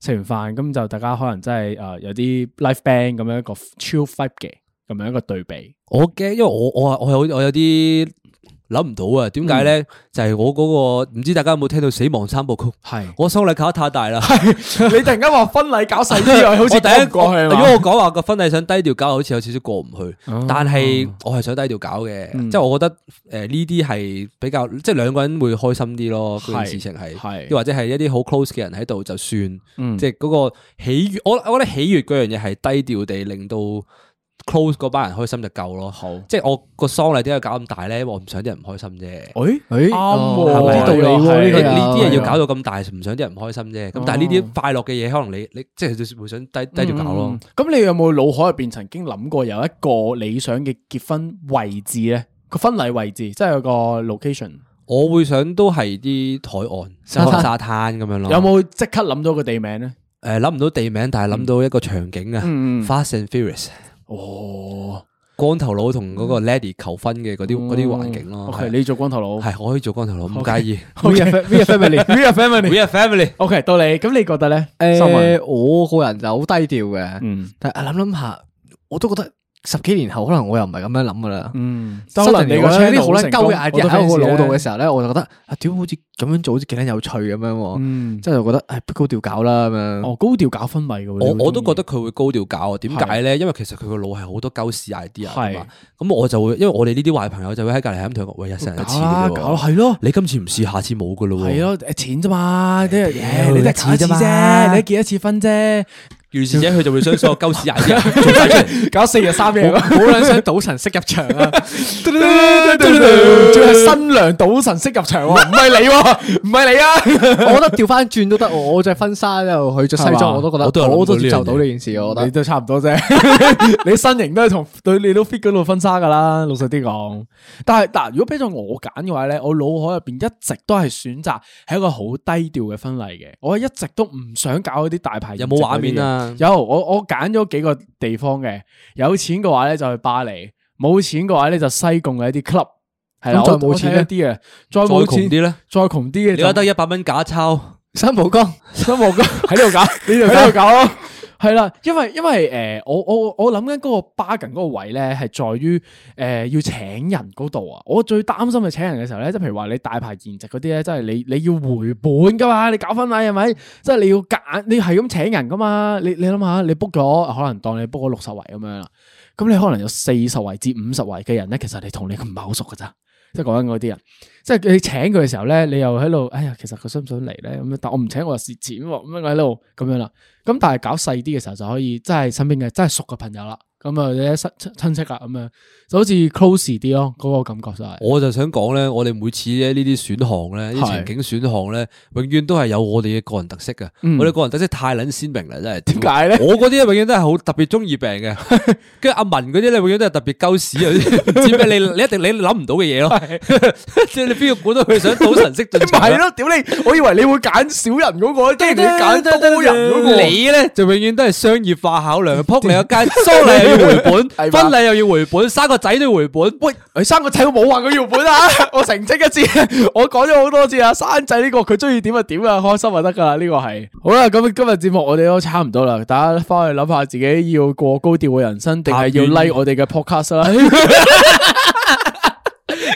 Speaker 2: 食完飯咁就大家可能真係誒有啲 live band 咁樣一個 chill vibe 嘅咁樣一個對比。
Speaker 3: 我驚，因為我我我有我有啲諗唔到啊，
Speaker 2: 嗯
Speaker 3: 點解咧？就係我嗰、個唔知大家有冇聽到《死亡三部曲》？
Speaker 2: 係
Speaker 3: 我收禮搞得太大啦，
Speaker 2: (laughs) 你突然間話婚禮搞細啲，好
Speaker 3: 我第一
Speaker 2: 過去啊
Speaker 3: 如果我講話個婚禮想低調搞，好似有少少過唔去。
Speaker 2: 哦
Speaker 3: 但係我係想低調搞嘅，
Speaker 2: 嗯
Speaker 3: 即係我覺得誒呢啲係比較即係兩個人會開心啲咯。
Speaker 2: 係
Speaker 3: 嗰件事情係，
Speaker 2: 係
Speaker 3: 又或者係一啲好 close 嘅人喺度就算，
Speaker 2: 嗯
Speaker 3: 即係嗰個喜悦。我我覺得喜悦嗰樣嘢係低調地令到 close 嗰班人開心就夠咯。
Speaker 2: 好，
Speaker 3: 即係我個喪禮點解搞咁大咧？我唔想啲人唔開心啫。
Speaker 2: 誒
Speaker 4: 誒，
Speaker 2: 啱
Speaker 4: 哦
Speaker 2: 喎，
Speaker 4: 有啲道理喎，呢
Speaker 3: 呢
Speaker 4: 個有
Speaker 2: 係啊嗯
Speaker 3: 呢啲嘢要搞
Speaker 4: 有
Speaker 3: 到咁大，唔想啲人唔開心啫。咁但係呢啲快樂嘅嘢，可能你你即係會想低低調搞咯
Speaker 2: 嗯。。咁你有冇腦海入邊曾經諗過有一個理想嘅結婚位置咧？個婚禮位置，即係有個 location，
Speaker 3: 我會想都係啲
Speaker 2: (laughs)
Speaker 3: 海岸、
Speaker 4: 沙灘
Speaker 3: 可能沙灘咁樣咯。
Speaker 2: 有冇即刻諗到個地名咧？
Speaker 3: 誒諗唔到地名，但係諗到一個場景啊
Speaker 2: 嗯嗯
Speaker 3: ，Fast and Furious，
Speaker 2: 哦，
Speaker 3: 光頭佬同嗰個 Lady 求婚嘅嗰啲嗰啲環境咯。
Speaker 2: 嗯 OK，
Speaker 3: 係
Speaker 2: 你做光頭佬
Speaker 3: 係我可以做光頭佬，唔
Speaker 2: (laughs)
Speaker 3: 介意。 (laughs)
Speaker 2: ，We are we are (laughs) family，We are family。
Speaker 3: We are family。
Speaker 2: OK，到你，咁你覺得咧？新聞
Speaker 4: 誒，我個人就好低調嘅，
Speaker 2: 嗯，
Speaker 4: 但係諗諗下，我都覺得十幾年後可能我又唔係咁樣諗噶啦。
Speaker 2: 嗯，
Speaker 4: 即
Speaker 2: 就
Speaker 4: 係
Speaker 2: 可
Speaker 4: 可能
Speaker 2: 能你
Speaker 4: 你
Speaker 2: 個
Speaker 4: 個
Speaker 2: channel
Speaker 4: 啲好撚鳩嘅
Speaker 2: 好
Speaker 4: idea
Speaker 2: 成功
Speaker 4: 喺我腦度嘅
Speaker 2: 候，
Speaker 4: 時候咧，我就覺得啊，屌，好似咁樣做好似幾撚有趣咁樣喎。
Speaker 2: 嗯，
Speaker 4: 之後就覺得哎唉，高調搞啦咁樣。
Speaker 2: 哦，高調搞氛圍嘅喎，
Speaker 3: 我
Speaker 2: 你會
Speaker 3: 我都
Speaker 2: 鍾
Speaker 3: 覺
Speaker 2: 意
Speaker 3: 得佢會高調搞啊，點解咧？因為其實佢個腦係好多鳩屎 idea 㗎
Speaker 2: 係
Speaker 3: 嘛。咁我就會，因為我哋呢啲壞朋友就會喺隔離係咁同佢講：喂，一世人一次
Speaker 2: 搞啦，
Speaker 3: 嘅
Speaker 2: 搞啦，
Speaker 3: 喎，
Speaker 2: 係咯。
Speaker 3: 你今次唔試，下次冇㗎咯喎。
Speaker 2: 係，啊咯，誒錢啫嘛，即係
Speaker 3: 屌
Speaker 2: 你都係搞一次
Speaker 3: 一次啫嘛
Speaker 2: 啫，你都結一次婚啫，
Speaker 3: 於是者佢就會將所有鳩屎
Speaker 2: (laughs)
Speaker 3: idea 做晒出嚟。
Speaker 2: 搞四日三夜
Speaker 4: 好好撚想賭神式入場啊！
Speaker 2: 仲係新娘賭神式入場喎，唔係你喎，唔係你啊！
Speaker 4: 我覺得調翻轉都得，我着婚紗又佢着西
Speaker 2: 係嘛
Speaker 4: 裝，我都覺得
Speaker 3: 我都有諗過
Speaker 4: 我都接受
Speaker 3: 呢樣嘢
Speaker 4: 到呢件事。我覺
Speaker 2: 你
Speaker 4: 得
Speaker 2: 都差唔多啫， (laughs) 你身形都係同對你都 fit 嗰度婚紗噶啦，老實啲講。但係嗱，如果俾咗我揀嘅話咧，我腦海入邊一直都係選擇係一個好低調嘅婚禮嘅，我一直都唔想搞嗰啲大牌。
Speaker 3: 有冇畫面？啊？
Speaker 2: 有，我我揀咗幾個地方嘅，有錢嘅話咧就去巴黎，冇錢嘅話咧就西貢嘅一啲 club。係啦，
Speaker 4: 咁再
Speaker 2: 我
Speaker 4: 冇
Speaker 2: 我
Speaker 4: 錢
Speaker 2: 睇
Speaker 4: 咧
Speaker 2: 一啲嘅，再
Speaker 3: 再
Speaker 2: 冇
Speaker 3: 窮
Speaker 2: 錢
Speaker 3: 啲咧，
Speaker 2: 再窮啲嘅
Speaker 3: 你覺
Speaker 2: 就
Speaker 3: 得一百蚊假鈔，
Speaker 4: 三寶哥，
Speaker 2: 新蒲崗喺度搞，喺度搞咯。系啦，因為因為诶、呃我我我諗緊嗰個 bargain 嗰個位咧，係在於诶、呃要請人嗰度啊。我最擔心係請人嘅時候咧，即係譬如話你大牌筵席嗰啲咧，即係你你要回本噶嘛，你搞婚禮係咪？即係你要揀，你係咁請人噶嘛？你你諗下，你 book 咗可能當你 book 咗六十圍咁樣啦，咁你可能有四十圍至五十圍嘅人咧，其實你同你唔係好熟噶咋。即係講緊嗰啲人，即係你請佢嘅時候咧，你又喺度，哎呀，其實佢想唔想嚟咧？咁樣，但我唔請我又蝕錢喎，咁樣我喺度咁樣啦。咁但係搞細啲嘅時候就可以，真係身邊嘅真係熟嘅朋友啦，咁啊，你啲親親戚啊，咁樣就好似 close 啲咯，嗰、個感覺就係、
Speaker 3: 我就想講咧，我哋每次咧呢啲選項咧，
Speaker 2: 係
Speaker 3: 呢啲情景選項咧，永遠都係有我哋嘅個人特色嘅。
Speaker 2: 嗯
Speaker 3: 我哋個人特色太撚鮮明啦，真係。點
Speaker 2: 點解咧
Speaker 3: 我嗰啲咧永遠都係好特別中意病 (laughs) 嘅，跟住阿文嗰啲咧永遠都係特別鳩屎 (laughs) 啊！唔知咩你你一定你諗唔到嘅嘢咯， (laughs) 即係你邊個估到佢想賭神式進
Speaker 2: 唔
Speaker 3: 場啊？
Speaker 2: 咯，屌你！ (laughs) 我以為你會揀少人嗰、個，即係
Speaker 3: 你咧就永遠都係商業化考 (laughs) 量，扑你個街，喪禮又要回本，
Speaker 2: 係嘛
Speaker 3: 婚禮又要回本，生個仔都要回本。喂，
Speaker 2: 你生個仔我冇話佢要本啊！ (laughs) 我澄清一次， (laughs) 我講咗好多次啊，生仔呢、個佢中意點就點啊，開心就得噶啦，呢、個係好啦。咁今日節目我哋都差唔多啦，大家翻去諗下自己要過高調嘅人生，定係要
Speaker 3: 下邊
Speaker 2: like 我哋嘅 podcast 啦，
Speaker 3: (laughs)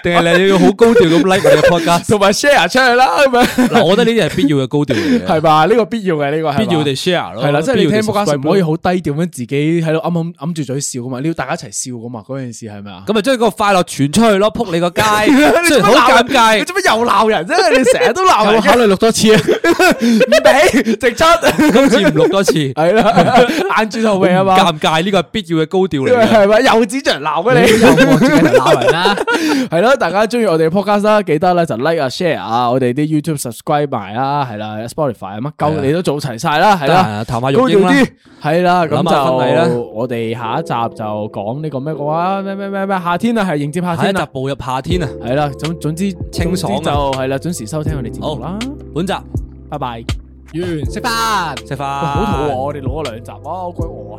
Speaker 3: 定係你要好高調咁 like 我哋嘅 podcast？
Speaker 2: 同埋 share 出去啦，咁樣
Speaker 3: (laughs) 嗱，我覺得呢啲係必要嘅高調嚟嘅
Speaker 2: 係，吧？呢、個必要嘅呢、個係嘛
Speaker 3: 必要地 share 咯。
Speaker 2: 係啦，即係你
Speaker 3: 必
Speaker 2: 聽
Speaker 3: 要地
Speaker 2: podcast 唔
Speaker 3: subscribe
Speaker 2: 可以
Speaker 3: 咯
Speaker 2: 好低調咁自己喺度揞揞揞住嘴笑噶嘛，你要大家一齊笑噶嘛，嗰件事係咪啊？
Speaker 3: 咁咪將個快樂傳出去咯，扑 (laughs) 你個街，雖然好尷
Speaker 2: 你
Speaker 3: 尬。
Speaker 2: 做乜又鬧人啫？你成日都鬧人
Speaker 4: 我
Speaker 2: 嘅，
Speaker 4: 考慮錄多次啊！
Speaker 2: (laughs) 唔俾直出
Speaker 3: 今次唔錄多次，
Speaker 2: (laughs) 係啦，眼住頭尾啊嘛。 (laughs)
Speaker 3: 尷尬呢個係必要嘅高調嚟嘅。
Speaker 2: 系咪又指着人鬧嘅
Speaker 4: 有我自己
Speaker 2: 你？
Speaker 4: 就鬧人啦。
Speaker 2: (laughs) 係咯，大家中意我哋嘅 podcast 啦，記得咧就 like 啊 share 啊，我哋啲 YouTube subscribe 埋啦，係啦，Spotify 啊乜鳩你都做齊晒啦，係
Speaker 3: 得閒啊
Speaker 2: 啦，
Speaker 3: 談下
Speaker 2: 高
Speaker 3: 育
Speaker 2: 調
Speaker 3: 嬰啦
Speaker 2: 啲，係啦，咁
Speaker 3: 諗下婚禮啦
Speaker 2: 就我哋下一集就講呢個咩嘅話咩咩咩咩夏天啊，係迎接夏
Speaker 3: 下一
Speaker 2: 天
Speaker 3: 集
Speaker 2: 啦，
Speaker 3: 步入夏天啊！
Speaker 2: 係啦，總總之
Speaker 3: 清爽啊
Speaker 2: 總之就係啦，準時收聽我哋節
Speaker 3: 好
Speaker 2: 目啦，
Speaker 3: 本集
Speaker 2: 拜拜。
Speaker 4: 完食飯。
Speaker 2: 喂
Speaker 3: 食飯，
Speaker 2: 好肚餓，我哋攞咗兩集啊，好鬼餓啊！